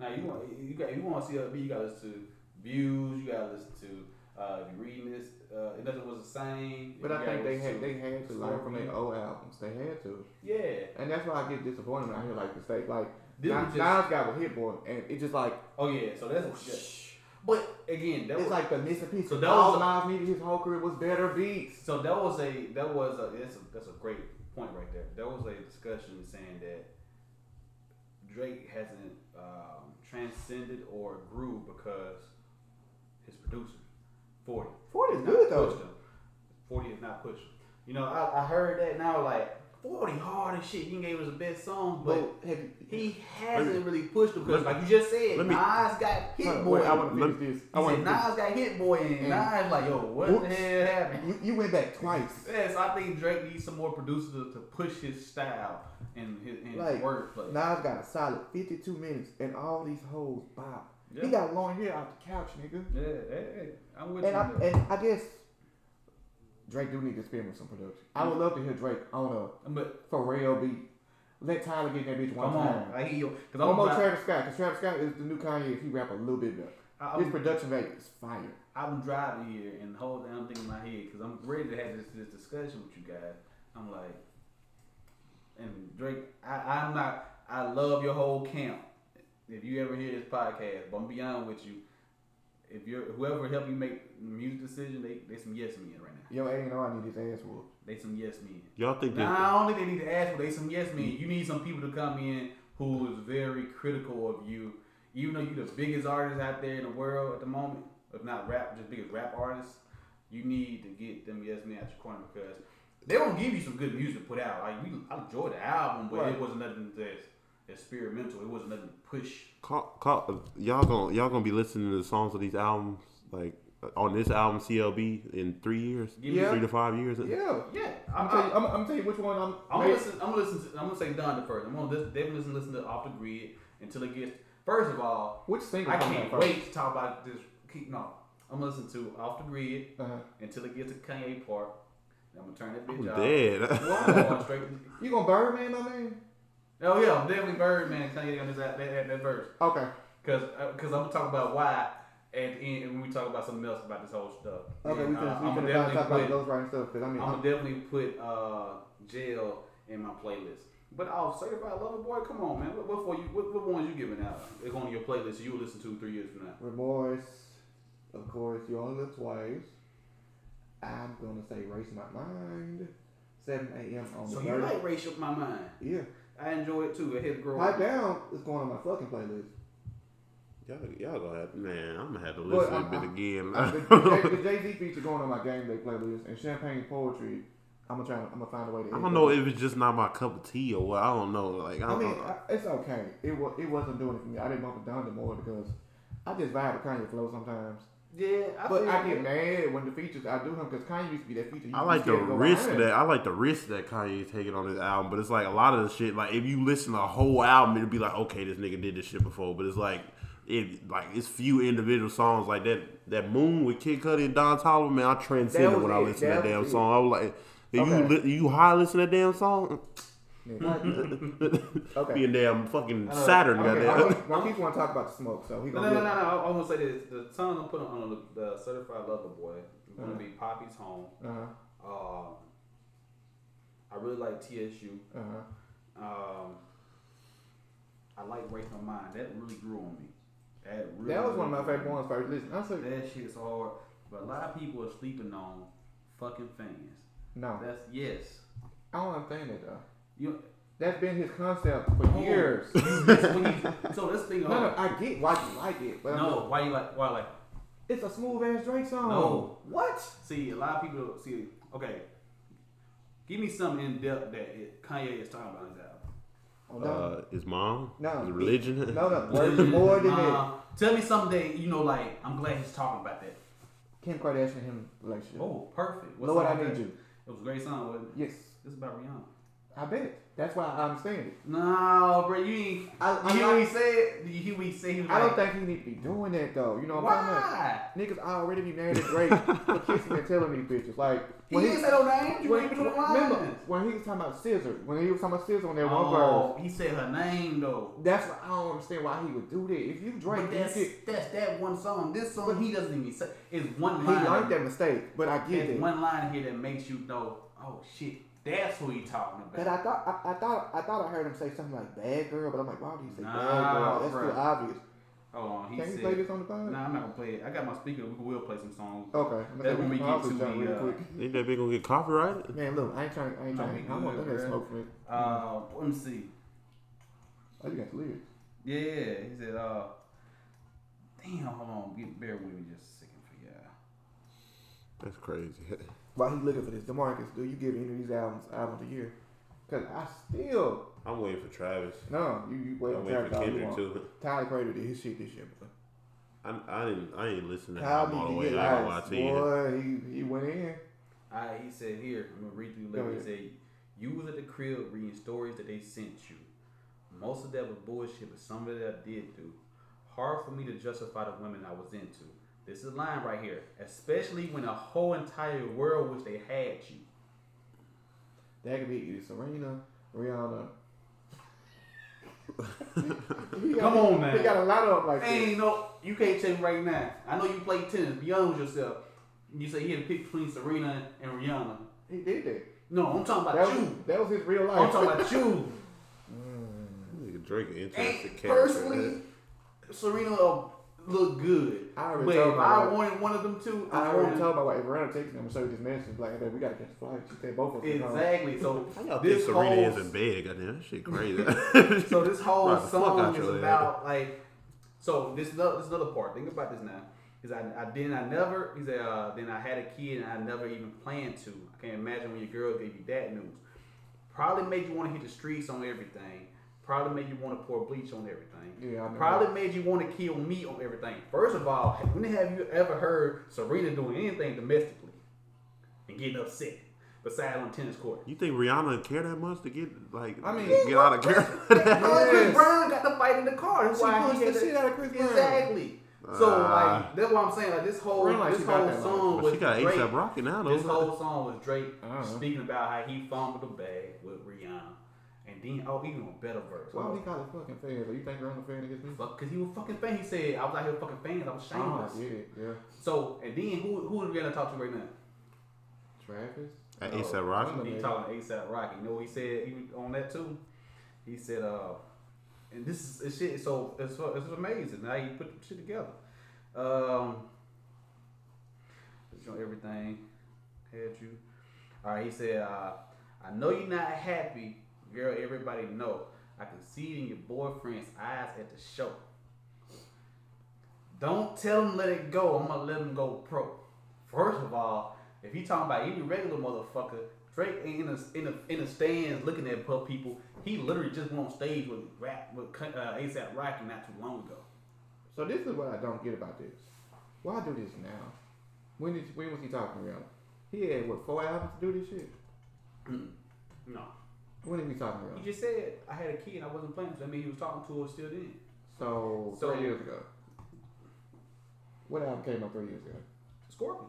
Speaker 3: Now you want you got you want to see LB, you got to listen to views, you got to listen to uh, if you're reading this, uh, it doesn't was the same.
Speaker 1: But
Speaker 3: you
Speaker 1: I
Speaker 3: gotta
Speaker 1: think they
Speaker 3: listen
Speaker 1: had
Speaker 3: to-
Speaker 1: they had to learn from their old albums. They had to,
Speaker 3: yeah.
Speaker 1: and that's why I get disappointed when I hear like the state like
Speaker 3: This
Speaker 1: Nas
Speaker 3: was just-
Speaker 1: Nas got with Hit Boy, and it's just like
Speaker 3: Oh yeah, so that's yeah. but again that
Speaker 1: it's
Speaker 3: was
Speaker 1: like the missing piece.
Speaker 3: So
Speaker 1: So
Speaker 3: that
Speaker 1: all
Speaker 3: was-
Speaker 1: Nas needed his whole career was better beats.
Speaker 3: So that was a that was a that's a, that's a great point right there. That was a discussion saying that Drake hasn't um, transcended or grew because his producer forty.
Speaker 1: Forty is
Speaker 3: not
Speaker 1: good though.
Speaker 3: pushed him. Forty is not pushing. You know, I, I heard that now like forty hard as shit. He gave us the best songs, but.
Speaker 1: But have you,
Speaker 3: He hasn't really pushed him because,
Speaker 2: Let
Speaker 3: like you just said,
Speaker 2: let me-
Speaker 3: Nas got
Speaker 1: Hold
Speaker 3: hit
Speaker 1: on,
Speaker 3: boy.
Speaker 1: wait, I want to
Speaker 2: Let
Speaker 1: finish this. I
Speaker 3: He said
Speaker 1: want
Speaker 3: Nas
Speaker 1: to.
Speaker 3: got hit boy, and
Speaker 1: And-
Speaker 3: Nas like, yo, what the
Speaker 1: Whoops.
Speaker 3: hell happened?
Speaker 1: You, you went back twice.
Speaker 3: Yes, I think Drake needs some more producers to, to push his style and his and
Speaker 1: Like,
Speaker 3: his wordplay.
Speaker 1: Nas got a solid 52 minutes, and all these hoes bop. He
Speaker 3: Yeah.
Speaker 1: got long hair out the couch, nigga.
Speaker 3: yeah, yeah, yeah. I'm with
Speaker 1: And I,
Speaker 3: you. though.
Speaker 1: and I guess Drake do need to spin with some production. I
Speaker 3: Mm-hmm.
Speaker 1: would love to hear Drake on
Speaker 3: but
Speaker 1: a Pharrell beat. Let Tyler get in that bitch one
Speaker 3: come
Speaker 1: time.
Speaker 3: on, I hear you. Because
Speaker 1: One
Speaker 3: I'm
Speaker 1: more
Speaker 3: about,
Speaker 1: Travis Scott, because Travis Scott is the new Kanye if he rap a little bit better.
Speaker 3: I,
Speaker 1: His
Speaker 3: I'm,
Speaker 1: production value is fire.
Speaker 3: I'm driving here and the whole thing I'm thinking in my head because I'm ready to have this, this discussion with you guys. I'm like, and Drake, I, I'm not. I love your whole camp. If you ever hear this podcast, but I'm beyond with you. If you're whoever helped you make the music decision, they they some yes men right now.
Speaker 1: Yo, A&R need his ass whooped.
Speaker 3: They some yes men.
Speaker 2: Y'all think that?
Speaker 3: Not only they need to ask, but they some yes men. You need some people to come in who is very critical of you. Even though you're the biggest artist out there in the world at the moment, if not rap, just biggest rap artist, you need to get them yes men out your corner because they won't give you some good music to put out. Like we, I enjoyed the album, but
Speaker 1: Right.
Speaker 3: it wasn't nothing that's experimental. It wasn't nothing to push.
Speaker 2: Call, call, y'all gonna y'all gonna be listening to the songs of these albums like uh, on this album CLB in three years,
Speaker 3: Give me-
Speaker 1: Yeah.
Speaker 2: three to five years.
Speaker 1: Yeah.
Speaker 3: Yeah,
Speaker 1: I'm
Speaker 3: I'm,
Speaker 1: gonna tell
Speaker 3: I'm,
Speaker 1: you, I'm, I'm tell you which one I'm.
Speaker 3: I'm gonna listen. I'm gonna listen. To, I'm gonna say Donda first. I'm gonna listen, definitely listen, listen to Off the Grid until it gets. First of all,
Speaker 1: which single?
Speaker 3: I
Speaker 1: coming out
Speaker 3: can't
Speaker 1: first?
Speaker 3: wait to talk about this. Keep no. I'm gonna listen to Off the Grid
Speaker 1: Uh-huh.
Speaker 3: until it gets to Kanye part. And I'm gonna turn that
Speaker 2: I'm
Speaker 3: bitch off.
Speaker 2: dead.
Speaker 3: I'm going straight.
Speaker 1: You gonna Birdman, my man?
Speaker 3: Oh yeah, I'm definitely Birdman and Kanye on this that, that, that verse.
Speaker 1: Okay.
Speaker 3: Cause uh, cause I'm gonna talk about why at the end when we talk about something else about this whole stuff.
Speaker 1: Okay, we
Speaker 3: And,
Speaker 1: can,
Speaker 3: uh,
Speaker 1: we
Speaker 3: I'm
Speaker 1: can
Speaker 3: gonna
Speaker 1: talk
Speaker 3: definitely
Speaker 1: about
Speaker 3: put
Speaker 1: those right stuff because I mean,
Speaker 3: I'm
Speaker 1: I'm,
Speaker 3: definitely put uh jail in my playlist. But oh, certified lover boy, come on man. What, what for you? What, what ones you giving out? It's on your playlist. You will listen to three years from now.
Speaker 1: remorse. Of course, you only live twice. I'm gonna say race my mind. 7 a.m. on
Speaker 3: So
Speaker 1: the
Speaker 3: you
Speaker 1: 30th.
Speaker 3: like Race Up My Mind?
Speaker 1: yeah.
Speaker 3: I enjoy it too. It hit grow.
Speaker 1: Pipe down is going on my fucking playlist.
Speaker 2: Y'all, y'all gonna have man. I'm gonna have to
Speaker 1: But
Speaker 2: listen
Speaker 1: I'm-
Speaker 2: to it
Speaker 1: I'm-
Speaker 2: again.
Speaker 1: Uh, the the Jay Z feature going on my game day playlist and champagne poetry. I'm gonna try. I'm gonna find a way to.
Speaker 2: I
Speaker 1: edit
Speaker 2: don't know
Speaker 1: that.
Speaker 2: if uh, it's just not my cup of tea or what. I don't know. Like I,
Speaker 1: I
Speaker 2: don't
Speaker 1: mean,
Speaker 2: know.
Speaker 1: I, it's okay. It was. It wasn't doing it for me. I didn't bump it down to more because I just vibe with Kanye flow sometimes.
Speaker 3: Yeah, I
Speaker 1: But
Speaker 3: feel
Speaker 1: I get
Speaker 3: you.
Speaker 1: mad when the features I do him because Kanye used to be that feature. You
Speaker 2: I like the
Speaker 1: scared to go
Speaker 2: risk
Speaker 1: behind.
Speaker 2: that I like the risk that Kanye's taking on his album, but it's like a lot of the shit. Like if you listen to the whole album, it'll be like, okay, this nigga did this shit before. But it's like it like it's few individual songs like that. That Moon with Kid Cudi and Don Tolliver, man, I
Speaker 1: That
Speaker 2: transcended
Speaker 1: was
Speaker 2: when I
Speaker 1: it.
Speaker 2: listened to that
Speaker 1: That
Speaker 2: damn
Speaker 1: was it.
Speaker 2: song. I was like, if you
Speaker 1: Okay.
Speaker 2: li- you high listen to that damn song,
Speaker 1: Yeah. Okay.
Speaker 2: be a damn fucking
Speaker 1: Uh,
Speaker 2: Saturn,
Speaker 1: okay,
Speaker 2: goddamn.
Speaker 1: Marquise- Marquise want to talk about the smoke, so he
Speaker 3: No,
Speaker 1: gonna.
Speaker 3: no, no,
Speaker 1: do
Speaker 3: no,
Speaker 1: it.
Speaker 3: no. I'm gonna say this: the song I'm putting on the, the Certified Lover Boy is gonna be Poppy's Home.
Speaker 1: Uh-huh,
Speaker 3: Um, I really like TSU.
Speaker 1: uh-huh.
Speaker 3: Um, I like Race My Mind. That really grew on me. That, really
Speaker 1: That was one of my
Speaker 3: grew
Speaker 1: favorite
Speaker 3: on
Speaker 1: ones. First, listen, I
Speaker 3: me.
Speaker 1: said
Speaker 3: That shit's hard, but a lot of people are sleeping on fucking fans.
Speaker 1: no.
Speaker 3: That's yes.
Speaker 1: I don't understand it though.
Speaker 3: You,
Speaker 1: That's been his concept for
Speaker 3: Oh.
Speaker 1: years. no,
Speaker 3: you miss when you so this thing.
Speaker 1: no, I get why you like it, but I'm
Speaker 3: no, why you like? Why like?
Speaker 1: just- it's a smooth ass Drake song.
Speaker 3: No. What? See, a lot of people see. Okay, give me some in depth that it, Kanye is talking about his album.
Speaker 1: Oh, no,
Speaker 2: Uh, his mom,
Speaker 1: No.
Speaker 2: his religion.
Speaker 1: no, no. Words more than that.
Speaker 3: Uh, Tell me something. You know, like I'm glad he's talking about that.
Speaker 1: Kim Kardashian and him relationship.
Speaker 3: Oh, perfect.
Speaker 1: Lord,
Speaker 3: wrong
Speaker 1: I
Speaker 3: with
Speaker 1: need
Speaker 3: that?
Speaker 1: you.
Speaker 3: It was a great song, wasn't it?
Speaker 1: Yes,
Speaker 3: It's about Rihanna.
Speaker 1: I bet it. That's why I'm saying it.
Speaker 3: No, bro, you ain't.
Speaker 1: I,
Speaker 3: You
Speaker 1: I'm
Speaker 3: hear what he
Speaker 1: not,
Speaker 3: said? You hear what he said? He was
Speaker 1: I don't
Speaker 3: like,
Speaker 1: think he need to be doing that though. You know what I'm talking about?
Speaker 3: why?
Speaker 1: Niggas already be married to Drake for kissing and telling these bitches. Like
Speaker 3: He didn't say no names. You
Speaker 1: when,
Speaker 3: read between the
Speaker 1: remember
Speaker 3: lines.
Speaker 1: when he was talking about scissors, when he was talking about scissors on that one verse.
Speaker 3: Oh, he said her name though.
Speaker 1: That's why I don't understand why he would do that. If you Drake,
Speaker 3: But
Speaker 1: that
Speaker 3: that's,
Speaker 1: shit,
Speaker 3: that's that one song. This song he doesn't even say. It's one
Speaker 1: he
Speaker 3: line.
Speaker 1: learned that mistake. But I get
Speaker 3: It's
Speaker 1: it.
Speaker 3: one line here that makes you know. Oh shit, that's who he talking
Speaker 1: But
Speaker 3: about.
Speaker 1: I thought I, I thought I thought I heard him say something like "bad girl," but I'm like, why would he say "bad
Speaker 3: Nah,
Speaker 1: girl"? That's
Speaker 3: bruh.
Speaker 1: too obvious.
Speaker 3: Hold on, he
Speaker 1: Can you
Speaker 3: said.
Speaker 1: play this on the phone?
Speaker 3: Nah, I'm not gonna play it. I got my speaker. We will play some songs.
Speaker 1: Okay. I'm
Speaker 3: That
Speaker 1: gonna
Speaker 3: when we
Speaker 1: take my
Speaker 3: get to
Speaker 1: office jump
Speaker 3: the,
Speaker 1: real
Speaker 3: uh,
Speaker 1: quick.
Speaker 2: Think that bitch gonna get copyrighted?
Speaker 1: Man, look, I ain't trying. I ain't
Speaker 3: No,
Speaker 1: trying.
Speaker 3: we
Speaker 1: I want
Speaker 3: good,
Speaker 1: none of
Speaker 3: bruh.
Speaker 1: that smoke from it.
Speaker 3: Uh,
Speaker 1: Mm-hmm.
Speaker 3: let me see.
Speaker 1: Oh, you got the lyrics.
Speaker 3: Yeah, he said. Uh, damn, hold on. Get, bear with me just a second for y'all.
Speaker 2: That's crazy.
Speaker 1: While he's looking for this, Demarcus, do you give any of these albums album of the year? Cause I still
Speaker 2: I'm waiting for Travis.
Speaker 1: no. You you wait
Speaker 2: I'm
Speaker 1: on
Speaker 2: waiting
Speaker 1: Tyler
Speaker 2: for
Speaker 1: Dodd, you
Speaker 2: Kendrick
Speaker 1: want.
Speaker 2: too.
Speaker 1: Tyler Creator did his shit this year. Bro.
Speaker 2: I, I didn't I ain't listen to
Speaker 1: How
Speaker 2: him all
Speaker 1: did
Speaker 2: the
Speaker 1: you
Speaker 2: way.
Speaker 1: get
Speaker 2: I ain't gonna lie
Speaker 1: last?
Speaker 2: to you.
Speaker 1: Boy, he he went in.
Speaker 3: I, he said here, I'm gonna read through
Speaker 1: Go
Speaker 3: later. He
Speaker 1: ahead.
Speaker 3: said, "You was at the crib reading stories that they sent you. Most of that was bullshit, but some of that I did do. Hard for me to justify the women I was into. This is lying right here, especially when a whole entire world wish they had you.
Speaker 1: That could be either Serena, Rihanna. He got-
Speaker 3: Come on, man.
Speaker 1: He got a lot of them like that.
Speaker 3: Ain't no, you can't tell me right now. I know you play tennis, be honest with yourself. You say he had to pick between Serena and Rihanna.
Speaker 1: He did that.
Speaker 3: No, I'm talking about
Speaker 1: That was,
Speaker 3: you.
Speaker 1: that was his real life.
Speaker 3: I'm talking about you."
Speaker 2: Nigga, Drake an interesting
Speaker 3: And
Speaker 2: character.
Speaker 3: personally, Serena uh, looked good.
Speaker 1: I already
Speaker 3: but
Speaker 1: told
Speaker 3: if
Speaker 1: my
Speaker 3: I
Speaker 1: wife.
Speaker 3: wanted one of them two,
Speaker 1: I
Speaker 3: I
Speaker 1: already
Speaker 3: wanted
Speaker 1: told my wife, Rihanna texted me, I'm gonna show you this message. Like, hey, babe, we gotta catch the flight. She said both of us. are gone.
Speaker 3: exactly. So
Speaker 2: How y'all think
Speaker 3: this
Speaker 2: Serena
Speaker 3: whole
Speaker 2: is in bed? Goddamn, that shit crazy.
Speaker 3: so this
Speaker 2: Right,
Speaker 3: whole
Speaker 2: the fuck
Speaker 3: song
Speaker 2: out
Speaker 3: is
Speaker 2: your head.
Speaker 3: about like so this is another, this is another part. Think about this now. Is I, I then I never he said uh, then I had a kid and I never even planned to. I can't imagine when your girl gave you that news. Probably made you want to hit the streets on everything. Probably made you want to pour bleach on everything.
Speaker 1: Yeah, I know.
Speaker 3: Probably made you want to kill me on everything. First of all, when have you ever heard Serena doing anything domestically and getting upset besides on tennis court?
Speaker 2: you think Rihanna care that much to get like
Speaker 1: I mean-
Speaker 2: get out of care?
Speaker 3: Because Chris
Speaker 1: Yes.
Speaker 3: Brown got the fight in the car. That's
Speaker 1: She
Speaker 3: why
Speaker 1: punched
Speaker 3: he had
Speaker 1: the
Speaker 3: to-
Speaker 1: shit out of Chris Brown.
Speaker 3: Exactly. So
Speaker 2: Ah.
Speaker 3: like that's what I'm saying. Like this whole
Speaker 1: Real life,
Speaker 3: this
Speaker 1: she got
Speaker 3: whole
Speaker 1: that
Speaker 3: song
Speaker 2: But
Speaker 3: was
Speaker 2: she got
Speaker 3: Drake.
Speaker 2: ASAP Rocky now though.
Speaker 3: This whole song was Drake
Speaker 1: I don't know.
Speaker 3: speaking about how he fumbled the bag with Rihanna, and then oh even a better verse.
Speaker 1: Why would he call it fucking fans? Like, you think Rihanna fan against me?
Speaker 3: Fuck, cause he was fucking fan. He said I was out here fucking fans. I was
Speaker 1: Oh,
Speaker 3: shameless.
Speaker 1: I get it. Yeah.
Speaker 3: So and then who who is Rihanna talk to right now?
Speaker 1: Travis.
Speaker 2: At
Speaker 3: No.
Speaker 2: ASAP Rocky.
Speaker 1: Okay.
Speaker 3: He Uh, talking ASAP Rocky. You know what he said even on that too? He said, uh, and this is it's shit. So it's, it's amazing how you put the shit together. Um, you know, everything had you. All right, he said, uh, I know you're not happy, girl. Everybody know. I can see it in your boyfriend's eyes at the show. Don't tell him let it go. I'm gonna let him go pro. First of all, if you talking about any regular motherfucker, Drake ain't in the in the, in the stands looking at pub people. He literally just went on stage with rap with uh, ASAP Rocky not too long ago.
Speaker 1: So this is what I don't get about this. Why do this now? When did when was he talking to Rihanna? He had what four albums to do this shit.
Speaker 3: No,
Speaker 1: When did he talking to
Speaker 3: he
Speaker 1: Rihanna?
Speaker 3: just said I had a kid and I wasn't playing. So I mean, he was talking to her still then.
Speaker 1: So,
Speaker 3: So-
Speaker 1: three years ago. What album came out three years ago?
Speaker 3: Scorpion.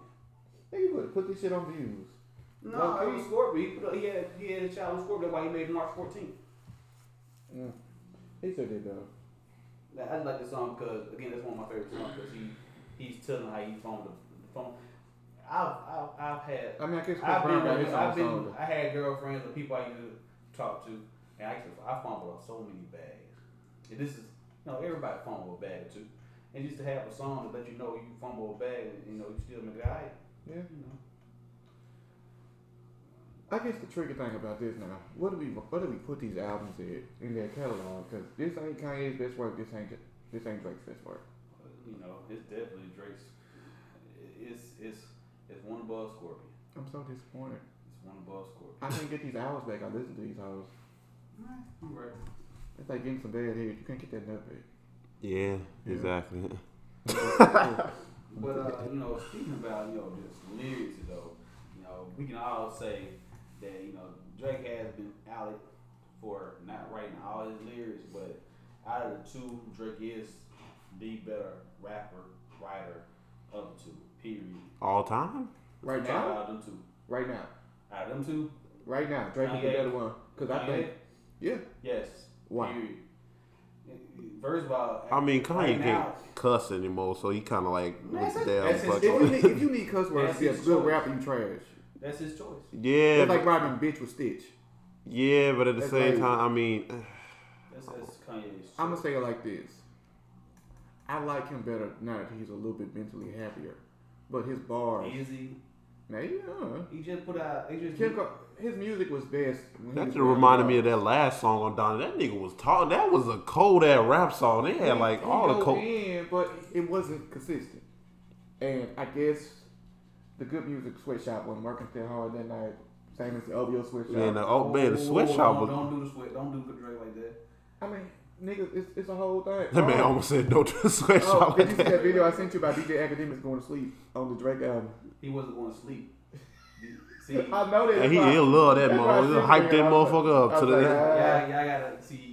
Speaker 1: Hey, you would have put this shit on views.
Speaker 3: No,
Speaker 1: Okay.
Speaker 3: it was Scorpion. He, put- he had he had a child on Scorpion. That's why he made March 14th.
Speaker 1: Mm. He still did though.
Speaker 3: Like, I like this song because again, that's one of my favorite songs because he he's telling how he phoned the, the phone. I've, I've I've had
Speaker 1: I mean, I guess Chris
Speaker 3: I've
Speaker 1: Brown
Speaker 3: been,
Speaker 1: got his
Speaker 3: with, I've
Speaker 1: own
Speaker 3: been,
Speaker 1: song.
Speaker 3: I had girlfriends or people I used to talk to, and I, used to- I fumbled on so many bags. And this is, you know, everybody fumble a bag too. And just to have a song to let you know you fumble a bag, and, you know, you still make it high,
Speaker 1: Yeah.
Speaker 3: you know.
Speaker 1: I guess the tricky thing about this now, what do we what do we put these albums in in their catalog? Because this ain't Kanye's best work. This ain't this ain't Drake's best work.
Speaker 3: But, You know, it's definitely Drake's. It's it's it's one above Scorpion.
Speaker 1: I'm so disappointed.
Speaker 3: It's one above Scorpion.
Speaker 1: I didn't get these hours back. I listened to these hours.
Speaker 3: You right.
Speaker 1: It's like getting some bad head. You can't get that nut back.
Speaker 2: Yeah,
Speaker 1: Yeah.
Speaker 2: exactly.
Speaker 3: But uh, you know, speaking about you know just lyrics though, you know, know, we can all say that you know Drake has been outed for not writing all his lyrics, but out of the two, Drake is the better rapper writer of the two. Period.
Speaker 2: All time?
Speaker 1: Right
Speaker 3: Out
Speaker 1: now,
Speaker 3: of them two.
Speaker 1: right now,
Speaker 3: Out of them two.
Speaker 1: right now, Drake is the
Speaker 3: Kanye.
Speaker 1: better one because I
Speaker 3: Kanye?
Speaker 1: think yeah.
Speaker 3: Yes.
Speaker 1: Why?
Speaker 3: Period. First of all,
Speaker 2: I mean, Kanye
Speaker 3: right
Speaker 2: can't
Speaker 3: now,
Speaker 2: cuss anymore, so he kind of like
Speaker 3: That's
Speaker 2: went
Speaker 3: his-
Speaker 2: down.
Speaker 1: That's his, if,
Speaker 2: fuck
Speaker 1: you
Speaker 2: it.
Speaker 1: need, if you need cuss words
Speaker 3: That's
Speaker 1: to be a
Speaker 3: his
Speaker 1: good
Speaker 3: choice.
Speaker 1: rapper, you trash.
Speaker 3: that's his choice.
Speaker 2: yeah,
Speaker 1: It's like robbing bitch with Stitch.
Speaker 2: but, yeah, but at the
Speaker 1: That's
Speaker 2: same
Speaker 1: crazy.
Speaker 2: time, I mean,
Speaker 3: That's, that's Kanye's. Choice.
Speaker 1: I'm gonna say it like this. I like him better now that he's a little bit mentally happier, but his bars,
Speaker 3: Easy.
Speaker 1: now yeah,
Speaker 3: He just put out. He just
Speaker 1: Kim Co- his music was best. When he was
Speaker 2: that just
Speaker 1: rapping
Speaker 2: reminded me of
Speaker 1: bars.
Speaker 2: that last song on Donna. That nigga was talking. That was a cold ass rap song. They had like
Speaker 1: He
Speaker 2: all the
Speaker 1: go
Speaker 2: cold.
Speaker 1: in, but it wasn't consistent. And I guess the good music sweatshop when working still hard that night, same as the OVO sweatshop.
Speaker 2: Man, the- oh man, the
Speaker 3: Whoa,
Speaker 2: sweat
Speaker 3: whoa,
Speaker 2: shop
Speaker 3: Don't,
Speaker 2: was.
Speaker 3: don't do the sweat. Don't do the Drake like that.
Speaker 1: I mean, niggas, it's, it's a whole thing.
Speaker 2: That man
Speaker 1: Oh.
Speaker 2: almost said no to the sweat
Speaker 1: Oh,
Speaker 2: shop
Speaker 1: did
Speaker 2: like
Speaker 1: you see
Speaker 2: that.
Speaker 1: that video I sent you about DJ Academics going to sleep on the Drake album?
Speaker 3: He wasn't going to sleep. See,
Speaker 1: I
Speaker 3: yeah,
Speaker 1: know that.
Speaker 2: And he
Speaker 1: that's
Speaker 2: did love that
Speaker 1: that's why I
Speaker 2: motherfucker. He
Speaker 1: sent
Speaker 2: hyped
Speaker 1: it.
Speaker 2: that
Speaker 1: I was like-
Speaker 2: motherfucker up
Speaker 1: I
Speaker 2: to
Speaker 1: was
Speaker 2: the.
Speaker 1: like, ah.
Speaker 3: y'all gotta see.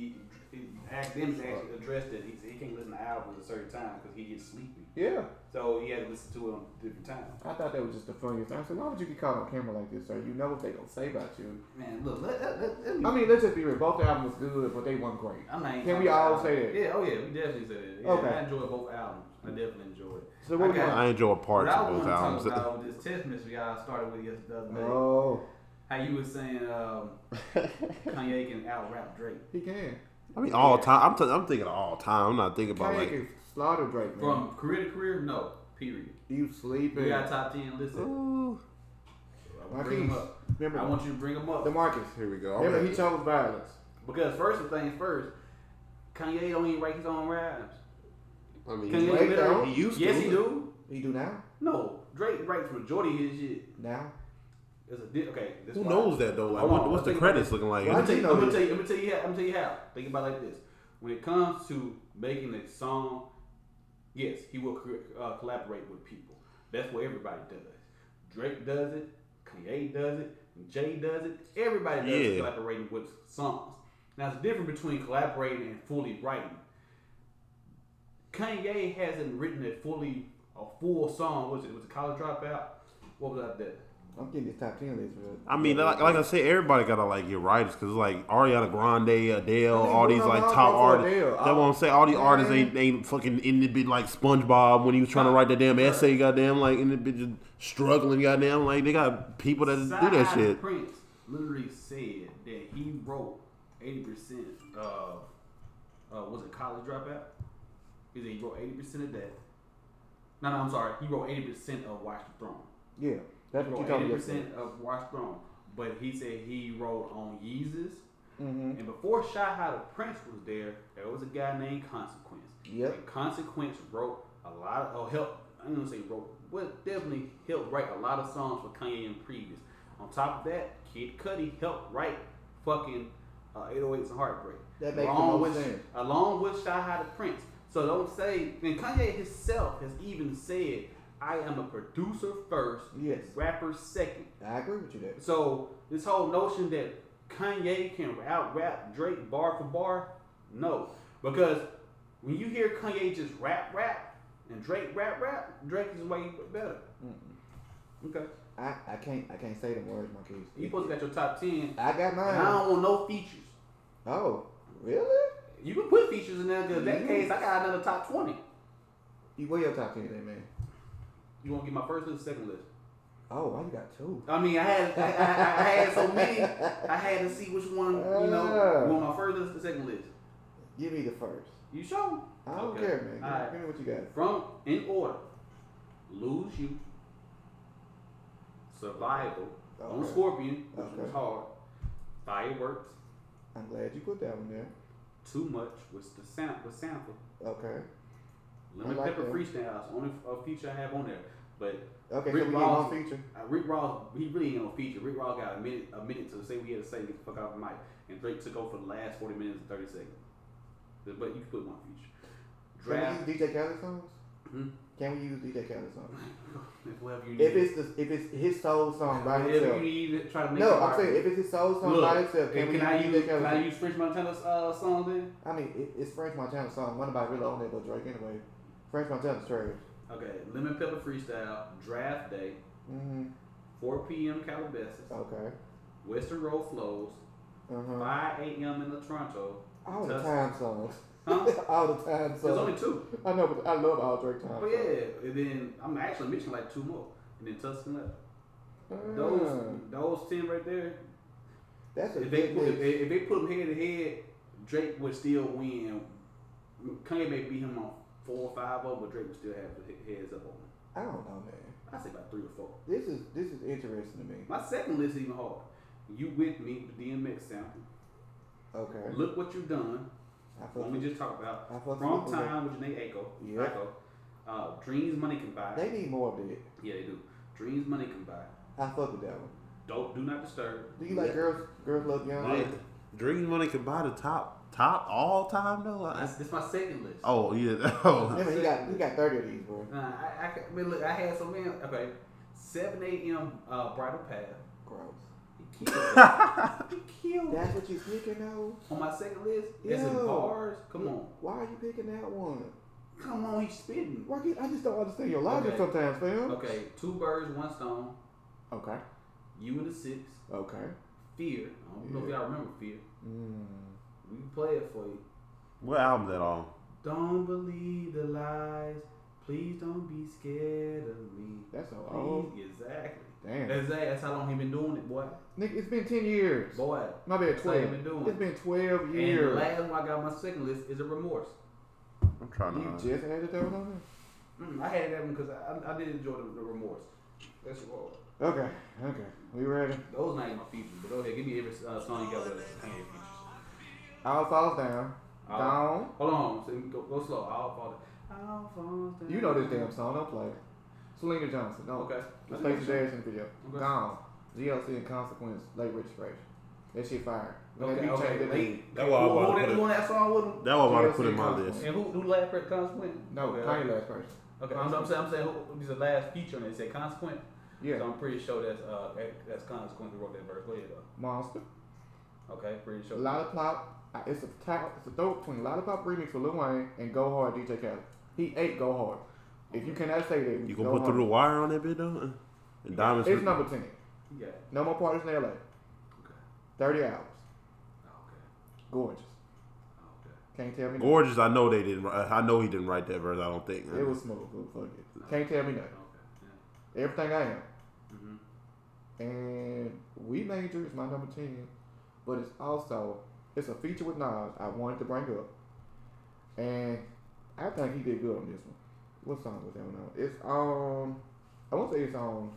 Speaker 3: Academics actually addressed that he, he can't listen to albums at a certain time because he gets sleepy.
Speaker 1: Yeah,
Speaker 3: So he had to listen to it on different times.
Speaker 1: I thought that was just the funniest. I said, why would you get caught on camera like this, sir? You know what they gonna say about you.
Speaker 3: Man, look, let, let, let, let me.
Speaker 1: I mean, let's just be real. Both albums was good, but they weren't great.
Speaker 3: I'm not even
Speaker 1: Can we
Speaker 3: talking
Speaker 1: all
Speaker 3: about-
Speaker 1: say that?
Speaker 3: Yeah, oh yeah, we definitely say that. Yeah,
Speaker 1: Okay.
Speaker 3: I enjoy both albums. I definitely enjoy it.
Speaker 1: So what
Speaker 3: I
Speaker 1: we
Speaker 3: got-
Speaker 1: want?
Speaker 2: I enjoy
Speaker 3: What
Speaker 2: parts
Speaker 3: I
Speaker 2: of
Speaker 3: want
Speaker 2: those
Speaker 3: to talk
Speaker 2: albums.
Speaker 3: about with this test mystery y'all started with yesterday. the other day.
Speaker 1: Oh,
Speaker 3: How you was saying um, Kanye can out rap Drake
Speaker 1: he can.
Speaker 2: I mean, all time. I'm, t- I'm thinking all time. I'm not thinking about
Speaker 1: Kanye
Speaker 2: like.
Speaker 1: can slaughter Drake. Man.
Speaker 3: from career to career? No, period.
Speaker 1: you
Speaker 3: We
Speaker 1: sleeping?
Speaker 3: got top ten. Listen,
Speaker 2: Ooh.
Speaker 3: bring
Speaker 1: Marquise,
Speaker 3: him up. I
Speaker 1: remember
Speaker 3: want you to bring him up
Speaker 1: Demarcus?
Speaker 2: Here we go.
Speaker 1: Remember he chose violence.
Speaker 3: because first of things first, Kanye don't even write his own rhymes.
Speaker 2: I mean,
Speaker 3: Kanye
Speaker 1: Drake don't?
Speaker 3: literally,
Speaker 2: he used
Speaker 3: yes,
Speaker 2: to.
Speaker 3: he do.
Speaker 1: He do now?
Speaker 3: No, Drake writes majority of his shit.
Speaker 1: Now?
Speaker 3: It's a di- okay. This
Speaker 2: Who
Speaker 3: why.
Speaker 2: knows that though? Like,
Speaker 3: Hold
Speaker 2: what,
Speaker 3: on,
Speaker 2: what's the
Speaker 3: think about
Speaker 2: credits
Speaker 3: this.
Speaker 2: looking like?
Speaker 1: Why
Speaker 3: I'm
Speaker 1: Why
Speaker 3: gonna
Speaker 1: do
Speaker 3: tell
Speaker 1: you
Speaker 3: you,
Speaker 1: know
Speaker 3: I'm gonna
Speaker 1: this?
Speaker 3: tell you, I'm gonna tell you how. I'm gonna tell you how. Think about it like this: when it comes to making a song, yes, he will co- uh, collaborate with people. That's what everybody does. Drake does it, Kanye does it, Jay does it. Everybody does
Speaker 2: Yeah.
Speaker 3: collaborating with songs. Now it's different between collaborating and fully writing. Kanye hasn't written a fully a full song. Was it was it College Dropout? What was out there?
Speaker 1: I'm getting this top ten list. bro.
Speaker 2: I mean, like, like I said, everybody gotta like your writers because like Ariana Grande, Adele,
Speaker 1: I mean,
Speaker 2: all these
Speaker 1: Bruno
Speaker 2: like
Speaker 1: Mars
Speaker 2: top
Speaker 1: wrote for
Speaker 2: artists.
Speaker 1: Adele.
Speaker 2: That's
Speaker 1: I-
Speaker 2: what I'm saying. All these artists
Speaker 1: Man.
Speaker 2: ain't ain't fucking in the bit like SpongeBob when he was trying to write that damn essay. Goddamn, like in the bit just struggling. Goddamn, like they got people that do that
Speaker 3: Side
Speaker 2: shit.
Speaker 3: Prince literally said that he wrote eighty percent of uh, was it college dropout? He said he wrote eighty percent of that. No, no, I'm sorry. He wrote eighty percent of Watch the Throne.
Speaker 1: Yeah, that's
Speaker 3: He
Speaker 1: what you
Speaker 3: wrote
Speaker 1: told
Speaker 3: eighty
Speaker 1: me.
Speaker 3: percent of Watch the Throne, but he said he wrote on Yeezus.
Speaker 1: Mm-hmm.
Speaker 3: And before Shy How the Prince was there, there was a guy named Consequence.
Speaker 1: Yep.
Speaker 3: And Consequence wrote a lot of, or helped, I'm going to say wrote, but definitely helped write a lot of songs for Kanye and previous. On top of that, Kid Cudi helped write fucking uh, 808s and Heartbreak.
Speaker 1: That makes the
Speaker 3: along
Speaker 1: most
Speaker 3: with,
Speaker 1: sense.
Speaker 3: Along with Shy How the Prince. So don't say, and Kanye himself has even said, I am a producer first,
Speaker 1: Yes.
Speaker 3: rapper second.
Speaker 1: I agree with you there.
Speaker 3: So this whole notion that Kanye can out rap Drake bar for bar, no, because when you hear Kanye just rap rap and Drake rap rap, Drake is way better. Okay,
Speaker 1: I, I can't I can't say the words, my kids.
Speaker 3: you supposed to got your top ten,
Speaker 1: I got
Speaker 3: and I
Speaker 1: mine.
Speaker 3: don't want no features.
Speaker 1: Oh, really?
Speaker 3: You can put features in there because that case I got another top twenty.
Speaker 1: You where your top ten then, man?
Speaker 3: You want to get my first list, second list?
Speaker 1: Oh, why you got two?
Speaker 3: I mean, I had I, I, I had so many, I had to see which one you know. You want my first list, the second list?
Speaker 1: Give me the first.
Speaker 3: You sure?
Speaker 1: I don't
Speaker 3: Okay.
Speaker 1: care, man. Give, me-
Speaker 3: Alright.
Speaker 1: give me what you got.
Speaker 3: From in order, lose you, survival on
Speaker 1: Okay.
Speaker 3: Scorpion, which
Speaker 1: Okay.
Speaker 3: was hard, fireworks,
Speaker 1: I'm glad you put that one there.
Speaker 3: too much was the sound was sample,
Speaker 1: Okay.
Speaker 3: lemon
Speaker 1: like
Speaker 3: pepper
Speaker 1: that.
Speaker 3: freestyles. Only a feature I have on there, but
Speaker 1: Okay,
Speaker 3: Rick
Speaker 1: so we get
Speaker 3: Ross.
Speaker 1: one feature.
Speaker 3: uh, Rick Ross he really ain't on feature. Rick Ross got a minute a minute to say we had to say get the fuck out of the mic, and Drake took over for the last forty minutes and thirty seconds. But you can put one feature.
Speaker 1: Can we
Speaker 3: Draft
Speaker 1: use DJ Khaled songs?
Speaker 3: Hmm?
Speaker 1: Can we use DJ Khaled song?
Speaker 3: if whatever you need.
Speaker 1: If it's the, if it's his soul song by
Speaker 3: Whatever
Speaker 1: himself.
Speaker 3: you need to try to make
Speaker 1: No,
Speaker 3: it
Speaker 1: I'm
Speaker 3: work.
Speaker 1: saying if it's his soul song by
Speaker 3: Look,
Speaker 1: itself, can
Speaker 3: and
Speaker 1: we
Speaker 3: can I
Speaker 1: use
Speaker 3: use
Speaker 1: DJ Khaled's
Speaker 3: can I
Speaker 1: song?
Speaker 3: use French Montana's uh, song then?
Speaker 1: I mean, it, it's French Montana song. What about really on it, but Drake anyway. French Montana's trash.
Speaker 3: Okay, Lemon Pepper Freestyle, Draft Day,
Speaker 1: Mm-hmm.
Speaker 3: 4 p.m. Calabasas,
Speaker 1: Okay.
Speaker 3: Western Road Flows,
Speaker 1: Uh-huh.
Speaker 3: 5 a.m. in the Toronto.
Speaker 1: All the
Speaker 3: Tusk.
Speaker 1: time songs.
Speaker 3: Huh?
Speaker 1: all the time
Speaker 3: There's
Speaker 1: songs.
Speaker 3: only two.
Speaker 1: I know, but I love all Drake time.
Speaker 3: Oh yeah, and then I'm actually mentioning like two more, and then Tuscan Left.
Speaker 1: songs.
Speaker 3: Those
Speaker 1: Mm.
Speaker 3: those ten right there.
Speaker 1: That's a
Speaker 3: If they
Speaker 1: good
Speaker 3: put, if,
Speaker 1: mix.
Speaker 3: they- if they put them head to head, Drake would still win. Kanye may beat him on four or five of them, but Drake would still have the he- heads up on him.
Speaker 1: I don't know, man.
Speaker 3: I say about three or four.
Speaker 1: This is this is interesting to me.
Speaker 3: My second list is even harder. You with me with the DMX sample.
Speaker 1: Okay.
Speaker 3: Look what you've done.
Speaker 1: I
Speaker 3: What
Speaker 1: fuck
Speaker 3: we
Speaker 1: with-
Speaker 3: just talked about.
Speaker 1: I fuck with
Speaker 3: Wrong
Speaker 1: it.
Speaker 3: time with Janae Aiko.
Speaker 1: Yeah.
Speaker 3: Aiko. Uh, dreams money can buy.
Speaker 1: They need more of it.
Speaker 3: yeah, they do. Dreams money can buy.
Speaker 1: I fuck with that one.
Speaker 3: Don't do not disturb.
Speaker 1: Do you like
Speaker 2: Yeah.
Speaker 1: girls? Girls love young.
Speaker 2: Yeah. Dream Money can buy the top top all time though. I-
Speaker 3: That's, that's Uh, my second list.
Speaker 2: oh yeah. Oh.
Speaker 1: Remember, he got he got thirty of these, bro.
Speaker 3: Nah, I, I, ca- I mean, look, I had some man. Okay, seven a.m. Uh, bridal path.
Speaker 1: Gross.
Speaker 3: He killed. it. he killed. it.
Speaker 1: That's what you picking though.
Speaker 3: On my second list, it's in
Speaker 1: Ew.
Speaker 3: bars. Come on,
Speaker 1: Why are you picking that one?
Speaker 3: come on, he's spitting.
Speaker 1: Why can't, I just don't understand your logic
Speaker 3: Okay.
Speaker 1: sometimes, fam.
Speaker 3: Okay, two birds, one stone.
Speaker 1: Okay.
Speaker 3: You and the six.
Speaker 1: Okay.
Speaker 3: Fear. I don't know if y'all remember Fear.
Speaker 1: Mm.
Speaker 3: We can play it for you.
Speaker 2: What album's that on?
Speaker 3: Don't believe the lies. Please don't be scared of me.
Speaker 1: That's so
Speaker 3: Please,
Speaker 1: old.
Speaker 3: exactly.
Speaker 1: Damn.
Speaker 3: That's that. That's how long he been doing it, boy.
Speaker 1: Nigga, it's been ten years.
Speaker 3: Boy.
Speaker 1: My bad,
Speaker 3: That's how he
Speaker 1: twelve.
Speaker 3: been doing.
Speaker 1: It's been twelve
Speaker 3: And the
Speaker 1: years.
Speaker 3: last one I got on my second list is a remorse.
Speaker 2: I'm trying
Speaker 1: you
Speaker 2: to.
Speaker 1: just added that one on
Speaker 3: Mm, I had that one because I, I, I did enjoy the, the remorse. That's your
Speaker 1: there? Okay. Okay. We ready?
Speaker 3: Those not even my features, but go ahead, give me every uh, song you got with Kanye features.
Speaker 1: All falls down.
Speaker 3: All-
Speaker 1: Down.
Speaker 3: Hold on, so go, go slow. I'll fall down. I'll fall down.
Speaker 1: You know this damn song. Don't play it. Selena Johnson. No.
Speaker 3: Okay.
Speaker 1: The Space Dash in the video.
Speaker 3: Okay.
Speaker 1: Gone. GLC and Consequence. Late registration. That shit fired. When
Speaker 3: Okay,
Speaker 1: that beat
Speaker 3: okay.
Speaker 1: changed, that
Speaker 3: Late.
Speaker 1: beat-
Speaker 2: That's what I
Speaker 3: who,
Speaker 2: wanted
Speaker 3: who
Speaker 2: to
Speaker 3: that
Speaker 2: put
Speaker 3: doing that song with him?
Speaker 2: That one I'm about to
Speaker 1: TLC
Speaker 2: put in my
Speaker 1: Complex.
Speaker 2: list.
Speaker 3: And who, who last for consequence?
Speaker 1: No,
Speaker 3: okay.
Speaker 1: Kanye last person.
Speaker 3: Okay, I'm, I'm saying, I'm saying who, he's the last feature on it. It said consequence.
Speaker 1: Yeah.
Speaker 3: So I'm pretty sure that's uh that- that's consequence who wrote that verse. Go ahead though.
Speaker 1: Monster.
Speaker 3: Okay, pretty sure.
Speaker 1: Lollipop. uh, It's a top, it's a dope between Lollipop remix with Lil Wayne and Go Hard DJ Khaled. He ate Go Hard. If you cannot say that,
Speaker 2: You
Speaker 1: go
Speaker 2: gonna put
Speaker 1: hard.
Speaker 2: through the wire on that bit though? And Diamonds.
Speaker 1: It's number ten.
Speaker 3: Yeah.
Speaker 1: No more parties in LA.
Speaker 3: Okay.
Speaker 1: Thirty hours.
Speaker 3: Oh, Okay. Oh,
Speaker 1: Gorgeous.
Speaker 3: Okay.
Speaker 1: Can't tell me. nothing.
Speaker 2: Gorgeous. I know they didn't. wri- I know he didn't write that verse. I don't think.
Speaker 1: It was smooth. but Fuck it. Can't tell me nothing.
Speaker 3: Okay.
Speaker 1: Everything I am.
Speaker 3: Yeah. hmm
Speaker 1: and We Major is my number ten, but it's also it's a feature with Nas I wanted to bring up, and I think he did good on this one. What song was that one on? It's um, I won't say it's on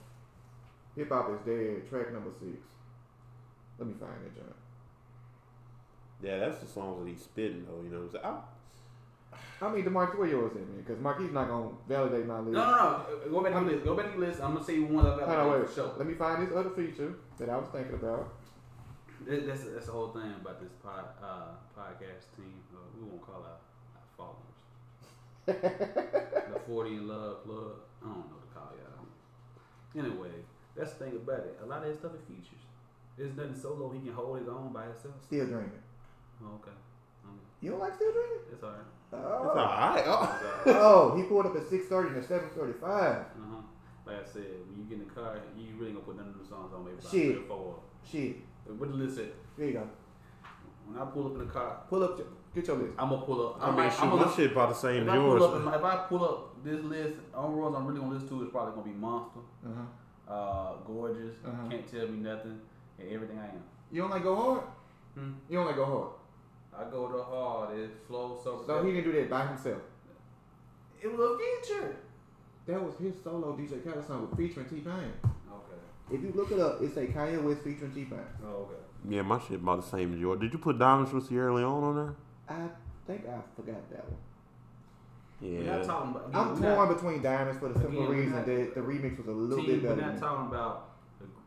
Speaker 1: Hip Hop is Dead track number six. Let me find it, John.
Speaker 2: Yeah, that's the songs that he's spitting though. You know what I'm saying? I-
Speaker 1: I mean, Demarcus, where yours at, man? Because Marquis not gonna validate my list.
Speaker 3: No, no, no. Go back to the list. Go back to the list. I'm gonna say one of
Speaker 1: Hold on,
Speaker 3: the
Speaker 1: wait.
Speaker 3: show.
Speaker 1: Let me find this other feature that I was thinking about.
Speaker 3: That- That's that's the whole thing about this pod, uh, podcast team. Uh, we won't call our, our followers the Forty in Love Club. I don't know what to call y'all. Anyway, that's the thing about it. A lot of his stuff is features. There's nothing solo he can hold his own by himself.
Speaker 1: Still dreaming.
Speaker 3: Oh, okay, okay.
Speaker 1: You don't like still dreaming?
Speaker 3: it's Uh-huh. alright.
Speaker 1: Oh.
Speaker 2: It's all right. Oh.
Speaker 3: It's alright.
Speaker 1: Oh, he pulled up at six thirty and at seven thirty-five.
Speaker 3: uh-huh. Like I said, when you get in the car, you really gonna put none of the songs on maybe about
Speaker 1: Shit.
Speaker 3: three or four.
Speaker 1: Shit,
Speaker 3: What the list said.
Speaker 1: there you go.
Speaker 3: When I pull up in the car,
Speaker 1: Pull up, your, get your list.
Speaker 3: I'm gonna pull up.
Speaker 2: I
Speaker 3: I'm
Speaker 2: mean,
Speaker 3: like,
Speaker 2: shoot,
Speaker 3: I'm
Speaker 2: my
Speaker 3: gonna
Speaker 2: shit about the same
Speaker 3: If
Speaker 2: as
Speaker 3: I, pull up,
Speaker 2: yours.
Speaker 3: if, I, if I pull up this list, on rolls I'm really gonna listen to is probably gonna be Monster,
Speaker 1: Uh-huh.
Speaker 3: uh, Gorgeous,
Speaker 1: Uh-huh.
Speaker 3: Can't Tell Me Nothing, and Everything I Am.
Speaker 1: You don't like go hard.
Speaker 3: Hmm.
Speaker 1: You don't like go hard.
Speaker 3: I go to hard, it's slow, so,
Speaker 1: So he didn't do that by himself.
Speaker 3: it was a feature.
Speaker 1: That was his solo DJ Khaled song with featuring T Pain.
Speaker 3: Okay.
Speaker 1: If you look it up, it's a Kanye West featuring T Pain.
Speaker 3: Oh, okay.
Speaker 2: Yeah, my shit about the same as yours. Did you put Diamonds from Sierra Leone on there?
Speaker 1: I think I forgot that one.
Speaker 3: We're not
Speaker 2: Yeah.
Speaker 3: talking about.
Speaker 1: I'm
Speaker 3: we're
Speaker 1: torn
Speaker 3: not,
Speaker 1: between diamonds for the simple
Speaker 3: Again, we're
Speaker 1: reason
Speaker 3: not-
Speaker 1: that the remix was a little
Speaker 3: team,
Speaker 1: bit
Speaker 3: We're
Speaker 1: better.
Speaker 3: not
Speaker 1: than-
Speaker 3: talking about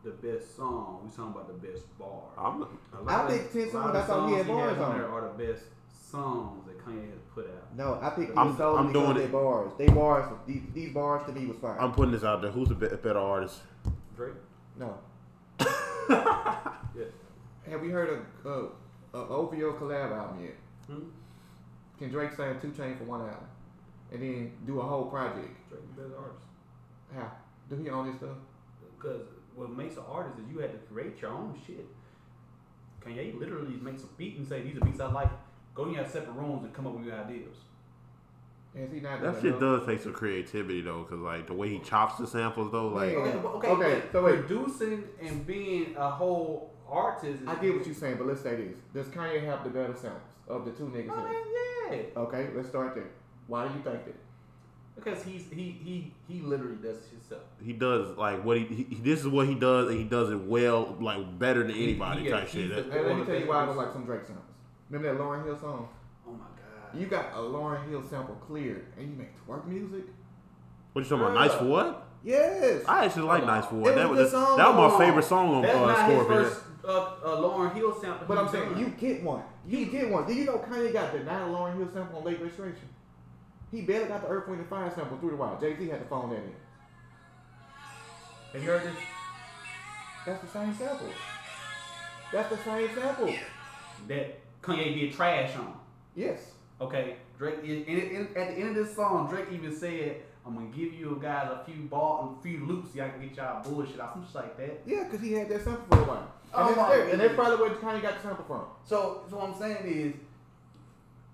Speaker 3: the, the best song. We're talking about the best bar.
Speaker 2: I'm
Speaker 3: A lot
Speaker 1: I
Speaker 3: of-
Speaker 1: picked 10
Speaker 3: a lot
Speaker 1: songs I
Speaker 3: of
Speaker 1: thought he had
Speaker 3: songs
Speaker 1: bars
Speaker 3: on
Speaker 1: on.
Speaker 3: there are the best songs that Kanye has put out.
Speaker 1: No, I think
Speaker 2: I'm-
Speaker 1: I'm, solely
Speaker 2: I'm
Speaker 1: because
Speaker 2: doing
Speaker 1: they
Speaker 2: it.
Speaker 1: bars. They bars. These, these bars to me was fine.
Speaker 2: I'm putting this out there. Who's a be- a better artist?
Speaker 3: Drake?
Speaker 1: no.
Speaker 3: Yes.
Speaker 1: Have we heard of uh, a OVO collab album yet?
Speaker 3: Hmm?
Speaker 1: Can Drake sign Two Chain for one album, and then do a whole project?
Speaker 3: Drake the best artist.
Speaker 1: How? Do he own this stuff?
Speaker 3: Because what makes an artist is you had to create your own shit. Kanye literally makes a beat and say, these are beats I like. Go in your separate rooms and come up with your ideas.
Speaker 1: Is he not?
Speaker 2: That
Speaker 1: doing
Speaker 2: shit
Speaker 1: enough?
Speaker 2: does take some creativity though, cause like the way he chops the samples though, like
Speaker 1: Yeah.
Speaker 3: Okay, but- okay,
Speaker 1: Okay,
Speaker 3: but
Speaker 1: so wait.
Speaker 3: producing and being a whole artist. Is
Speaker 1: I get what you're saying, but let's say this: Does Kanye have the better sounds of the two niggas?
Speaker 3: Oh,
Speaker 1: here?
Speaker 3: man, yeah.
Speaker 1: Okay, let's start there. Why do you think that?
Speaker 3: Because he's he he he literally does himself.
Speaker 2: he does like what he, he this is what he does and he does it well, like better than anybody
Speaker 3: yeah,
Speaker 2: type
Speaker 3: he's
Speaker 2: shit.
Speaker 3: the-
Speaker 2: That-
Speaker 1: And let me tell you why I don't like some Drake songs. Remember that Lauren Hill song?
Speaker 3: Oh my god.
Speaker 1: You got a Lauren Hill sample cleared, and you make twerk music?
Speaker 2: what you talking about? Nice for what?
Speaker 1: Yes.
Speaker 2: I actually like Nice for what.
Speaker 1: It
Speaker 2: That
Speaker 1: was
Speaker 2: was
Speaker 1: a song
Speaker 2: that was
Speaker 1: on-
Speaker 2: my favorite song on
Speaker 3: That's
Speaker 2: uh,
Speaker 3: not his
Speaker 2: Scorpion.
Speaker 3: first uh, uh, Lauren Hill sample.
Speaker 1: but I'm
Speaker 3: he's
Speaker 1: saying
Speaker 3: done.
Speaker 1: you get one. You get one. Did you know Kanye got denied a Lauren Hill sample on late registration? He barely got the Earth, Wind, and Fire sample through the wire. Jay Z had to phone that in.
Speaker 3: have you heard this?
Speaker 1: That's the same sample. That's the same sample.
Speaker 3: That Kanye did trash on.
Speaker 1: Yes.
Speaker 3: Okay, Drake. And, and, and at the end of this song, Drake even said, "I'm gonna give you guys a few ball, a few loops, y'all can get y'all bullshit out, some shit like that."
Speaker 1: Yeah, because he had that sample for a while.
Speaker 3: Oh
Speaker 1: And,
Speaker 3: my
Speaker 1: that's there. and that's
Speaker 3: goodness.
Speaker 1: probably where Kanye got the sample from.
Speaker 3: So, so what I'm saying is,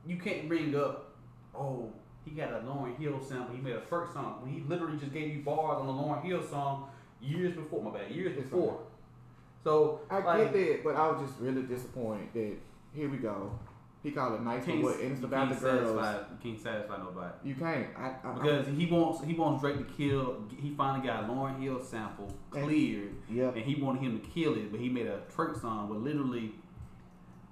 Speaker 3: you can't bring up, oh, he got a Lauren Hill sample. He made a first song when he literally just gave you bars on the Lauren Hill song years before. My bad, years
Speaker 1: It's
Speaker 3: before. So
Speaker 1: I get
Speaker 3: like,
Speaker 1: that, but I was just really disappointed that here we go. He called it nice, but
Speaker 3: Can't,
Speaker 1: what? And it's about the girls.
Speaker 3: Satisfy, you can't satisfy nobody
Speaker 1: You can't. I, I,
Speaker 3: because he wants he wants Drake to kill. He finally got a Lauren Hill sample
Speaker 1: And-
Speaker 3: cleared,
Speaker 1: I, yep.
Speaker 3: and he wanted him to kill it, but he made a twerk song. But literally,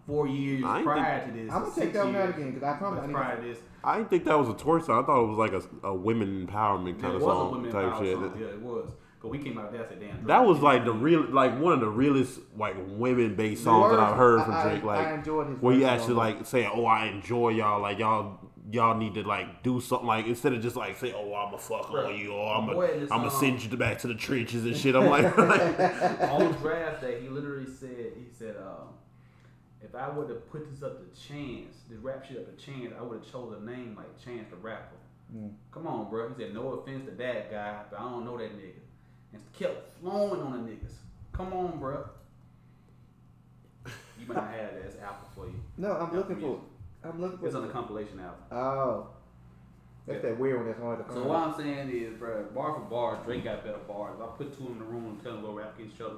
Speaker 3: four years
Speaker 2: I ain't
Speaker 3: prior to this,
Speaker 1: I'm gonna
Speaker 3: or
Speaker 1: take
Speaker 3: six
Speaker 1: that one out
Speaker 3: years,
Speaker 1: again because I promise. I
Speaker 3: but
Speaker 1: need
Speaker 3: prior
Speaker 1: to,
Speaker 3: to this,
Speaker 2: I didn't think that was a torch song. I thought it was like a, a women empowerment kind
Speaker 3: It
Speaker 2: of
Speaker 3: was a
Speaker 2: song
Speaker 3: women
Speaker 2: type
Speaker 3: power
Speaker 2: shit.
Speaker 3: song. Yeah, it was. But we came out there and said, damn.
Speaker 2: That
Speaker 3: Drake
Speaker 2: was
Speaker 3: did
Speaker 2: like
Speaker 3: it.
Speaker 2: the real, like one of the realest like women based songs that I've heard
Speaker 1: I-
Speaker 2: from
Speaker 1: I-
Speaker 2: Drake.
Speaker 1: I
Speaker 2: Like
Speaker 1: enjoyed his
Speaker 2: where he
Speaker 1: verse
Speaker 2: actually
Speaker 1: on it.
Speaker 2: like saying, "Oh, I enjoy y'all. Like y'all, y'all need to like do something. Like instead of just like say, "Oh, I'm a fuck
Speaker 3: Bruh,
Speaker 2: on you," or "I'm
Speaker 3: boy in
Speaker 2: a,
Speaker 3: this
Speaker 2: I'm a
Speaker 3: song-
Speaker 2: send you to back to the trenches and shit." I'm like,
Speaker 3: on draft day. He literally said, he said, um, if I would have put this up to Chance, this rap shit up to Chance, I would have chose a name like Chance the Rapper.
Speaker 1: Mm.
Speaker 3: Come on, bro. He said, no offense to that guy, but I don't know that nigga. And kept flowing on the niggas. Come on, bro. You might not have that. It's Apple for you.
Speaker 1: No, I'm
Speaker 3: Yeah,
Speaker 1: looking for.
Speaker 3: music.
Speaker 1: I'm looking for.
Speaker 3: It's on the compilation album.
Speaker 1: oh, that's
Speaker 3: Yeah.
Speaker 1: that weird one that's hard to
Speaker 3: So
Speaker 1: find.
Speaker 3: what I'm saying is, bro, bar for bar, Drake got better bars. I put two in the room and tell them to go rap against each other.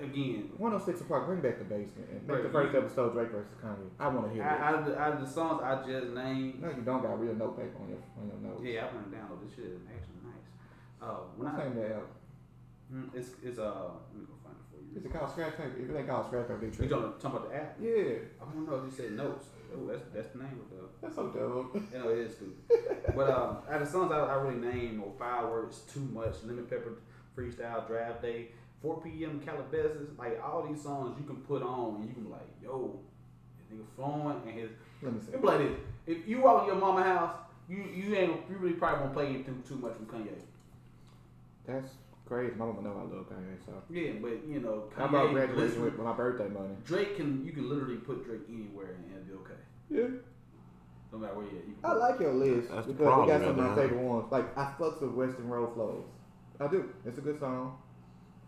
Speaker 3: Again,
Speaker 1: 106 o'clock. Bring back the basement and make
Speaker 3: Bruh,
Speaker 1: the first
Speaker 3: you-
Speaker 1: episode Drake versus Kanye. I want to hear that.
Speaker 3: out out of, the, out of the songs I just named,
Speaker 1: no, you don't got real notepaper on your on your notes.
Speaker 3: yeah, I'm gonna download this shit. Is actually nice. Uh, when
Speaker 1: What's the
Speaker 3: I,
Speaker 1: name of that album?
Speaker 3: mm, it's it's uh, let me go find it for you.
Speaker 1: Is it called Scratch Tape? If it ain't called Scratch Tape, they
Speaker 3: You
Speaker 1: tripping.
Speaker 3: talking, talking about the app?
Speaker 1: Yeah,
Speaker 3: I don't know if you said notes. Oh, that's that's the name of the.
Speaker 1: that's so dumb.
Speaker 3: You know, it is stupid. but um, out of songs I, I really name or fireworks too much. Lemon Pepper Freestyle Draft Day, 4 p.m. Calabasas, like all these songs you can put on and you can be like, yo, this nigga flowing and his.
Speaker 1: Let me see.
Speaker 3: It be like this. If you walk in your mama house, you you ain't you really probably won't play anything too much from Kanye.
Speaker 1: That's crazy. My mama know I love Kanye, so
Speaker 3: Yeah, but you know,
Speaker 1: I about
Speaker 3: Kanye.
Speaker 1: graduating with
Speaker 3: listen,
Speaker 1: my birthday money.
Speaker 3: Drake can you can literally put Drake anywhere and it'll be okay.
Speaker 1: Yeah,
Speaker 3: No matter where you at, you can.
Speaker 1: I like your list
Speaker 2: That's the
Speaker 1: because we got
Speaker 2: problem,
Speaker 1: some of my
Speaker 2: man.
Speaker 1: favorite ones. Like I fucks with Western Road Flows. I do. It's a good song.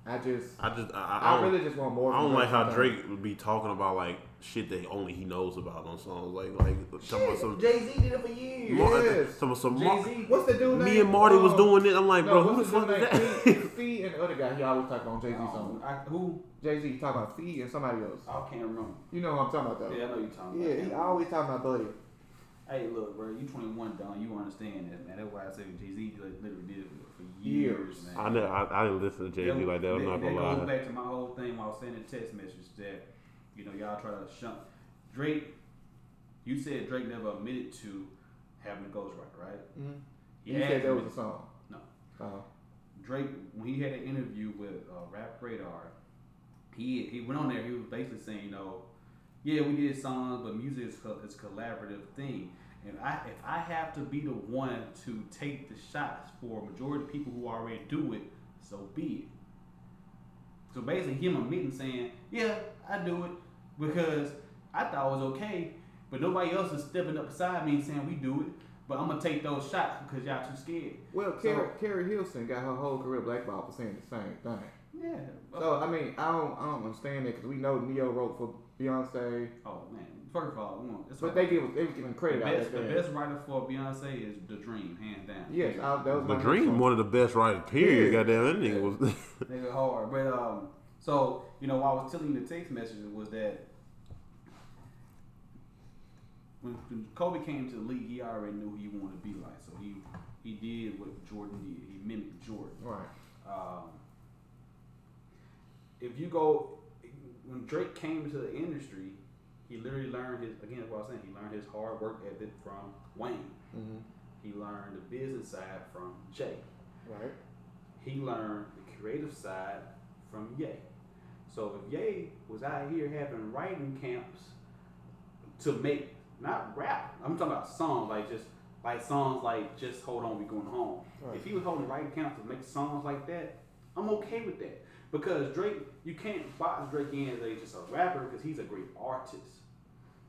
Speaker 1: I just,
Speaker 2: I just, I, I,
Speaker 1: I,
Speaker 2: don't,
Speaker 1: really just want more.
Speaker 2: I
Speaker 1: from
Speaker 2: don't like how
Speaker 1: sometimes.
Speaker 2: Drake would be talking about like shit that only he knows about on songs. Like, like talking about some,
Speaker 3: Jay Z did it for years.
Speaker 2: Mar-
Speaker 1: Yes.
Speaker 2: some, some,
Speaker 3: Jay Z.
Speaker 1: What's the dude?
Speaker 2: me
Speaker 1: name?
Speaker 2: and Marty was
Speaker 1: Um,
Speaker 2: doing it. I'm like,
Speaker 1: No,
Speaker 2: bro, who the
Speaker 1: what's the dude
Speaker 2: fuck is
Speaker 1: name?
Speaker 2: that?
Speaker 1: Fee, Fee and the other guy. He always talk on Jay Z song.
Speaker 3: Um, I, who?
Speaker 1: Jay Z talking about Fee and somebody else.
Speaker 3: I can't remember.
Speaker 1: You know what I'm talking about though.
Speaker 3: Yeah, I know you're talking
Speaker 1: Oh. Yeah,
Speaker 3: about.
Speaker 1: he always talking about Buddy.
Speaker 3: Hey, look, bro, you 21, Don. You understand that, man. That's why I say Jay Z literally did it for years,
Speaker 1: Years.
Speaker 3: man.
Speaker 2: I know, I, I didn't listen to Jay Z like that. I'm not
Speaker 3: that
Speaker 2: gonna
Speaker 3: goes
Speaker 2: lie.
Speaker 3: back to my whole thing while sending text messages that, you know, y'all try to shun Drake. You said Drake never admitted to having a ghostwriter, right?
Speaker 1: Mm-hmm.
Speaker 3: He
Speaker 1: You said
Speaker 3: had
Speaker 1: that
Speaker 3: to
Speaker 1: was a
Speaker 3: admit-
Speaker 1: song.
Speaker 3: No.
Speaker 1: Oh.
Speaker 3: Drake when he had an interview with uh, Rap Radar, he he went on there. He was basically saying, you know, yeah, we did songs, but music is co- is a collaborative thing. And I if I have to be the one to take the shots for a majority of people who already do it, so be it. So basically, him admitting saying, "Yeah, I do it because I thought it was okay, but nobody else is stepping up beside me and saying we do it." But I'm gonna take those shots because y'all too scared.
Speaker 1: Well,
Speaker 3: So-
Speaker 1: Carrie, Carrie Hilson got her whole career blackballed for saying the same thing.
Speaker 3: Yeah.
Speaker 1: So I mean, I don't, I don't understand it because we know Neo wrote for Beyonce,
Speaker 3: oh man. First of all, come on. It's
Speaker 1: but
Speaker 3: all-
Speaker 1: they give they were giving
Speaker 3: the
Speaker 1: credit out
Speaker 3: best, the
Speaker 1: there.
Speaker 3: best writer for Beyonce is The Dream, hands down.
Speaker 1: Yes, I, that was
Speaker 2: The
Speaker 1: my
Speaker 2: Dream,
Speaker 1: One.
Speaker 2: one of the best writers, period.
Speaker 1: Yeah.
Speaker 2: Goddamn, that nigga was.
Speaker 3: Nigga hard. But um, so you know, what I was telling you the text message was that when when Kobe came to the league, he already knew who he wanted to be like. So he he did what Jordan did. He mimicked Jordan.
Speaker 1: Right.
Speaker 3: Um, if you go when Drake came into the industry, he literally learned his again what I was saying. He learned his hard work ethic from Wayne.
Speaker 1: Mm-hmm.
Speaker 3: He learned the business side from Jay.
Speaker 1: Right.
Speaker 3: He learned the creative side from Ye. So if Ye was out here having writing camps to make not rap, I'm talking about songs like just like songs like just hold on, we going home.
Speaker 1: Right.
Speaker 3: If he was holding writing camps to make songs like that, I'm okay with that because Drake, you can't box Drake in as a, just a rapper because he's a great artist,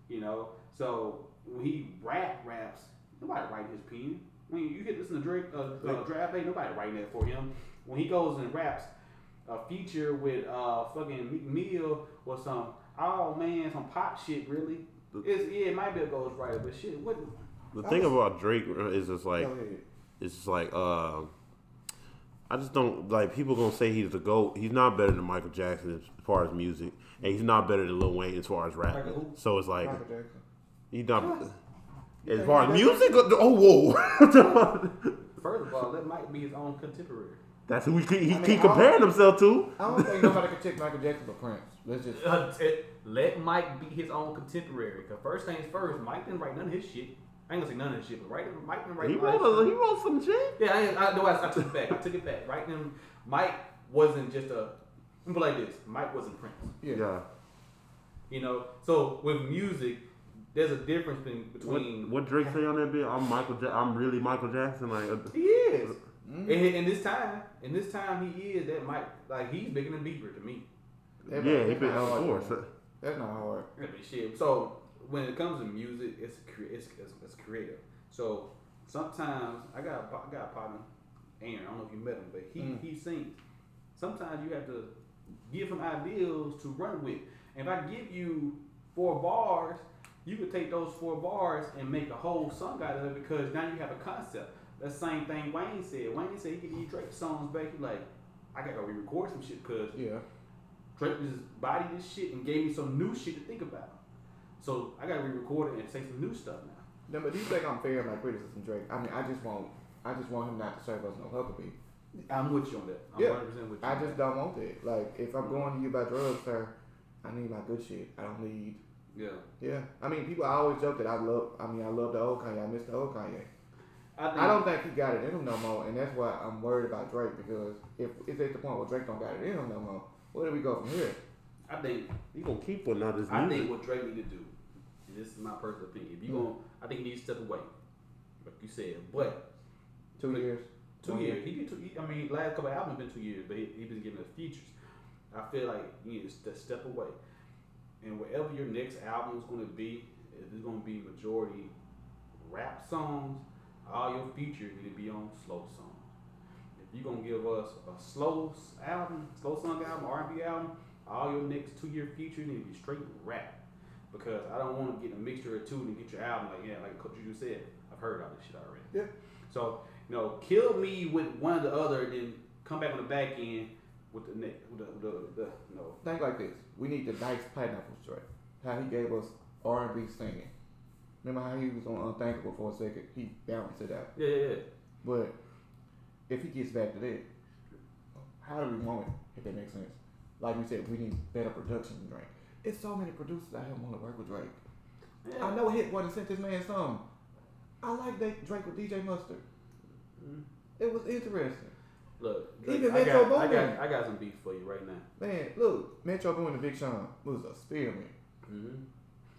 Speaker 3: you know. So when he rap raps, nobody writing his pen. When you get listen to Drake, uh, uh,
Speaker 1: Like-
Speaker 3: draft ain't nobody writing that for him. When he goes and raps a feature with uh fucking Meek Mill or some oh man some pop shit really.
Speaker 2: The-
Speaker 3: It's yeah, it might be a ghostwriter, but shit, what?
Speaker 2: The
Speaker 1: I
Speaker 2: thing
Speaker 1: was-
Speaker 2: about Drake is just like
Speaker 1: Go ahead.
Speaker 2: it's just like uh, I just don't like people gonna say he's the goat. He's not better than Michael Jackson as far as music, and he's not better than Lil Wayne as far as rap.
Speaker 3: Michael who?
Speaker 2: So it's like
Speaker 1: Michael Jackson.
Speaker 2: he's not
Speaker 3: Yes.
Speaker 2: as far as music. Oh whoa,
Speaker 3: First of all, that might be his own contemporary.
Speaker 2: that's who he, keep- he
Speaker 1: I mean,
Speaker 2: keep
Speaker 1: I-
Speaker 2: comparing himself to.
Speaker 1: I don't think nobody could take Michael Jackson but Prince. Let's just.
Speaker 3: Uh, t- let Mike be his own contemporary. Cause first things first, Mike didn't write none of his shit. I ain't gonna say none of his shit, but right, Mike didn't write.
Speaker 2: He
Speaker 3: a lot of
Speaker 2: wrote
Speaker 3: shit.
Speaker 2: a, he wrote some shit.
Speaker 3: Yeah, I, ain't- I, no, I, I took it back. I took it back. Right then, Mike wasn't just a. Put it like this, Mike wasn't Prince.
Speaker 1: Yeah.
Speaker 3: You know, so with music, there's a difference in, between
Speaker 2: What, what Drake say on that bit? I'm Michael. Ja- I'm really Michael Jackson. Like uh,
Speaker 3: he is.
Speaker 1: Mhm.
Speaker 3: And, and this time, and this time he is that Mike. Like he's bigger than Bieber to me.
Speaker 1: That-
Speaker 2: yeah, he
Speaker 1: that's
Speaker 2: been
Speaker 1: not
Speaker 2: of
Speaker 1: hard,
Speaker 2: course.
Speaker 1: man. That's not hard.
Speaker 3: I mean, shit. So when it comes to music, it's cre- it's, it's, it's creative. So sometimes I got a, pa- I got a partner, Aaron. I don't know if you met him, but he
Speaker 1: Mm.
Speaker 3: he sings. Sometimes you have to give him ideas to run with. And if I give you four bars, you could take those four bars and make a whole song out of it because now you have a concept. The same thing Wayne said. Wayne said he could eat Drake songs back. He like, I gotta go re-record some shit because
Speaker 1: Yeah.
Speaker 3: Drake just bodied this shit and gave me some new shit to think about. So I gotta re-record it and say some new stuff now.
Speaker 1: No, but do you think I'm fair in my criticism, Drake? I mean, I just want, I just want him not to serve us no Huckabee.
Speaker 3: I'm with you on that. I'm
Speaker 1: Yeah.
Speaker 3: 100% with you.
Speaker 1: I
Speaker 3: on
Speaker 1: just
Speaker 3: that.
Speaker 1: don't want it. Like, if I'm going to you about drugs, sir, I need my good shit. I don't need.
Speaker 3: yeah.
Speaker 1: Yeah, I mean, people always joke that I love. I mean, I love the old Kanye. I miss the old Kanye.
Speaker 3: I, think,
Speaker 1: I don't think he got it in him no more, and that's why I'm worried about Drake because if it's at the point where Drake don't got it in him no more, where do we go from here?
Speaker 3: I think.
Speaker 2: He gonna keep putting out this
Speaker 3: I
Speaker 2: music.
Speaker 3: think what Drake need to do, and this is my personal opinion. If you
Speaker 1: Mm.
Speaker 3: going I think he needs to step away, like you said. But
Speaker 1: Two years.
Speaker 3: two
Speaker 1: One
Speaker 3: years, he did two. He, I mean, last couple of albums been two years, but he, he been giving us features. I feel like you need to ste- step away, and whatever your next album is going to be, if it's going to be majority rap songs, all your features need to be on slow songs. If you're gonna give us a slow s- album, slow song album, R&B album, all your next two year features need to be straight rap. Because I don't want to get a mixture of two and get your album like yeah, like Coach Juju said, I've heard all this shit already.
Speaker 1: Yeah.
Speaker 3: So you know, kill me with one or the other, and then come back on the back end with the next, with the, the, the no.
Speaker 1: Think like this. We need the nice pineapple Drake. How he gave us R and B singing. Remember how he was on Unthinkable for a second? He balanced it out.
Speaker 3: Yeah, yeah, yeah.
Speaker 1: But if he gets back to that, how do we want it? If that makes sense. Like we said, we need better production than Drake. It's so many producers out here want to work with Drake.
Speaker 3: Yeah.
Speaker 1: I know Hit one and sent this man some. I like that Drake with DJ Mustard.
Speaker 3: Mhm.
Speaker 1: It was interesting.
Speaker 3: Look,
Speaker 1: Even
Speaker 3: Drake, I,
Speaker 1: Metro
Speaker 3: got, I,
Speaker 1: Boomin.
Speaker 3: got, I got some beef for you right now.
Speaker 1: Man, look, Metro Boomin and Big Sean was a spearmint.
Speaker 3: Mm-hmm.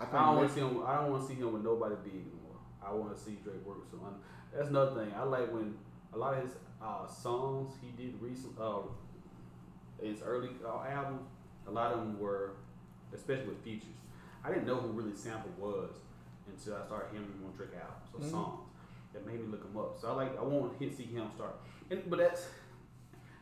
Speaker 1: I
Speaker 3: I don't
Speaker 1: think
Speaker 3: want to
Speaker 1: next,
Speaker 3: see him. I don't want to see him with nobody big anymore. I want to see Drake work with someone. That's another thing. I like when a lot of his uh, songs he did recent, uh, his early uh, albums. A lot of them were, especially with features. I didn't know who really Sample was until I started hearing him on Drake albums or
Speaker 1: Mhm.
Speaker 3: songs that made me look him up. So I like. I want to see him start. And, but that's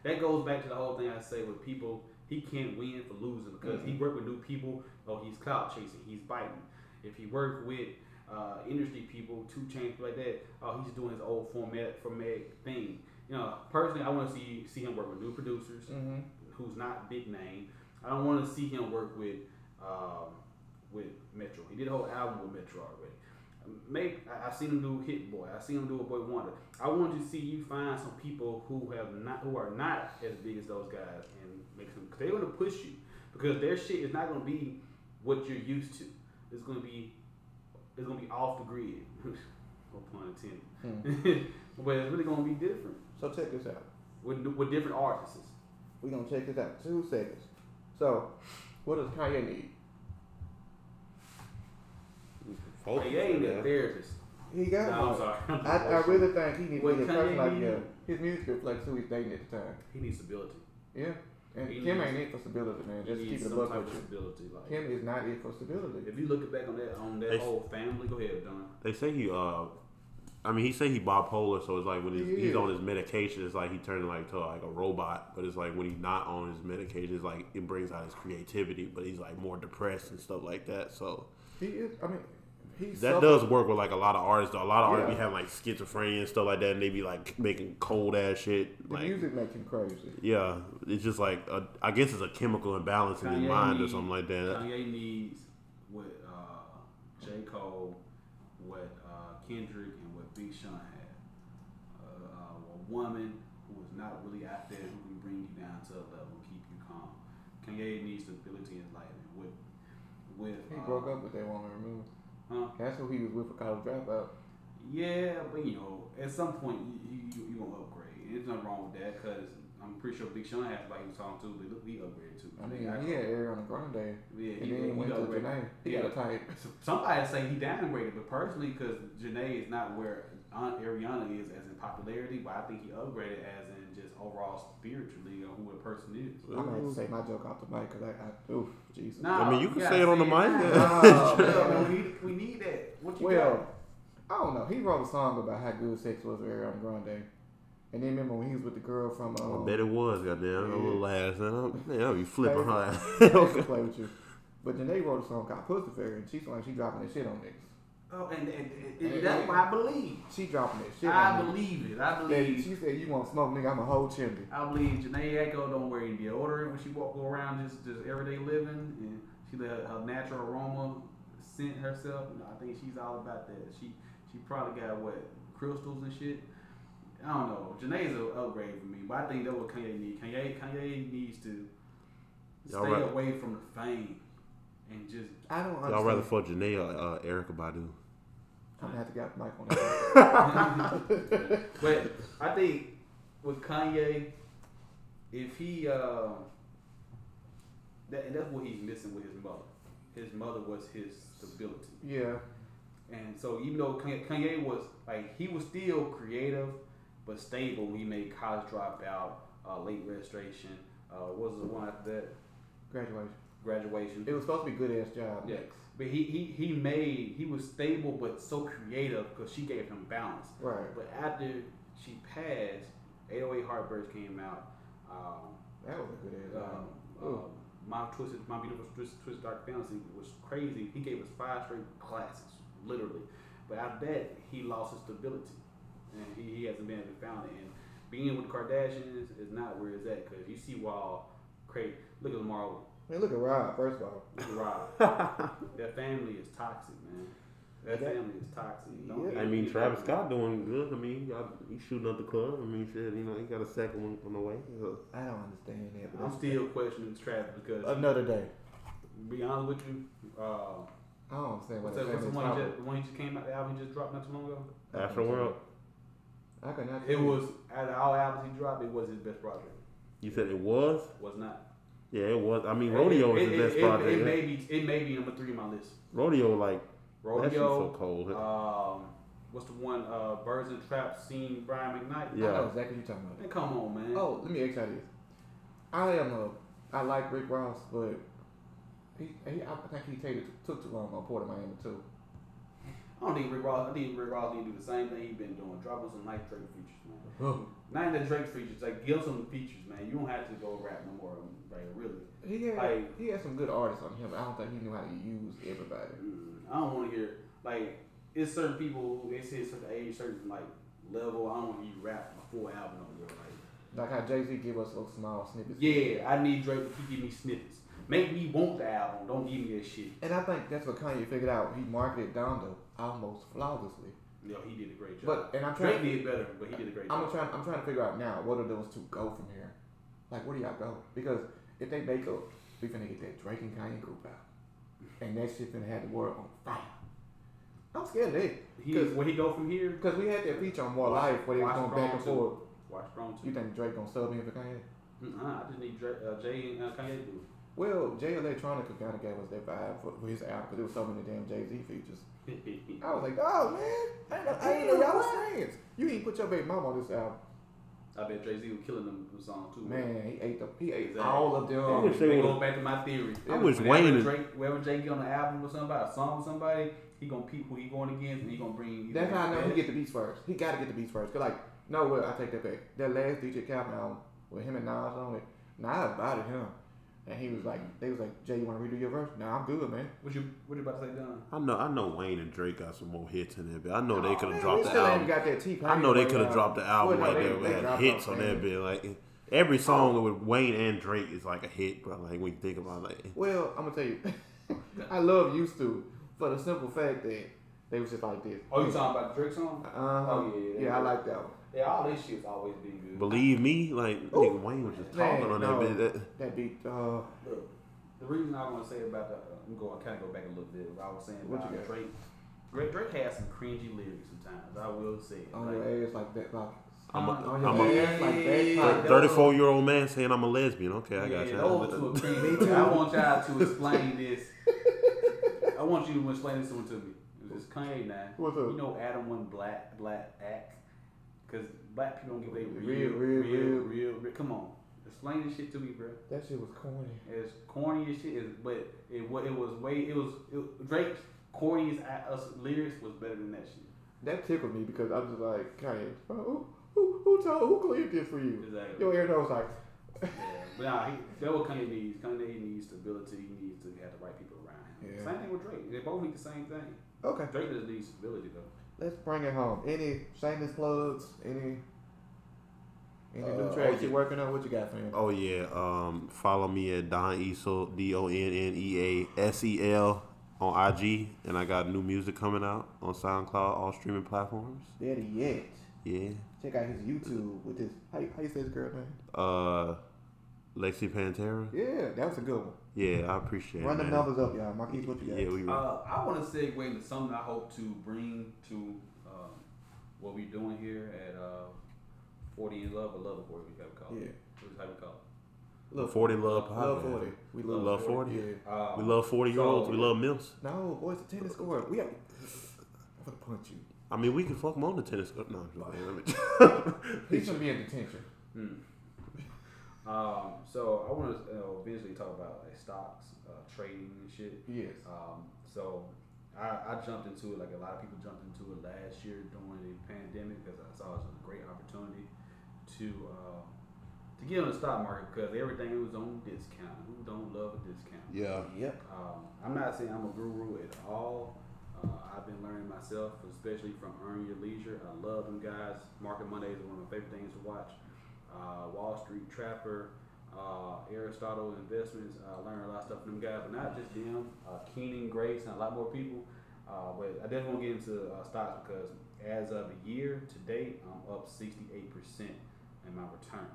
Speaker 3: that goes back to the whole thing I say with people. He can't win for losing because he worked with new people. Oh, he's clout chasing. He's biting. If he worked with uh, industry people, two chains people like that, oh, he's doing his old format formatic thing. You know, personally, I want to see see him work with new producers
Speaker 1: Mhm.
Speaker 3: who's not big name. I don't want to see him work with um, with Metro. He did a whole album with Metro already. Maybe I- I've seen him do Hit Boy. I've seen him do a Boy Wonder. I want you to see you find some people who have not who are not as big as those guys and make them. Cause they're gonna push you because their shit is not gonna be what you're used to. It's gonna be it's gonna be off the grid. no pun intended. but it's really gonna be different
Speaker 1: So check this out.
Speaker 3: with with different artists.
Speaker 1: We're gonna check this out. Two seconds. So, what does Kanye need?
Speaker 2: Focus,
Speaker 3: Kanye ain't
Speaker 2: man.
Speaker 3: a therapist.
Speaker 1: He got
Speaker 3: No, I'm
Speaker 1: one.
Speaker 3: sorry.
Speaker 1: I, I really think he needs to
Speaker 3: What
Speaker 1: be a person
Speaker 3: Kanye
Speaker 1: like
Speaker 3: need?
Speaker 1: him. His music reflects who he's dating at the time.
Speaker 3: he needs stability.
Speaker 1: Yeah. And
Speaker 3: He
Speaker 1: Kim
Speaker 3: needs-
Speaker 1: ain't it for stability, man. Just
Speaker 3: he
Speaker 1: keep
Speaker 3: needs
Speaker 1: it
Speaker 3: some
Speaker 1: above
Speaker 3: type
Speaker 1: with
Speaker 3: of
Speaker 1: you.
Speaker 3: stability. Like
Speaker 1: Kim is not it for stability.
Speaker 3: if you look back on that on that
Speaker 2: They-
Speaker 3: whole family, go ahead, Don.
Speaker 2: They say he, uh, I mean, he say he bipolar, so it's like when he's,
Speaker 1: He
Speaker 2: he's
Speaker 1: is.
Speaker 2: on his medication, it's like he turning like to like a robot. But it's like when he's not on his medication, it's like it brings out his creativity, but he's like more depressed and stuff like that. So
Speaker 1: He is. I mean, he's
Speaker 2: that does work with like a lot of artists. Though. A lot of artists be
Speaker 1: Yeah.
Speaker 2: having like schizophrenia and stuff like that, and they be like making cold ass shit.
Speaker 1: The
Speaker 2: Like
Speaker 1: music makes him crazy.
Speaker 2: yeah, it's just like a, I guess it's a chemical imbalance in his
Speaker 3: Kanye
Speaker 2: mind or
Speaker 3: needs-
Speaker 2: something like that.
Speaker 3: Kanye needs what uh, J. Cole, what uh, Kendrick, and what Big Sean had. Uh, uh, a woman who is not really out there who can bring you down to a level, keep you calm. Kanye needs stability in his life. And with with
Speaker 1: He
Speaker 3: uh,
Speaker 1: broke up with that woman, remember?
Speaker 3: Huh?
Speaker 1: That's who he was with for college dropout.
Speaker 3: Yeah, but you know, at some point you you, you, you gonna upgrade. And There's nothing wrong with that because I'm pretty sure Big Sean has like he was talking to, but he upgraded too.
Speaker 1: I mean, he had Ariana Grande,
Speaker 3: yeah,
Speaker 1: and
Speaker 3: he,
Speaker 1: then
Speaker 3: he,
Speaker 1: he went to
Speaker 3: upgraded.
Speaker 1: Janae. He
Speaker 3: Yeah.
Speaker 1: got a type.
Speaker 3: Somebody say he downgraded, but personally, because Janae is not where Aunt Ariana is as in popularity, but I think he upgraded as in just overall spiritually of who a person is.
Speaker 1: I'm gonna say my joke off the mic because I, I, oof, Jesus.
Speaker 3: Nah,
Speaker 2: I mean, you can
Speaker 3: gotta
Speaker 2: say it on the mic.
Speaker 3: now.
Speaker 1: Nah,
Speaker 3: Well,
Speaker 1: man.
Speaker 3: we, need, we need that. What you
Speaker 1: Well, I don't know. He wrote a song about how good sex was with Ariana Grande, and then remember when he was with the girl from
Speaker 2: I
Speaker 1: um,
Speaker 2: bet it was, goddamn, a little ass. and I- Man, I'll be flipping her
Speaker 1: Sex
Speaker 2: ass.
Speaker 1: to play with you. But Janae wrote a song called Pussy Fairy, and she's like she dropping that shit on niggas.
Speaker 3: got? Oh, and, and, and, and that's what I believe.
Speaker 1: She dropping that shit.
Speaker 3: I
Speaker 1: on niggas.
Speaker 3: believe it. I
Speaker 1: Said-
Speaker 3: believe
Speaker 1: She said you want smoke, nigga? I'm a whole chimney.
Speaker 3: I believe Janae Echo don't wear any deodorant when she walk go around just just everyday living, and she let her, her natural aroma scent herself. You know, I think she's all about that. She she probably got what crystals and shit. I don't know. Janae's an upgrade for me, but I think that's what Kanye needs. Kanye Kanye needs to stay
Speaker 2: Y'all right.
Speaker 3: away from the fame and just
Speaker 1: I don't understand.
Speaker 2: Y'all rather fuck Janae or uh, Erica Badu?
Speaker 1: I'm gonna have to get the mic on that.
Speaker 3: but I think with Kanye, if he uh, that and that's what he's missing with his mother. His mother was his stability,
Speaker 1: yeah.
Speaker 3: and so even though Kanye, Kanye was like he was still creative, but stable. when He made college dropout, uh, late registration. Uh, what was the one after that?
Speaker 1: Graduation.
Speaker 3: Graduation.
Speaker 1: It was supposed to be good ass job.
Speaker 3: Yeah. But he, he, he made he was stable but so creative because she gave him balance.
Speaker 1: Right.
Speaker 3: But after she passed, 808 Heartbreaks came out. Um,
Speaker 1: That was a good ass
Speaker 3: um,
Speaker 1: job.
Speaker 3: uh, my twisted, my beautiful twisted, twisted dark fantasy was crazy. He gave us five straight classics, literally. But after that, he lost his stability, and he, he hasn't been able to found it. And being with the Kardashians is not where it's at because you see Wall, crazy. Look at Lamar,
Speaker 1: I mean, look at Rob, first of all.
Speaker 3: look at Rob. That family is toxic, man. That
Speaker 1: That-
Speaker 3: family is toxic. Don't
Speaker 1: Yeah.
Speaker 3: get-
Speaker 2: I mean,
Speaker 3: get
Speaker 2: Travis
Speaker 3: that-
Speaker 2: Scott doing good. I mean, y'all, he's shooting up the club. I mean, shit, you know, he got a second one on the way.
Speaker 1: I don't understand that. But
Speaker 3: I'm still questioning Travis because, to
Speaker 1: another day.
Speaker 3: be honest with you, uh,
Speaker 1: I don't understand what
Speaker 3: what's that? What's the
Speaker 1: the
Speaker 3: one he just, the one he just came out? The album he just dropped not too long ago.
Speaker 2: Afterworld.
Speaker 1: I could not.
Speaker 3: It was out of all albums he dropped, it was his best project.
Speaker 2: You said it was?
Speaker 3: Was not.
Speaker 2: Yeah, it was. I mean, Rodeo is
Speaker 3: it,
Speaker 2: the best
Speaker 3: it,
Speaker 2: project.
Speaker 3: It, it may be it may be number three on my list.
Speaker 2: Rodeo, like
Speaker 3: Rodeo.
Speaker 2: that shit's so cold.
Speaker 3: Um, what's the one? Uh, Birds and Traps. Seen Brian
Speaker 1: I
Speaker 3: McKnight.
Speaker 2: Yeah.
Speaker 1: know exactly what you're talking about.
Speaker 3: Man, come on, man.
Speaker 1: Oh, let me ask you this. I am a, I like Rick Ross, but he, he I think he take, took too long on Port of Miami too.
Speaker 3: I don't think Rick Ross. I think Rick Ross need to do the same thing he's been doing. Drop us some nice Drake features, man. Not even the Drake features. Like give us some features, man. You don't have to go rap no more. Like really.
Speaker 1: He had
Speaker 3: Like-
Speaker 1: he had some good artists on him, but I don't think he knew how to use everybody.
Speaker 3: Mm, I don't want to hear like it's certain people who it's hit certain age, certain like level. I don't want to hear rap a full album no more. Like
Speaker 1: Like how Jay Z give us little small snippets.
Speaker 3: yeah, I need Drake to give me snippets. Make me want the album. Don't give me that shit.
Speaker 1: And I think that's what Kanye figured out. He marketed Donda almost flawlessly.
Speaker 3: No, he did a great job.
Speaker 1: But and I'm
Speaker 3: Drake
Speaker 1: trying,
Speaker 3: did better, but he did a great
Speaker 1: I'm
Speaker 3: job.
Speaker 1: trying, I'm trying to figure out now what are those two go from here. Like where do y'all go? Because if they make up, we finna get that Drake and Kanye group out, and that shit finna have the world on fire. I'm scared of that
Speaker 3: He
Speaker 1: Cause-
Speaker 3: where he go from here?
Speaker 1: because we had that feature on More Life where they was
Speaker 3: Watch
Speaker 1: going back
Speaker 3: Strong
Speaker 1: and
Speaker 3: too.
Speaker 1: forth.
Speaker 3: Watch Strong
Speaker 1: You
Speaker 3: too.
Speaker 1: think Drake gonna sub me for Kanye?
Speaker 3: Nah, I just need Drake, uh, Jay and uh, Kanye to do.
Speaker 1: Well, Jay Electronica kind of gave us that vibe for, for his album because there was so many damn Jay Z features.
Speaker 3: it.
Speaker 1: I was like, oh man, I ain't know, I ain't know y'all was friends. You didn't put your baby mama on this album.
Speaker 3: I bet Jay Z was killing them, them songs too.
Speaker 1: Man, he ate the he ate
Speaker 3: Exactly.
Speaker 1: all of them.
Speaker 2: I wish they
Speaker 3: Um, They
Speaker 2: would've-
Speaker 3: go back to my theory.
Speaker 2: I wish
Speaker 3: Whenever
Speaker 2: Wayne-
Speaker 3: Drake, whenever Drake get on an album with somebody, a song with somebody, he gonna peep who he going against, and he gonna bring. he
Speaker 1: That's
Speaker 3: gonna
Speaker 1: how I know he
Speaker 3: bring-
Speaker 1: get the beats first. He gotta get the beats first. Cause like, no, well, I take that back. That last DJ Calvin album with him and Nas on it, Nas invited him, and he was like, they was like, Jay, you want to redo your verse? Nah, I'm good, man.
Speaker 3: What you what you about to say, Don?
Speaker 2: I know, I know Wayne and Drake got some more hits in there, but I know they could
Speaker 1: Oh, Man,
Speaker 2: have
Speaker 1: we
Speaker 2: dropped the
Speaker 1: still ain't
Speaker 2: album.
Speaker 1: got that T-Pain.
Speaker 2: I know they
Speaker 1: right
Speaker 2: could have
Speaker 1: now.
Speaker 2: dropped the album
Speaker 1: Well,
Speaker 2: right
Speaker 1: no,
Speaker 2: there.
Speaker 1: they-
Speaker 2: We
Speaker 1: they
Speaker 2: had
Speaker 1: dropped
Speaker 2: hits
Speaker 1: off,
Speaker 2: on that
Speaker 1: man.
Speaker 2: bit. Like every song with Wayne and Drake is like a hit, bro. Like when you think about it, like
Speaker 1: Well, I'm gonna tell you, I love used to for the simple fact that they was just like this.
Speaker 3: Oh, you talking about the Drake song?
Speaker 1: Uh-huh.
Speaker 3: Oh, yeah, yeah,
Speaker 1: yeah, I
Speaker 3: yeah.
Speaker 1: like that one.
Speaker 3: Yeah, all this shit's always been good.
Speaker 2: believe me, like
Speaker 1: Ooh.
Speaker 2: nigga, Wayne was just
Speaker 1: Man,
Speaker 2: talking on
Speaker 1: no.
Speaker 2: that bit. That,
Speaker 1: That beat. Uh,
Speaker 3: Look, the reason I want to say about the, uh, I'm going kind of go back a little bit. What I was saying
Speaker 1: What
Speaker 3: about
Speaker 1: you got?
Speaker 3: Drake. Drake, Drake has some cringy lyrics sometimes. I will say. it.
Speaker 1: on
Speaker 3: Like,
Speaker 1: your ass like that, like
Speaker 2: I'm a-
Speaker 1: on your
Speaker 2: I'm a-
Speaker 1: ass like that.
Speaker 3: Yeah.
Speaker 1: Like,
Speaker 2: Thirty-four year old man saying I'm a lesbian. Okay, I
Speaker 3: yeah, those
Speaker 2: got
Speaker 3: two
Speaker 2: you.
Speaker 3: are cringy. but I want y'all to explain this. I want you to explain this one to me. It's Kanye now.
Speaker 1: What's up?
Speaker 3: You know Adam went black, black act. Because black people don't give they
Speaker 1: Real,
Speaker 3: real,
Speaker 1: real,
Speaker 3: real, real,
Speaker 1: real.
Speaker 3: real, Come on. Explain this shit to me, bro.
Speaker 1: That shit was corny.
Speaker 3: It's corny as shit, is- but it, wa- it was way, it was, it, Drake's corny as I- us lyrics was better than that shit.
Speaker 1: That tickled me because I was just like, Kanye, bro, who, who, who told, who cleared this for you?
Speaker 3: Exactly.
Speaker 1: Your ear nose like,
Speaker 3: Yeah, but nah, he, that what Kanye needs. Kanye needs stability. He needs to have the right people around him.
Speaker 1: Yeah.
Speaker 3: Same thing with Drake. They both need the same thing.
Speaker 1: okay,
Speaker 3: Drake just needs stability though.
Speaker 1: let's bring it home. Any shameless plugs? Any any
Speaker 2: Uh,
Speaker 1: new tracks
Speaker 2: oh,
Speaker 1: you
Speaker 2: yeah.
Speaker 1: working on? What you got, fam?
Speaker 2: Oh yeah, um, follow me at Don Esel D O N N E A S E L on IG, and I got new music coming out on SoundCloud, all streaming platforms.
Speaker 1: Daddy Yet.
Speaker 2: Yeah,
Speaker 1: Check out his YouTube with his, how, you- how you say his girl name?
Speaker 2: uh, Lexi Pantera.
Speaker 1: Yeah, that was a good one.
Speaker 2: Yeah, I appreciate
Speaker 1: Run
Speaker 2: it.
Speaker 1: the
Speaker 2: man.
Speaker 1: numbers up, y'all. Marquise, what you got?
Speaker 2: Yeah, we.
Speaker 3: Uh, I want to segue into something I hope to bring to um, what we're doing here at uh, 40 in Love or Love Forty, we gotta call it.
Speaker 1: Yeah.
Speaker 3: What is how we call it?
Speaker 1: Look,
Speaker 2: Forty Love Podcast.
Speaker 1: love 40. We love,
Speaker 2: Love 40.
Speaker 1: Yeah.
Speaker 3: Um,
Speaker 2: We love forty year olds. We
Speaker 3: so-
Speaker 2: love milfs.
Speaker 1: No, boys, the tennis score. We got. I'm gonna punch you.
Speaker 2: I mean, we can fuck them on the tennis court. No, I'm just playing. Let me-
Speaker 1: He should be in detention.
Speaker 3: Mm. Um, so I want to uh, eventually talk about like stocks, uh, trading and shit.
Speaker 1: Yes.
Speaker 3: Um, so I, I jumped into it like a lot of people jumped into it last year during the pandemic because I saw it was a great opportunity to uh, to get on the stock market because everything was on discount. Who don't love a discount?
Speaker 2: yeah.
Speaker 1: Yep.
Speaker 3: Um, I'm not saying I'm a guru at all. Uh, I've been learning myself, especially from Earn Your Leisure. I love them guys. Market Mondays are one of my favorite things to watch. Uh, Wall Street Trapper, uh, Aristotle Investments. I learned a lot of stuff from them guys, but not just them. Uh, Keenan Grace and a lot more people. Uh, but I definitely want to get into uh, stocks because as of a year to date, I'm up 68% in my return.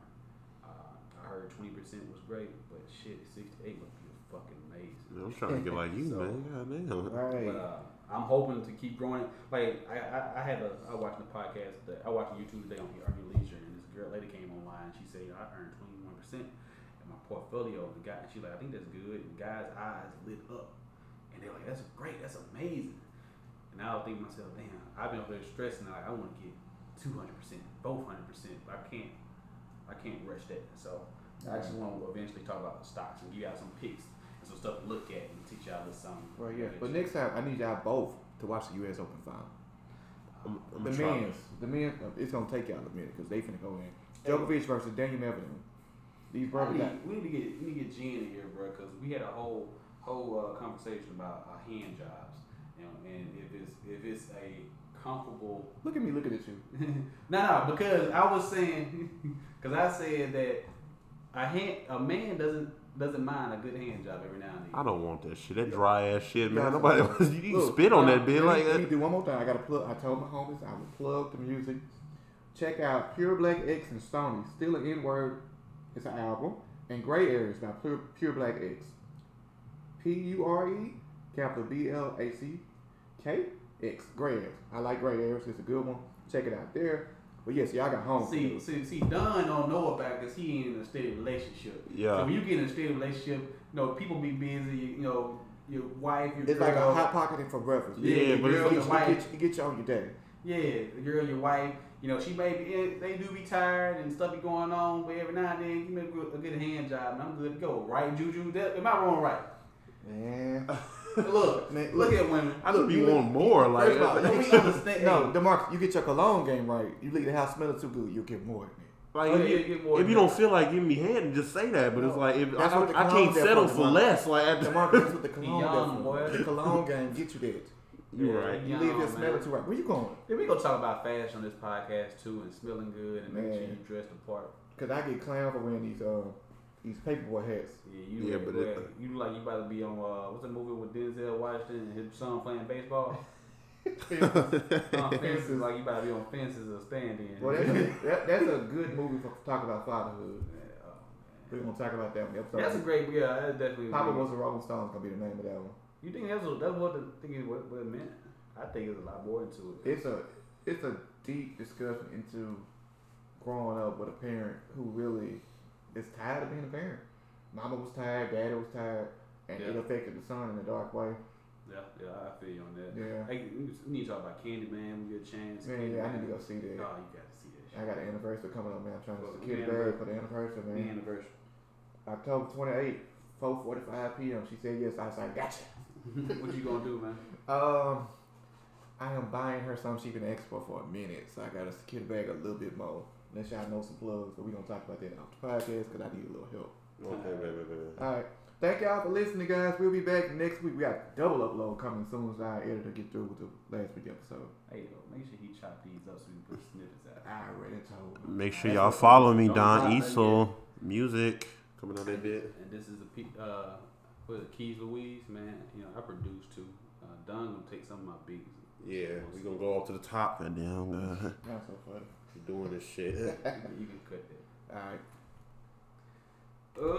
Speaker 3: Uh, I heard 20% was great, but shit, 68 would be fucking amazing.
Speaker 2: I'm trying to get like you,
Speaker 3: So-
Speaker 2: man. God damn.
Speaker 1: All right.
Speaker 3: But uh, I'm hoping to keep growing. Like I, I, I had a I watched the podcast that I watched YouTube today on Earn Your Leisure, and this girl lady came online. She said I earned 21 percent my portfolio of the guy, and she's like, I think that's good. And the guy's eyes lit up, and they're like, that's great, that's amazing. And I was thinking to myself, damn, I've been over there stressing, like I want to get two hundred percent, both hundred percent. I can't, I can't rush that. So I just want to eventually talk about the stocks and give y'all some picks and some stuff to look at and teach y'all this something.
Speaker 1: Right, yeah. But next time, I need y'all both to watch the U.S. Open final.
Speaker 2: I'm, I'm
Speaker 1: The
Speaker 2: trying.
Speaker 1: men's, the men's, it's gonna take y'all a minute because they finna go in. Djokovic versus Daniel Medvedev. These brothers
Speaker 3: we,
Speaker 1: got
Speaker 3: need, we need to get we need to get Jen in here, bro, because we had a whole whole uh, conversation about uh, hand jobs and, and if it's if it's a comparable.
Speaker 1: Look at me looking at you.
Speaker 3: no, no, because I was saying because I said that a hand a man doesn't doesn't mind a good hand job every now and then.
Speaker 2: I don't want that shit. That dry ass shit, man.
Speaker 1: Yeah.
Speaker 2: Nobody wants you. You
Speaker 1: Look,
Speaker 2: spit on
Speaker 3: yeah,
Speaker 2: that bitch
Speaker 1: Let me-
Speaker 2: like
Speaker 1: let
Speaker 2: that.
Speaker 1: me do one more thing. I gotta plug. I told my homies I would plug the music. Check out Pure Black X and Stony. Still an N word. It's an album. And Gray Areas by Pure, Pure Black X. P U R E capital B L A C K X. Gray Areas. I like Gray Areas. It's a good one. Check it out there. But yes, y'all got home.
Speaker 3: See, see, see, Don don't know about because he ain't in a steady relationship.
Speaker 2: Yeah.
Speaker 3: So when you get in a steady relationship, you know, people be busy. You know, your wife, your
Speaker 1: it's
Speaker 3: girl,
Speaker 1: like a hot pocket for breakfast.
Speaker 3: Yeah,
Speaker 1: It
Speaker 2: but
Speaker 1: gets-
Speaker 2: it's-
Speaker 1: it gets,
Speaker 3: like-
Speaker 1: it gets- it gets you on your day.
Speaker 3: Yeah, the girl, your wife, you know, she may be, eh, they do be tired and stuff be going on, but every now and then, give me a good, a good hand job and I'm good to go. Right, Juju? That, am I wrong, right?
Speaker 1: Man.
Speaker 3: Look,
Speaker 1: Man,
Speaker 3: look at women.
Speaker 2: I just be
Speaker 1: You-
Speaker 2: wanting more. Like
Speaker 3: First of all, don't we understand?
Speaker 1: No, Demarcus, you get your cologne game right. You leave the house smelling too good, you'll get more than it.
Speaker 2: Like,
Speaker 3: Oh, yeah,
Speaker 2: if,
Speaker 3: get more
Speaker 2: if you
Speaker 3: than
Speaker 2: don't feel like giving me head, and just say that. But it's
Speaker 1: No.
Speaker 2: like if,
Speaker 1: That's
Speaker 2: I,
Speaker 1: what the
Speaker 2: I can't
Speaker 1: clown's there
Speaker 2: settle
Speaker 1: for,
Speaker 2: for
Speaker 1: Devon.
Speaker 2: less. Like after,
Speaker 1: Demarcus, that's what the cologne
Speaker 3: Young,
Speaker 1: game
Speaker 3: boy.
Speaker 1: The cologne game get you that.
Speaker 2: you're right.
Speaker 1: You
Speaker 3: Young,
Speaker 1: leave there
Speaker 3: man.
Speaker 1: smelling too right. Where you going?
Speaker 3: Then we gonna talk about fashion on this podcast too and smelling good and making sure
Speaker 1: Man.
Speaker 3: you dressed apart.
Speaker 1: Because I get clown for wearing these uh these paperboy hats.
Speaker 3: Yeah, you
Speaker 2: Yeah,
Speaker 3: look
Speaker 2: but it- uh,
Speaker 3: like- you look like you about to be on uh, what's the movie with Denzel Washington and his son playing baseball? Uh, fences, like you about to be on fences or oh, stand-ins.
Speaker 1: Well, that's a, that, that's a good movie for talk about fatherhood.
Speaker 3: Yeah, oh,
Speaker 1: We're gonna talk about that one. Episode.
Speaker 3: That's a great, yeah, that's definitely. a
Speaker 1: Papa
Speaker 3: great-
Speaker 1: was a Rolling Stones gonna be the name of that one.
Speaker 3: You think that's what that's what the thing is what, what it meant? I think it's a lot more into it.
Speaker 1: It's a it's a deep discussion into growing up with a parent who really is tired of being a parent. Mama was tired, daddy was tired, and it
Speaker 3: Yeah.
Speaker 1: affected the son in a dark way.
Speaker 3: Yeah, yeah, I feel you on that.
Speaker 1: Yeah.
Speaker 3: Hey, we we need to talk about Candyman when we get a chance.
Speaker 1: Man, yeah, I need to go
Speaker 3: Candyman.
Speaker 1: see that.
Speaker 3: Oh, you got to see that shit.
Speaker 1: I got an anniversary coming up, man. I'm trying
Speaker 3: Well,
Speaker 1: to secure
Speaker 3: yeah,
Speaker 1: the bag
Speaker 3: bro.
Speaker 1: for the anniversary,
Speaker 3: The
Speaker 1: man.
Speaker 3: anniversary.
Speaker 1: October 28th, 4:45 p.m. She said yes. I was like, gotcha.
Speaker 3: what you gonna do, man?
Speaker 1: Um, I am buying her something she been asking for for a minute, so I gotta secure the bag a little bit more. Unless y'all know some plugs, but we gonna talk about that after the podcast because I need a little help.
Speaker 2: Okay, baby, baby.
Speaker 1: All right. Thank y'all for listening, guys. We'll be back next week. We got double upload coming soon as our editor get through with the last week episode.
Speaker 3: Hey, yo, make sure he chop these up so we can put snippets out.
Speaker 1: I already told. him.
Speaker 2: Make sure
Speaker 3: That's
Speaker 2: y'all
Speaker 3: what-
Speaker 2: follow me,
Speaker 3: don't
Speaker 2: Don
Speaker 3: stop that
Speaker 2: Easel. Music coming out that bit.
Speaker 3: And this is the pe- uh, what is it, Keys Louise, man. You know, I produce too. Uh, Don gonna take some of my beats.
Speaker 2: Yeah, we gonna go up to the top and then uh,
Speaker 1: Not so funny.
Speaker 2: doing this shit.
Speaker 3: you can cut that.
Speaker 1: All right.
Speaker 3: Uh,